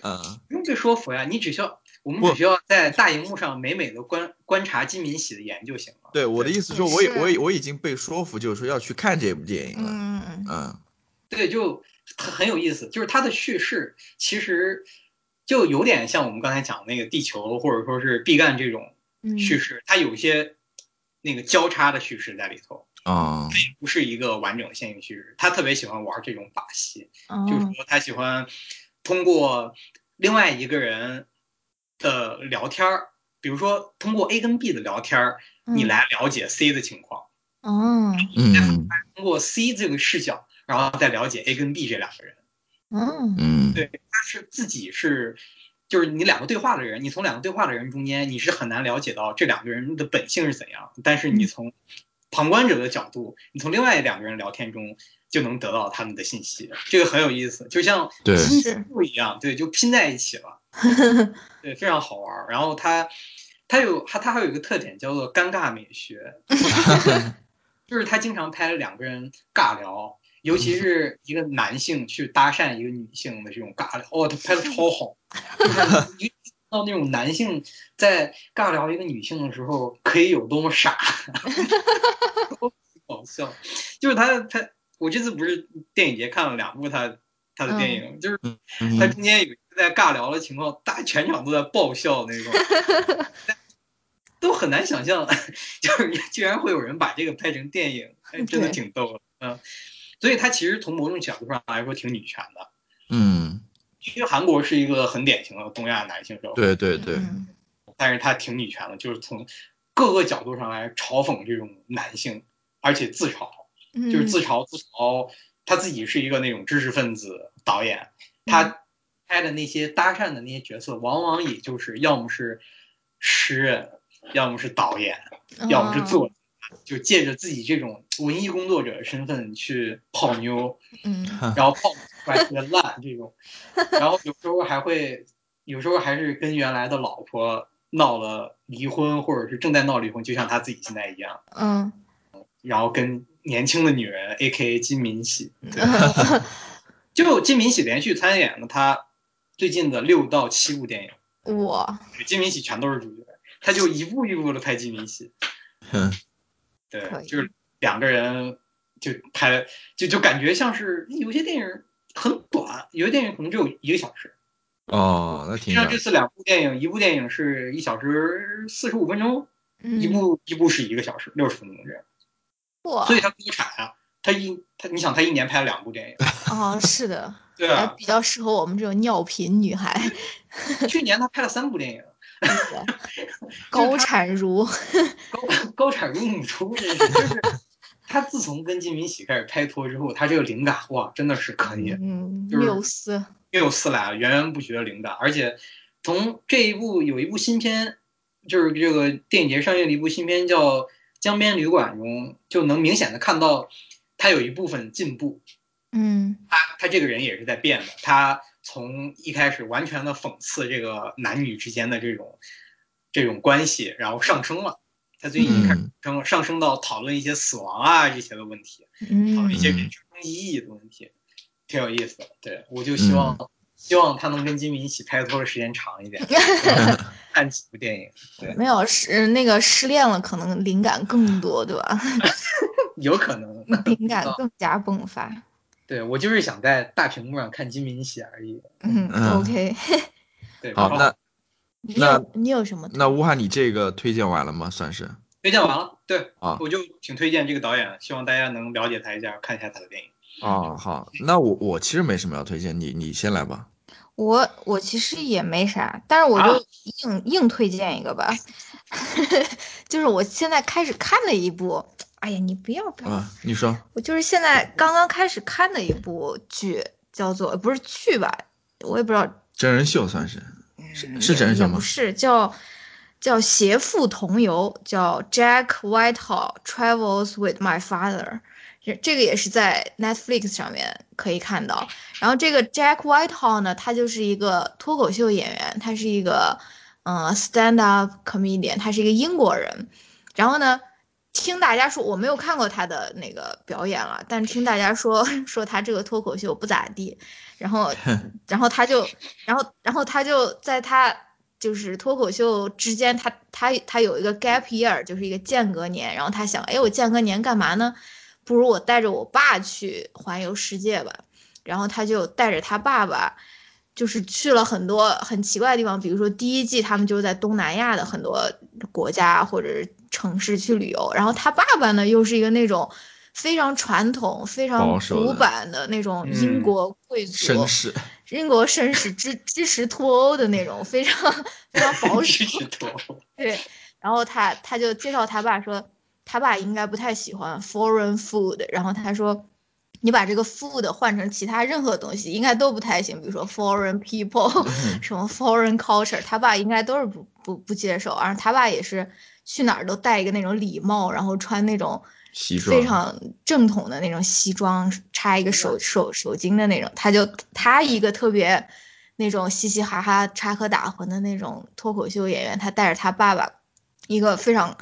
Speaker 2: 嗯，
Speaker 3: 被说服呀，你只需要我们
Speaker 2: 不
Speaker 3: 只需要在大荧幕上美美的观观察金敏喜的演就行了。
Speaker 2: 对，我的意思说，
Speaker 1: 也
Speaker 2: 我已
Speaker 1: 是
Speaker 2: 我已我已经被说服，就是说要去看这部电影了。
Speaker 1: 嗯，
Speaker 2: 嗯
Speaker 3: 对，就很很有意思，就是它的叙事其实就有点像我们刚才讲的那个地球或者说是毕赣这种
Speaker 1: 嗯
Speaker 3: 叙事，
Speaker 2: 嗯
Speaker 3: 它有一些那个交叉的叙事在里头。
Speaker 2: 哦，
Speaker 3: 不是一个完整的线性叙事，他特别喜欢玩这种把戏，就是
Speaker 1: 嗯，
Speaker 3: 说他喜欢通过另外一个人的聊天儿，比如说通过 A 跟 B 的聊天儿，你，来了解 C 的情况，
Speaker 1: 嗯
Speaker 2: 嗯
Speaker 3: 通过 C 这个视角，然后再了解 A 跟 B 这两个人。
Speaker 1: 嗯
Speaker 2: 嗯，
Speaker 3: 对他是自己是，就是你两个对话的人，你从两个对话的人中间，你是很难了解到这两个人的本性是怎样。但是你从旁观者的角度，你从另外两个人聊天中就能得到他们的信息，这个很有意思，就像
Speaker 2: 对
Speaker 3: 拼
Speaker 1: 是
Speaker 3: 凑一样，对，就拼在一起了，对，非常好玩儿。然后他他有他他还有一个特点叫做尴尬美学，就是他经常拍两个人尬聊，尤其是一个男性去搭讪一个女性的这种尬聊，哦，他拍的超好，就是你到那种男性在尬聊一个女性的时候，可以有多么傻， 好笑，就是他他我这次不是电影节看了两部他他的电影，就是
Speaker 2: 嗯
Speaker 3: 他
Speaker 2: 哼
Speaker 3: 中间有一次在尬聊的情况，大家全场都在爆笑那 种，都很难想象， 就是居然会有人把这个拍成电影，哎真的
Speaker 1: 对
Speaker 3: 挺逗的，嗯。所以他其实从某种角度上来说挺女权的，
Speaker 2: 嗯，
Speaker 3: 因为韩国是一个很典型的东亚男性社会，
Speaker 2: 对对对，
Speaker 1: 嗯
Speaker 3: 但是他挺女权的，就是从各个角度上来嘲讽这种男性，而且自嘲。
Speaker 1: 嗯
Speaker 3: 就是自嘲自嘲，他自己是一个那种知识分子导演，他拍的那些搭讪的那些角色，往往
Speaker 1: 哦
Speaker 3: 也就是要么是诗人，要么是导演，要么是作家，就借着自己这种文艺工作者的身份去泡妞，
Speaker 1: 嗯
Speaker 3: 然后泡出来特别烂这种，然后有时候还会，有时候还是跟原来的老婆闹了离婚，或者是正在闹离婚，就像他自己现在一样，
Speaker 1: 嗯，
Speaker 3: 然后跟年轻的女人 A.K.A 金敏喜，对，
Speaker 1: 嗯
Speaker 3: 就金敏喜连续参演了他最近的六到七部电影，
Speaker 1: 嗯我
Speaker 3: 金敏喜全都是主角，他就一步一步的拍金敏喜，
Speaker 2: 嗯
Speaker 3: 对
Speaker 1: 可，以
Speaker 3: 就是两个人就拍，就就感觉像是有些电影很短，有些电影可能只有一个小时。
Speaker 2: 哦，那挺
Speaker 3: 像
Speaker 2: 短
Speaker 3: 这次两部电影，一部电影是一小时四十五分钟，一
Speaker 1: 嗯
Speaker 3: 部一部是一个小时六十分钟这样，
Speaker 1: 我
Speaker 3: 所以他多产啊！他一他你想他一年拍了两部电影，
Speaker 1: 哦是 的，
Speaker 3: 对
Speaker 1: 还
Speaker 3: 啊，
Speaker 1: 比较适合我们这种尿频女 孩，
Speaker 3: 去年他拍了三部电影，
Speaker 1: 高产如
Speaker 3: 高高产如母猪，这是就是他自从跟金敏喜开始拍拖之后，他这个灵感哇真的是可以，
Speaker 1: 嗯
Speaker 3: 就是
Speaker 1: 缪斯，
Speaker 3: 又有四来了，源源不绝的灵感，而且从这一部有一部新片，就是这个电影节上映的一部新片叫《江边旅馆》中，就能明显的看到他有一部分进步，
Speaker 1: 嗯
Speaker 3: 他他这个人也是在变的，他从一开始完全的讽刺这个男女之间的这种这种关系，然后上升了。他最近已经开始上升了，上升到讨论一些死亡啊这些的问题，讨论一
Speaker 1: 嗯
Speaker 3: 些人生意义的问题，挺有意思的。对，我就希望、希望他能跟金敏一起拍拖的时间长一点，看几部电影。
Speaker 1: 没有失那个失恋了，可能灵感更多，对 吧？
Speaker 3: 有可能。
Speaker 1: 灵感更加迸发。
Speaker 3: 对我就是想在大屏幕上看金敏喜而已。
Speaker 1: 嗯
Speaker 2: 嗯
Speaker 1: ，OK。
Speaker 3: 对，
Speaker 2: 好，
Speaker 3: 然后
Speaker 2: 那
Speaker 1: 你
Speaker 2: 那
Speaker 1: 有你有什么？
Speaker 2: 那乌哈，你这个推荐完了吗？算是
Speaker 3: 推荐完了，对
Speaker 2: 啊
Speaker 3: 我就挺推荐这个导演，希望大家能了解他一下，看一下他的电影。
Speaker 2: 哦，好，那我我其实没什么要推荐，你你先来吧。
Speaker 1: 我我其实也没啥，但是我
Speaker 3: 啊
Speaker 1: 就硬、硬推荐一个吧， 就是我现在开始看的一部，哎呀，你不要不要，
Speaker 2: 啊，你说，
Speaker 1: 我就是现在刚刚开始看的一部剧，叫做不是剧吧，我也不知道
Speaker 2: 真人秀算是是是
Speaker 1: 也
Speaker 2: 真人秀
Speaker 1: 也
Speaker 2: 吗
Speaker 1: 不是叫叫携父同游，叫 Jack Whitehall Travels with My Father。这这个也是在 Netflix 上面可以看到。然后这个 Jack Whitehall 呢，他就是一个脱口秀演员，他是一个嗯、呃 stand up comedian，他是一个英国人。然后呢，听大家说我没有看过他的那个表演了，但是听大家说 说他这个脱口秀不咋地。然后，然后他就，然后，然后他就在他就是脱口秀之间，他他他有一个 gap year，就是一个间隔年。然后他想，哎，我间隔年干嘛呢？不如我带着我爸去环游世界吧。然后他就带着他爸爸，就是去了很多很奇怪的地方，比如说第一季他们就是在东南亚的很多国家或者是城市去旅游，然后他爸爸呢又是一个那种非常传统、非常
Speaker 2: 保守的
Speaker 1: 古板的那种英
Speaker 3: 嗯
Speaker 1: 国贵族，
Speaker 2: 绅 士，
Speaker 1: 英国绅士支支持脱欧的那种，非常非常 保守。 啊
Speaker 3: 支持多，
Speaker 1: 对，然后他他就介绍他爸说，他爸应该不太喜欢 foreign food，然后他说，你把这个 food 换成其他任何东西，应该都不太行，比如说 foreign people，什 么 foreign culture，他爸应该都是不不不接受，而他爸也是去哪儿都戴一个那种礼帽，然后穿那种
Speaker 2: 西装
Speaker 1: 非常正统的那种西装，插一个手手手巾的那种。他就他一个特别那种嘻嘻哈哈、插科打诨的那种脱口秀演员，他带着他爸爸一个非常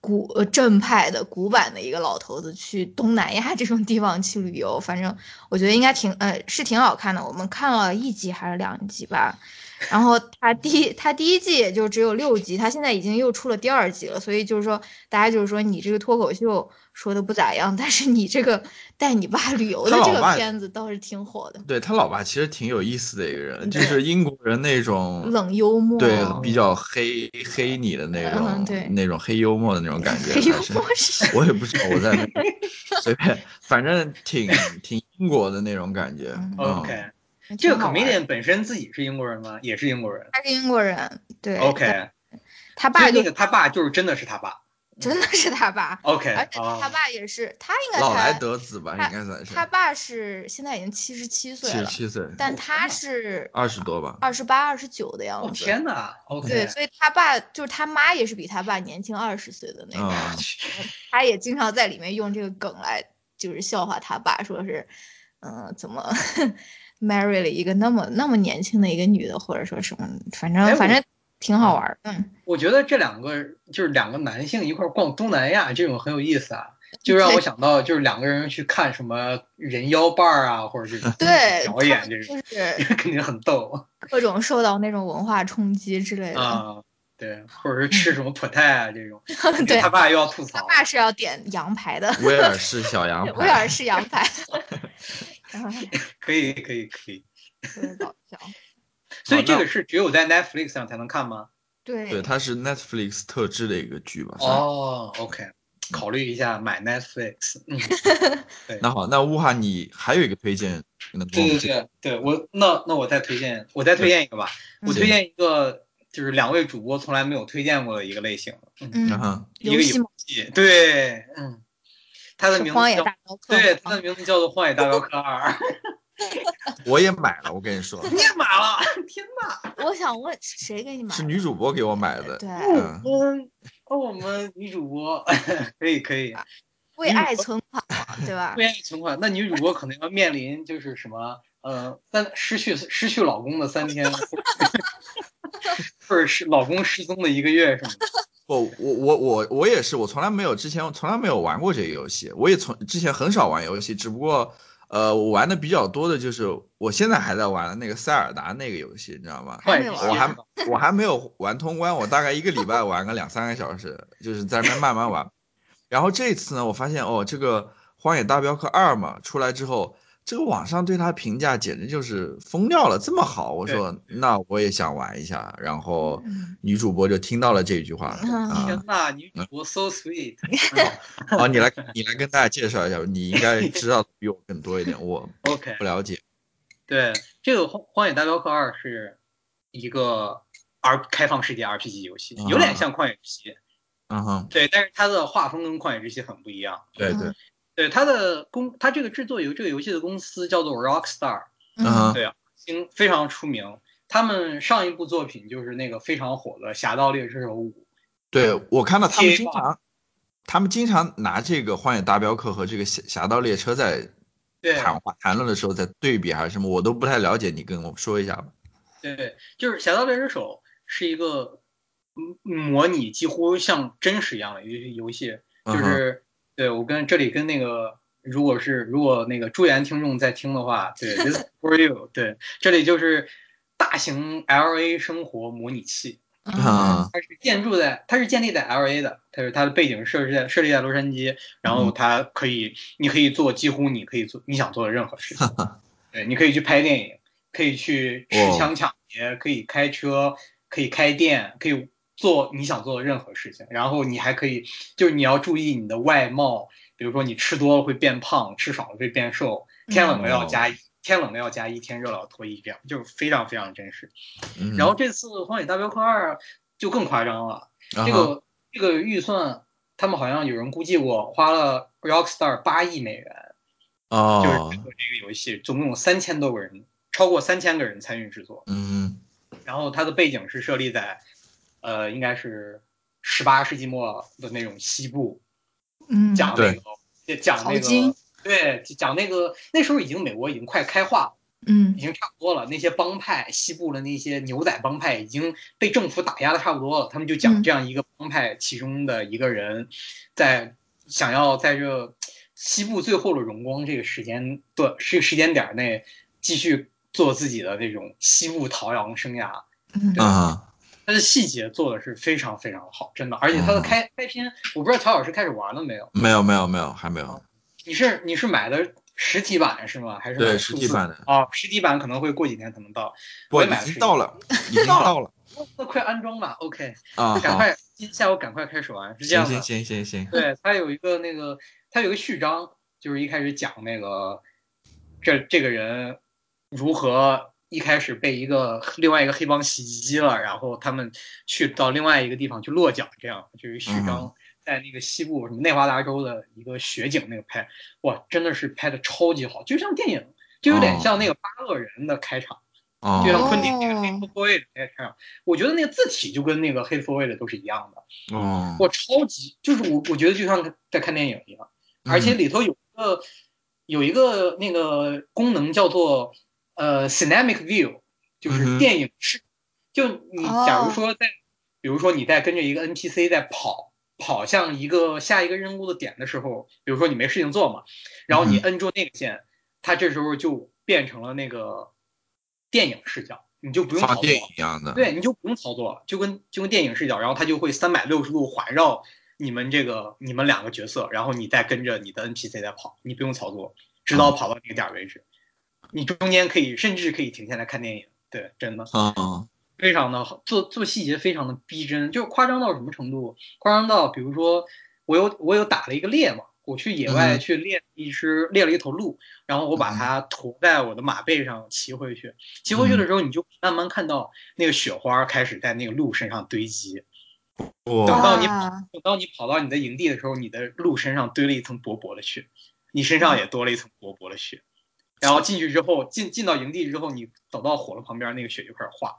Speaker 1: 古呃正派的古板的一个老头子去东南亚这种地方去旅游。反正我觉得应该挺呃是挺好看的，我们看了一集还是两集吧。然后他第一他第一季也就只有六集，他现在已经又出了第二季了，所以就是说大家就是说你这个脱口秀说的不咋样，但是你这个带你爸旅游的
Speaker 2: 他老
Speaker 1: 这个
Speaker 2: 爸
Speaker 1: 片子倒是挺火的，
Speaker 2: 对他老爸其实挺有意思的一个人，就
Speaker 1: 对
Speaker 2: 是英国人那种
Speaker 1: 冷幽默，啊
Speaker 2: 对 比较黑黑你的那
Speaker 1: 嗯
Speaker 2: 种
Speaker 1: 对
Speaker 2: 那种黑幽默的那种感觉，
Speaker 1: 黑幽
Speaker 2: 还是
Speaker 1: 默是
Speaker 2: 我也不知道我在那边随便，反正挺挺英国的那种感觉。
Speaker 1: 嗯
Speaker 2: 嗯
Speaker 3: OK，这
Speaker 1: 挺
Speaker 3: 个
Speaker 1: 好玩的
Speaker 3: comedian 本身自己是英国人吗？也是英国人。
Speaker 1: 他是英国人，对
Speaker 3: OK，
Speaker 1: 他
Speaker 3: 所
Speaker 1: 爸
Speaker 3: 以
Speaker 1: 就
Speaker 3: 那个他爸就是真的是他爸。
Speaker 1: 真的是他爸。
Speaker 3: OK，
Speaker 1: 而且他
Speaker 3: 啊，
Speaker 1: 爸也是，他应该
Speaker 2: 老来
Speaker 1: 他
Speaker 2: 得子吧，
Speaker 1: 他
Speaker 2: 应该算是
Speaker 1: 他爸是现在已经七十七岁
Speaker 2: 七十
Speaker 1: 了，
Speaker 2: 七岁，
Speaker 1: 但他是
Speaker 2: 二十多吧，
Speaker 1: 二十八、二十九的
Speaker 3: 哦
Speaker 1: 样子。
Speaker 3: 天哪，OK，
Speaker 1: 对，所以他爸就是他妈也是比他爸年轻二十岁的 那
Speaker 3: 嗯
Speaker 1: 种，
Speaker 2: 啊，
Speaker 1: 他也经常在里面用这个梗来就是笑话他爸，说是，嗯、怎么 marry 了一个那么那么年轻的一个女的，或者说什么，反
Speaker 3: 哎
Speaker 1: 正
Speaker 3: 我
Speaker 1: 反正挺好玩儿，嗯，
Speaker 3: 我觉得这两个就是两个男性一块儿逛东南亚这种很有意思啊，就让我想到就是两个人去看什么人妖伴儿啊，或者是
Speaker 1: 对，
Speaker 3: 表
Speaker 1: 他
Speaker 3: 演
Speaker 1: 们
Speaker 3: 这
Speaker 1: 就
Speaker 3: 种，
Speaker 1: 是
Speaker 3: 肯定很逗
Speaker 1: 各种受到那种文化冲击之类 的，
Speaker 3: 啊。对，或者是吃什么 p o t 啊这种，
Speaker 1: 对，
Speaker 3: 他爸又要吐
Speaker 1: 他
Speaker 3: 槽，
Speaker 1: 爸是要点羊排的，
Speaker 2: 威尔士小羊
Speaker 1: 威尔
Speaker 2: 排，
Speaker 1: 士羊 排，然后
Speaker 3: 可以可以可以。
Speaker 1: 特别搞笑，
Speaker 3: 所以
Speaker 2: 哦那
Speaker 3: 这个是只有在 Netflix 上才能看吗？
Speaker 1: 对
Speaker 2: 对，它是 Netflix 特制的一个剧吧？算是。
Speaker 3: 哦，OK，考虑一下买 Netflix。嗯，
Speaker 2: 那好，那乌哈你还有一个推荐能跟
Speaker 3: 对
Speaker 2: 我
Speaker 3: 对
Speaker 2: 们介
Speaker 3: 对对，我那那我再推荐，我再推荐一个吧，我
Speaker 2: 嗯
Speaker 3: 推荐一个就是两位主播从来没有推荐过的一个类型，嗯，
Speaker 2: 然
Speaker 1: 嗯，
Speaker 2: 后
Speaker 3: 一个
Speaker 1: 游戏吗
Speaker 3: 游戏，对，嗯，它的
Speaker 1: 是
Speaker 3: 名
Speaker 1: 荒
Speaker 3: 字
Speaker 1: 野
Speaker 3: 叫
Speaker 1: 大镖客
Speaker 3: 对，
Speaker 1: 吗
Speaker 3: 它的名字叫做《荒野大镖客二》，
Speaker 2: 我也买了，我跟你说，
Speaker 3: 你也买了， 天哪！
Speaker 1: 我想问是谁给你买？
Speaker 2: 是女主播给我买的，
Speaker 1: 对，
Speaker 2: 嗯
Speaker 3: 我们哦，我们女主播 可以可以，
Speaker 1: 为
Speaker 3: 女主
Speaker 1: 爱
Speaker 3: 播
Speaker 1: 存款嘛，对吧？
Speaker 3: 恋爱情况，啊那女主播可能要面临就是什么，呃，三失去失去老公的三天， 或者是老公失踪的一个月什么的。
Speaker 2: 不，我我我我也是，我从来没有之前从来没有玩过这个游戏，我也从之前很少玩游戏，只不过呃，我玩的比较多的就是我现在还在玩的那个塞尔达那个游戏，你知道吗？
Speaker 1: 还
Speaker 3: 换
Speaker 1: 没
Speaker 3: 一个
Speaker 1: 玩
Speaker 2: 我还我还没有玩通关，我大概一个礼拜玩个两三个小时，就是在那边慢慢玩。然后这次呢，我发现哦，这个《荒野大镖客二》嘛出来之后，这个网上对它评价简直就是疯掉了，这么好，我说那我也想玩一下。然后
Speaker 1: 嗯
Speaker 2: 女主播就听到了这句话
Speaker 1: 嗯
Speaker 2: 啊，
Speaker 3: 天呐，女主播 so sweet，
Speaker 2: 好，哦你来 你来跟大家介绍一下，你应该知道的比我更多一点，我
Speaker 3: OK，
Speaker 2: 不了解。
Speaker 3: 对，这个《荒荒野大镖客二》是一个 R 开放世界 RPG 游戏，有点像《旷野之息》，
Speaker 2: 嗯哼，
Speaker 3: 对，但是它的画风跟《旷野之息》很不一样。
Speaker 2: 对对
Speaker 1: 嗯，
Speaker 3: 对，它的公，它这个制作游这个游戏的公司叫做 Rockstar，
Speaker 2: 嗯
Speaker 3: 对啊，星非常出名。他们上一部作品就是那个非常火的《侠盗猎车手五》，
Speaker 2: 对我看到他们
Speaker 3: PA
Speaker 2: 经
Speaker 3: 吧
Speaker 2: 常，他们经常拿这个《荒野大镖客》和这个侠《侠盗猎车》在
Speaker 3: 对
Speaker 2: 谈话谈论的时候在对比还是什么，我都不太了解，你跟我说一下吧。
Speaker 3: 对，就是《侠盗猎车手》是一个嗯模拟几乎像真实一样的一个游戏，就
Speaker 2: 嗯哼
Speaker 3: 是对我跟这里跟那个。如果是如果那个朱岩听众在听的话，对，this is for you，对，这里就是大型 L A 生活模拟器，
Speaker 2: 啊
Speaker 1: 嗯，
Speaker 3: 它是建筑在，它是建立在 L A 的，它是它的背景设置在设立在洛杉矶，然
Speaker 2: 嗯
Speaker 3: 后它可以，你可以做几乎你可以做你想做的任何事情，对，你可以去拍电影，可以去持
Speaker 2: 哦
Speaker 3: 枪抢劫，可以开车，可以开店，可以做你想做的任何事情，然后你还可以，就是你要注意你的外貌，比如说你吃多了会变胖，吃少了会变瘦，
Speaker 2: 嗯
Speaker 3: 天冷了
Speaker 2: 哦
Speaker 3: 要加衣，天冷了要加衣，天热了要脱衣，这样就是非常非常真实。
Speaker 2: 嗯
Speaker 3: 然后这次《荒野大镖客二》就更夸张了，
Speaker 2: 然
Speaker 3: 这
Speaker 2: 后
Speaker 3: 个这个预算，他们好像有人估计过，花了 Rockstar 八亿美元，就是制
Speaker 2: 哦
Speaker 3: 作，这个游戏，总共有三千多个人，超过三千个人参与制作。
Speaker 2: 嗯，
Speaker 3: 然后它的背景是设立在，呃，应该是十八世纪末的那种西部，
Speaker 1: 嗯，
Speaker 3: 讲那个讲那
Speaker 1: 淘金
Speaker 3: 个对，讲那个那时候已经美国已经快开化了。
Speaker 1: 嗯
Speaker 3: 已经差不多了。那些帮派，西部的那些牛仔帮派已经被政府打压的差不多了。他们就
Speaker 1: 嗯
Speaker 3: 讲这样一个帮派其中的一个人，在想要在这西部最后的荣光这个时间段、这个时间点内，继续做自己的那种西部逃洋生涯。
Speaker 1: 嗯
Speaker 3: 对
Speaker 2: 啊，
Speaker 3: 它的细节做的是非常非常好，真的。而且它的
Speaker 2: 嗯
Speaker 3: 开开篇，我不知道乔老师开始玩了没有？
Speaker 2: 没有没有没有，还没有，
Speaker 3: 哦你是你是买的实体版是吗？还是买
Speaker 2: 对
Speaker 3: 的
Speaker 2: 实
Speaker 3: 数
Speaker 2: 体
Speaker 3: 字
Speaker 2: 版的，
Speaker 3: 啊、实体版可能会过几天才能到。
Speaker 2: 不
Speaker 3: 我也
Speaker 2: 已
Speaker 3: 买了
Speaker 2: 经
Speaker 3: 实体
Speaker 2: 到了，已经到 了
Speaker 3: 那快安装吧，OK，
Speaker 2: 啊，
Speaker 3: 赶
Speaker 2: 好，
Speaker 3: 快今下午赶快开始玩，是这
Speaker 2: 行
Speaker 3: 样的
Speaker 2: 行。行行行，
Speaker 3: 对，它有一个那个，它有一个序章，就是一开始讲那个，这这个人如何一开始被一个另外一个黑
Speaker 2: 嗯
Speaker 3: 帮袭击了，然后他们去到另外一个地方去落脚，这样就是序章。在那个西部什么内华达州的一个雪景那个拍，哇，真的是拍的超级好，就像电影，就有点像那个《巴勒人》的开场，
Speaker 2: 哦
Speaker 3: 就，像啊昆汀那个《黑色 y 的开场。我觉得那个字体就跟那个《黑色 y 的都是一样的，
Speaker 2: 哦，
Speaker 3: 我超级就是我我觉得就像在看电影一样，
Speaker 2: 嗯
Speaker 3: 而且里头有一个有一个那个功能叫做呃 cinemic view，就
Speaker 2: 嗯
Speaker 3: 是
Speaker 2: 哼
Speaker 3: 电影视。就你
Speaker 1: 哦
Speaker 3: 假如说在，比如说你在跟着一个 NPC 在跑跑向一个下一个任务的点的时候，比如说你没事情做嘛，然后你
Speaker 2: 嗯
Speaker 3: 摁住那个键，它这时候就变成了那个电影视角，你就不用
Speaker 2: 放
Speaker 3: 跑
Speaker 2: 电影一样的，
Speaker 3: 对，你就不用操作，就跟就跟电影视角，然后它就会三百六十度环绕你们这个你们两个角色，然后你再跟着你的 NPC 在跑，你不用操作，直到跑到那个点儿为止。你中间可以甚至可以停下来看电影，对，真的
Speaker 2: 嗯，
Speaker 3: 非常的好，做做细节非常的逼真，就是夸张到什么程度？夸张到比如说我有我有打了一个猎嘛，我去野
Speaker 2: 嗯
Speaker 3: 外去猎一只猎了一头鹿，然后我把它驮在我的马背上骑回去，骑回去的时候你就慢慢看到那个雪花开始在那个鹿身上堆积，
Speaker 2: 哇
Speaker 3: 等，到你
Speaker 4: 啊
Speaker 1: 哇
Speaker 3: 等到你跑到你的营地的时候，你的鹿身上堆了一层薄薄的雪，你身上也多了一层薄薄的雪。然后进去之后，进进到营地之后，你走到火炉旁边，那个雪就开始化。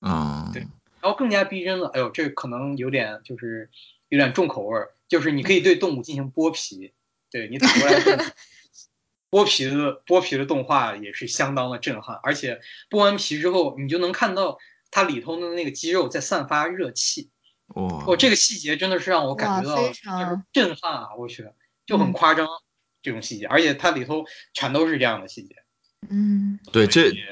Speaker 2: 嗯，
Speaker 3: 对然后更加逼真了。哎呦，这可能有点就是有点重口味儿，就是你可以对动物进行剥皮，对你打过来的动物剥皮的剥皮的动画也是相当的震撼，而且剥完皮之后，你就能看到它里头的那个肌肉在散发热气。
Speaker 2: 哇，
Speaker 3: 哦，这个细节真的是让我感觉
Speaker 1: 哇
Speaker 3: 到
Speaker 1: 非常嗯
Speaker 3: 就是震撼啊！我去，就很夸张、这种细节，而且它里头全都是这样的细节。
Speaker 1: 嗯，
Speaker 2: 对这
Speaker 3: 所以，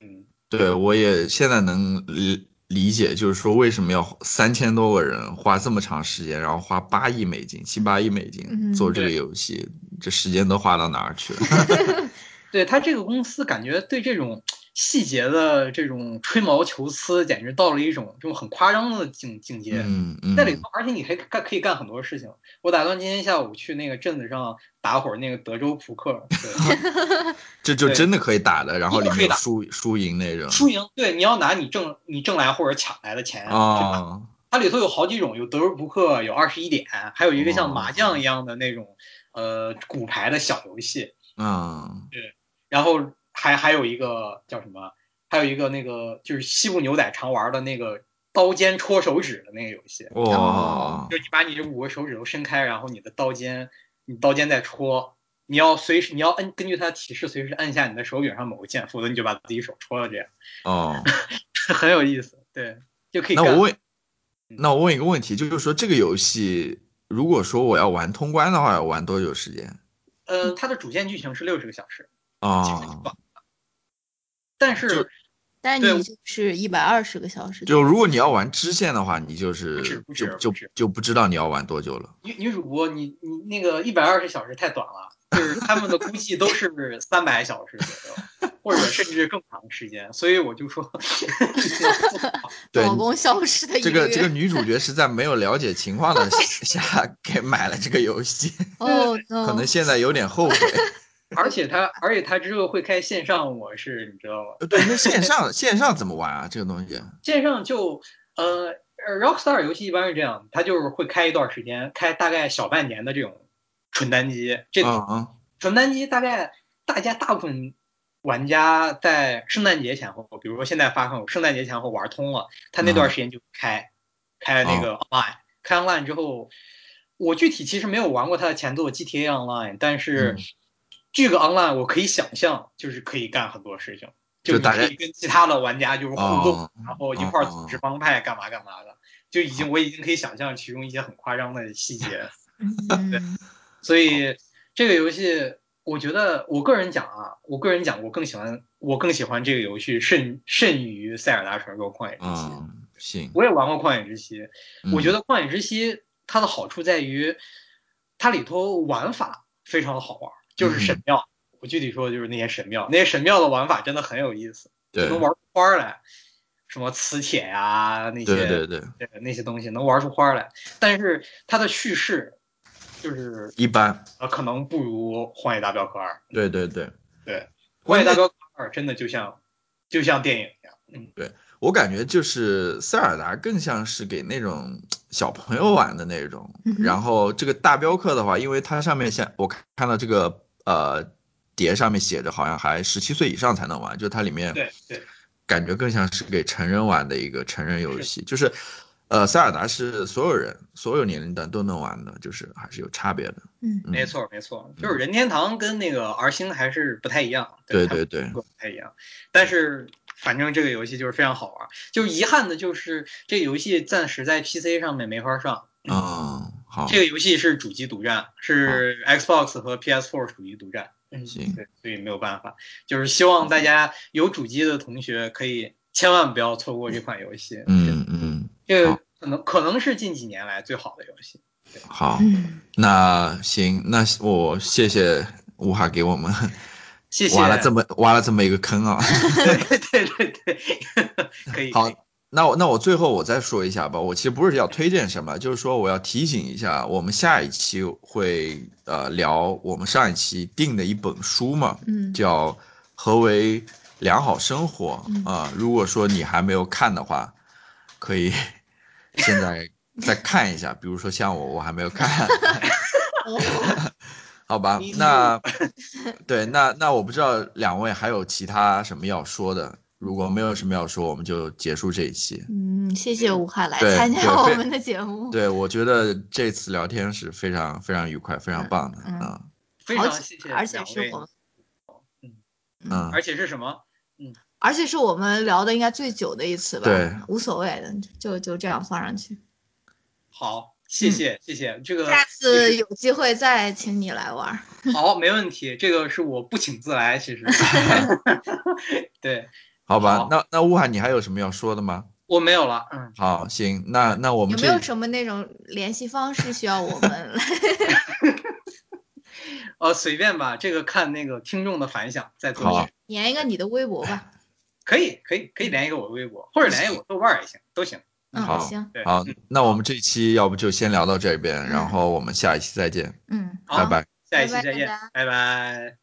Speaker 3: 嗯，
Speaker 2: 对我也现在能理理解，就是说为什么要三千多个人花这么长时间，然后花八亿美金、七八亿美金
Speaker 1: 嗯
Speaker 2: 做这个
Speaker 3: 对
Speaker 2: 游戏，这时间都花到哪儿去 了？
Speaker 3: 对他这个公司，感觉对这种细节的这种吹毛求疵，简直到了一种这种很夸张的境境界。
Speaker 2: 嗯嗯，
Speaker 3: 在里头，而且你还干可以干很多事情。我打算今天下午去那个镇子上打会儿那个德州扑克， 对
Speaker 2: 这就
Speaker 3: 对
Speaker 2: 真的可以打的，然后里
Speaker 3: 可
Speaker 2: 面
Speaker 3: 以
Speaker 2: 有
Speaker 3: 打
Speaker 2: 输输赢那种
Speaker 3: 输赢对你要拿你挣你挣来或者抢来的钱去打
Speaker 2: 啊，
Speaker 3: 它里头有好几种，有德州扑克，有二十一点，还有一个
Speaker 2: 哦
Speaker 3: 像麻将一样的那种呃骨牌的小游戏。
Speaker 2: 嗯，
Speaker 3: 然后还还有一个叫什么？还有一个那个就是西部牛仔常玩的那个刀尖戳手指的那个游戏，
Speaker 2: 哇，哦
Speaker 3: 就是你把你这五个手指头伸开，然后你的刀尖，你刀尖在戳，你要随时你要摁根据它的提示随时按下你的手柄上某个键，否则你就把自己手戳了，这样
Speaker 2: 哦，
Speaker 3: 很有意思，对，就可以
Speaker 2: 那
Speaker 3: 干。嗯
Speaker 2: 我问，那我问一个问题，就是说这个游戏如果说我要玩通关的话，要玩多久时间？
Speaker 3: 呃，它的主线剧情是六十个小时，基本
Speaker 2: 啊
Speaker 3: 上，但
Speaker 2: 就是
Speaker 4: 但
Speaker 3: 对
Speaker 4: 你就是一百二十个小时，
Speaker 2: 就如果你要玩支线的话，你就
Speaker 3: 不止
Speaker 2: 是
Speaker 3: 不
Speaker 2: 就
Speaker 3: 止
Speaker 2: 就
Speaker 3: 不止
Speaker 2: 就不知道你要玩多久了。
Speaker 3: 女女主播，你你那个一百二十小时太短了，就是他们的估计都是三百小时左右，或者甚至更长时间。所以我就说，
Speaker 2: 对，
Speaker 1: 老公消失的一
Speaker 2: 这个
Speaker 1: 月
Speaker 2: 这个女主角是在没有了解情 况的下给买了这个游戏，
Speaker 1: 哦 no，
Speaker 2: 可能现在有点 后悔。
Speaker 3: 而且他而且他之后会开线上模式，你知道吗？
Speaker 2: 对，那线上线上怎么玩啊？这个东西？
Speaker 3: 线上就呃呃，Rockstar 游戏一般是这样，它就是会开一段时间，开大概小半年的这种纯单机，这
Speaker 2: 嗯嗯
Speaker 3: 纯单机大概大家大部分玩家在圣诞节前后，比如说现在发售，圣诞节前后玩通了，他那
Speaker 2: 嗯
Speaker 3: 段时间就开、开那个
Speaker 2: 哦
Speaker 3: online，、开 online 之后，我具体其实没有玩过他的前作 GTA Online，但是
Speaker 2: 嗯
Speaker 3: 这个 online 我可以想象就是可以干很多事情，
Speaker 2: 就
Speaker 3: 你
Speaker 2: 大家
Speaker 3: 可以跟其他的玩家就是互动，
Speaker 2: 哦
Speaker 3: 然后一块儿组织帮派干嘛干嘛的，就已经我已经可以想象其中一些很夸张的细节。
Speaker 1: 嗯
Speaker 3: 所以这个游戏，我觉得我个人讲啊，我个人讲，我更喜欢我更喜欢这个游戏甚甚于《塞尔达传说：旷野之息》
Speaker 2: 嗯，行。嗯
Speaker 3: 我也玩过《旷野之息》，我觉
Speaker 2: 得
Speaker 3: 得《旷野之息》它的好处在于，它里头玩法非常好玩，就是
Speaker 2: 嗯
Speaker 3: 神庙。我具体说就是那些神庙，那些神庙的玩法真的很有意思，
Speaker 2: 对
Speaker 3: 能玩出花儿来，什么磁铁呀、那些
Speaker 2: 对对对，
Speaker 3: 对那些东西能玩出花儿来。但是它的叙事就是
Speaker 2: 一般。
Speaker 3: 呃，可能不如《荒野大镖客二》。
Speaker 2: 对对对，
Speaker 3: 对，《
Speaker 2: 关
Speaker 3: 荒野大
Speaker 2: 键
Speaker 3: 镖客二》真的就像就像电影一样。嗯，
Speaker 2: 我感觉就是塞尔达更像是给那种小朋友玩的那种，
Speaker 4: 嗯哼
Speaker 2: 然后这个大镖客的话，因为它上面像我看看到这个呃碟上面写着好像还十七岁以上才能玩，就它里面
Speaker 3: 对对，
Speaker 2: 嗯感觉更像是给成人玩的一个成人游戏，就是呃塞尔达是所有人所有年龄段都能玩的，就是还是有差别的。
Speaker 4: 嗯
Speaker 2: 嗯
Speaker 3: 没，错没错，就是任天堂跟那个 R 星还是不太一样，
Speaker 2: 对
Speaker 3: 它
Speaker 2: 对对，
Speaker 3: 不太一样。但是反正这个游戏就是非常好玩，就遗憾的就是这个游戏暂时在 PC 上面没法上。
Speaker 2: 嗯，好，
Speaker 3: 这个游戏是主机独占，是 Xbox 和 PS4 主机独占。嗯，
Speaker 2: 哦行
Speaker 3: 对，所以没有办法，就是希望大家有主机的同学可以千万不要错过这款游戏。
Speaker 2: 嗯嗯，
Speaker 3: 这
Speaker 2: 好
Speaker 3: 个可能可能是近几年来最好的游戏。
Speaker 2: 好，
Speaker 4: 嗯，
Speaker 2: 那行，那我谢谢吴哈给我们
Speaker 3: 谢谢。
Speaker 2: 挖了这么挖了这么一个坑啊。
Speaker 3: 对对对对，可以。
Speaker 2: 好，那我那我最后我再说一下吧，我其实不是要推荐什么，就是说我要提醒一下，我们下一期会呃聊我们上一期定的一本书嘛，
Speaker 4: 嗯
Speaker 2: 叫《何为良好生活》
Speaker 4: 嗯
Speaker 2: 啊、如果说你还没有看的话，可以现在再看一下，比如说像我，我还没有看。
Speaker 4: 哦
Speaker 2: 好吧
Speaker 3: Me，
Speaker 2: 那对，那那我不知道两位还有其他什么要说的，如果没有什么要说，我们就结束这一期。
Speaker 4: 嗯，谢谢吴汉来
Speaker 2: 对
Speaker 4: 参加
Speaker 2: 对
Speaker 4: 我
Speaker 2: 非
Speaker 4: 们的节目，
Speaker 2: 对，我觉得这次聊天是非常非常愉快，非常棒的
Speaker 4: 嗯
Speaker 2: 啊，
Speaker 3: 非
Speaker 4: 好
Speaker 3: 常谢
Speaker 4: 几
Speaker 3: 谢，
Speaker 4: 而且是我们，
Speaker 2: 嗯，
Speaker 3: 而且是什么？
Speaker 4: 而且是我们聊的应该最久的一次吧，
Speaker 2: 对，
Speaker 4: 无所谓的，就就这样放上去。嗯
Speaker 3: 好，谢谢谢谢，这个
Speaker 4: 下次有机会再请你来玩儿。
Speaker 3: 好，没问题，这个是我不请自来，其 实。 对
Speaker 2: 好吧，
Speaker 3: 好
Speaker 2: 那那乌海你还有什么要说的吗？
Speaker 3: 我没有了，嗯，
Speaker 2: 好，行，那那我们
Speaker 4: 有没有
Speaker 2: 这
Speaker 4: 什么那种联系方式需要我们 来？
Speaker 3: 呃，随便吧，这个看那个听众的反响再做
Speaker 2: 好
Speaker 3: 决定。
Speaker 4: 连一个你的微博吧。
Speaker 3: 可以可以可以连一个我微博，或者连一个我豆瓣儿也行，都行。
Speaker 4: 嗯，
Speaker 2: 好
Speaker 4: 行，
Speaker 3: 对，
Speaker 2: 好
Speaker 3: 嗯，
Speaker 2: 那我们这期要不就先聊到这边，然后我们下一期再见，
Speaker 4: 嗯，
Speaker 3: 好
Speaker 2: 拜拜。
Speaker 3: 下一期
Speaker 4: 拜拜
Speaker 3: 再见
Speaker 4: 大家，
Speaker 3: 拜拜。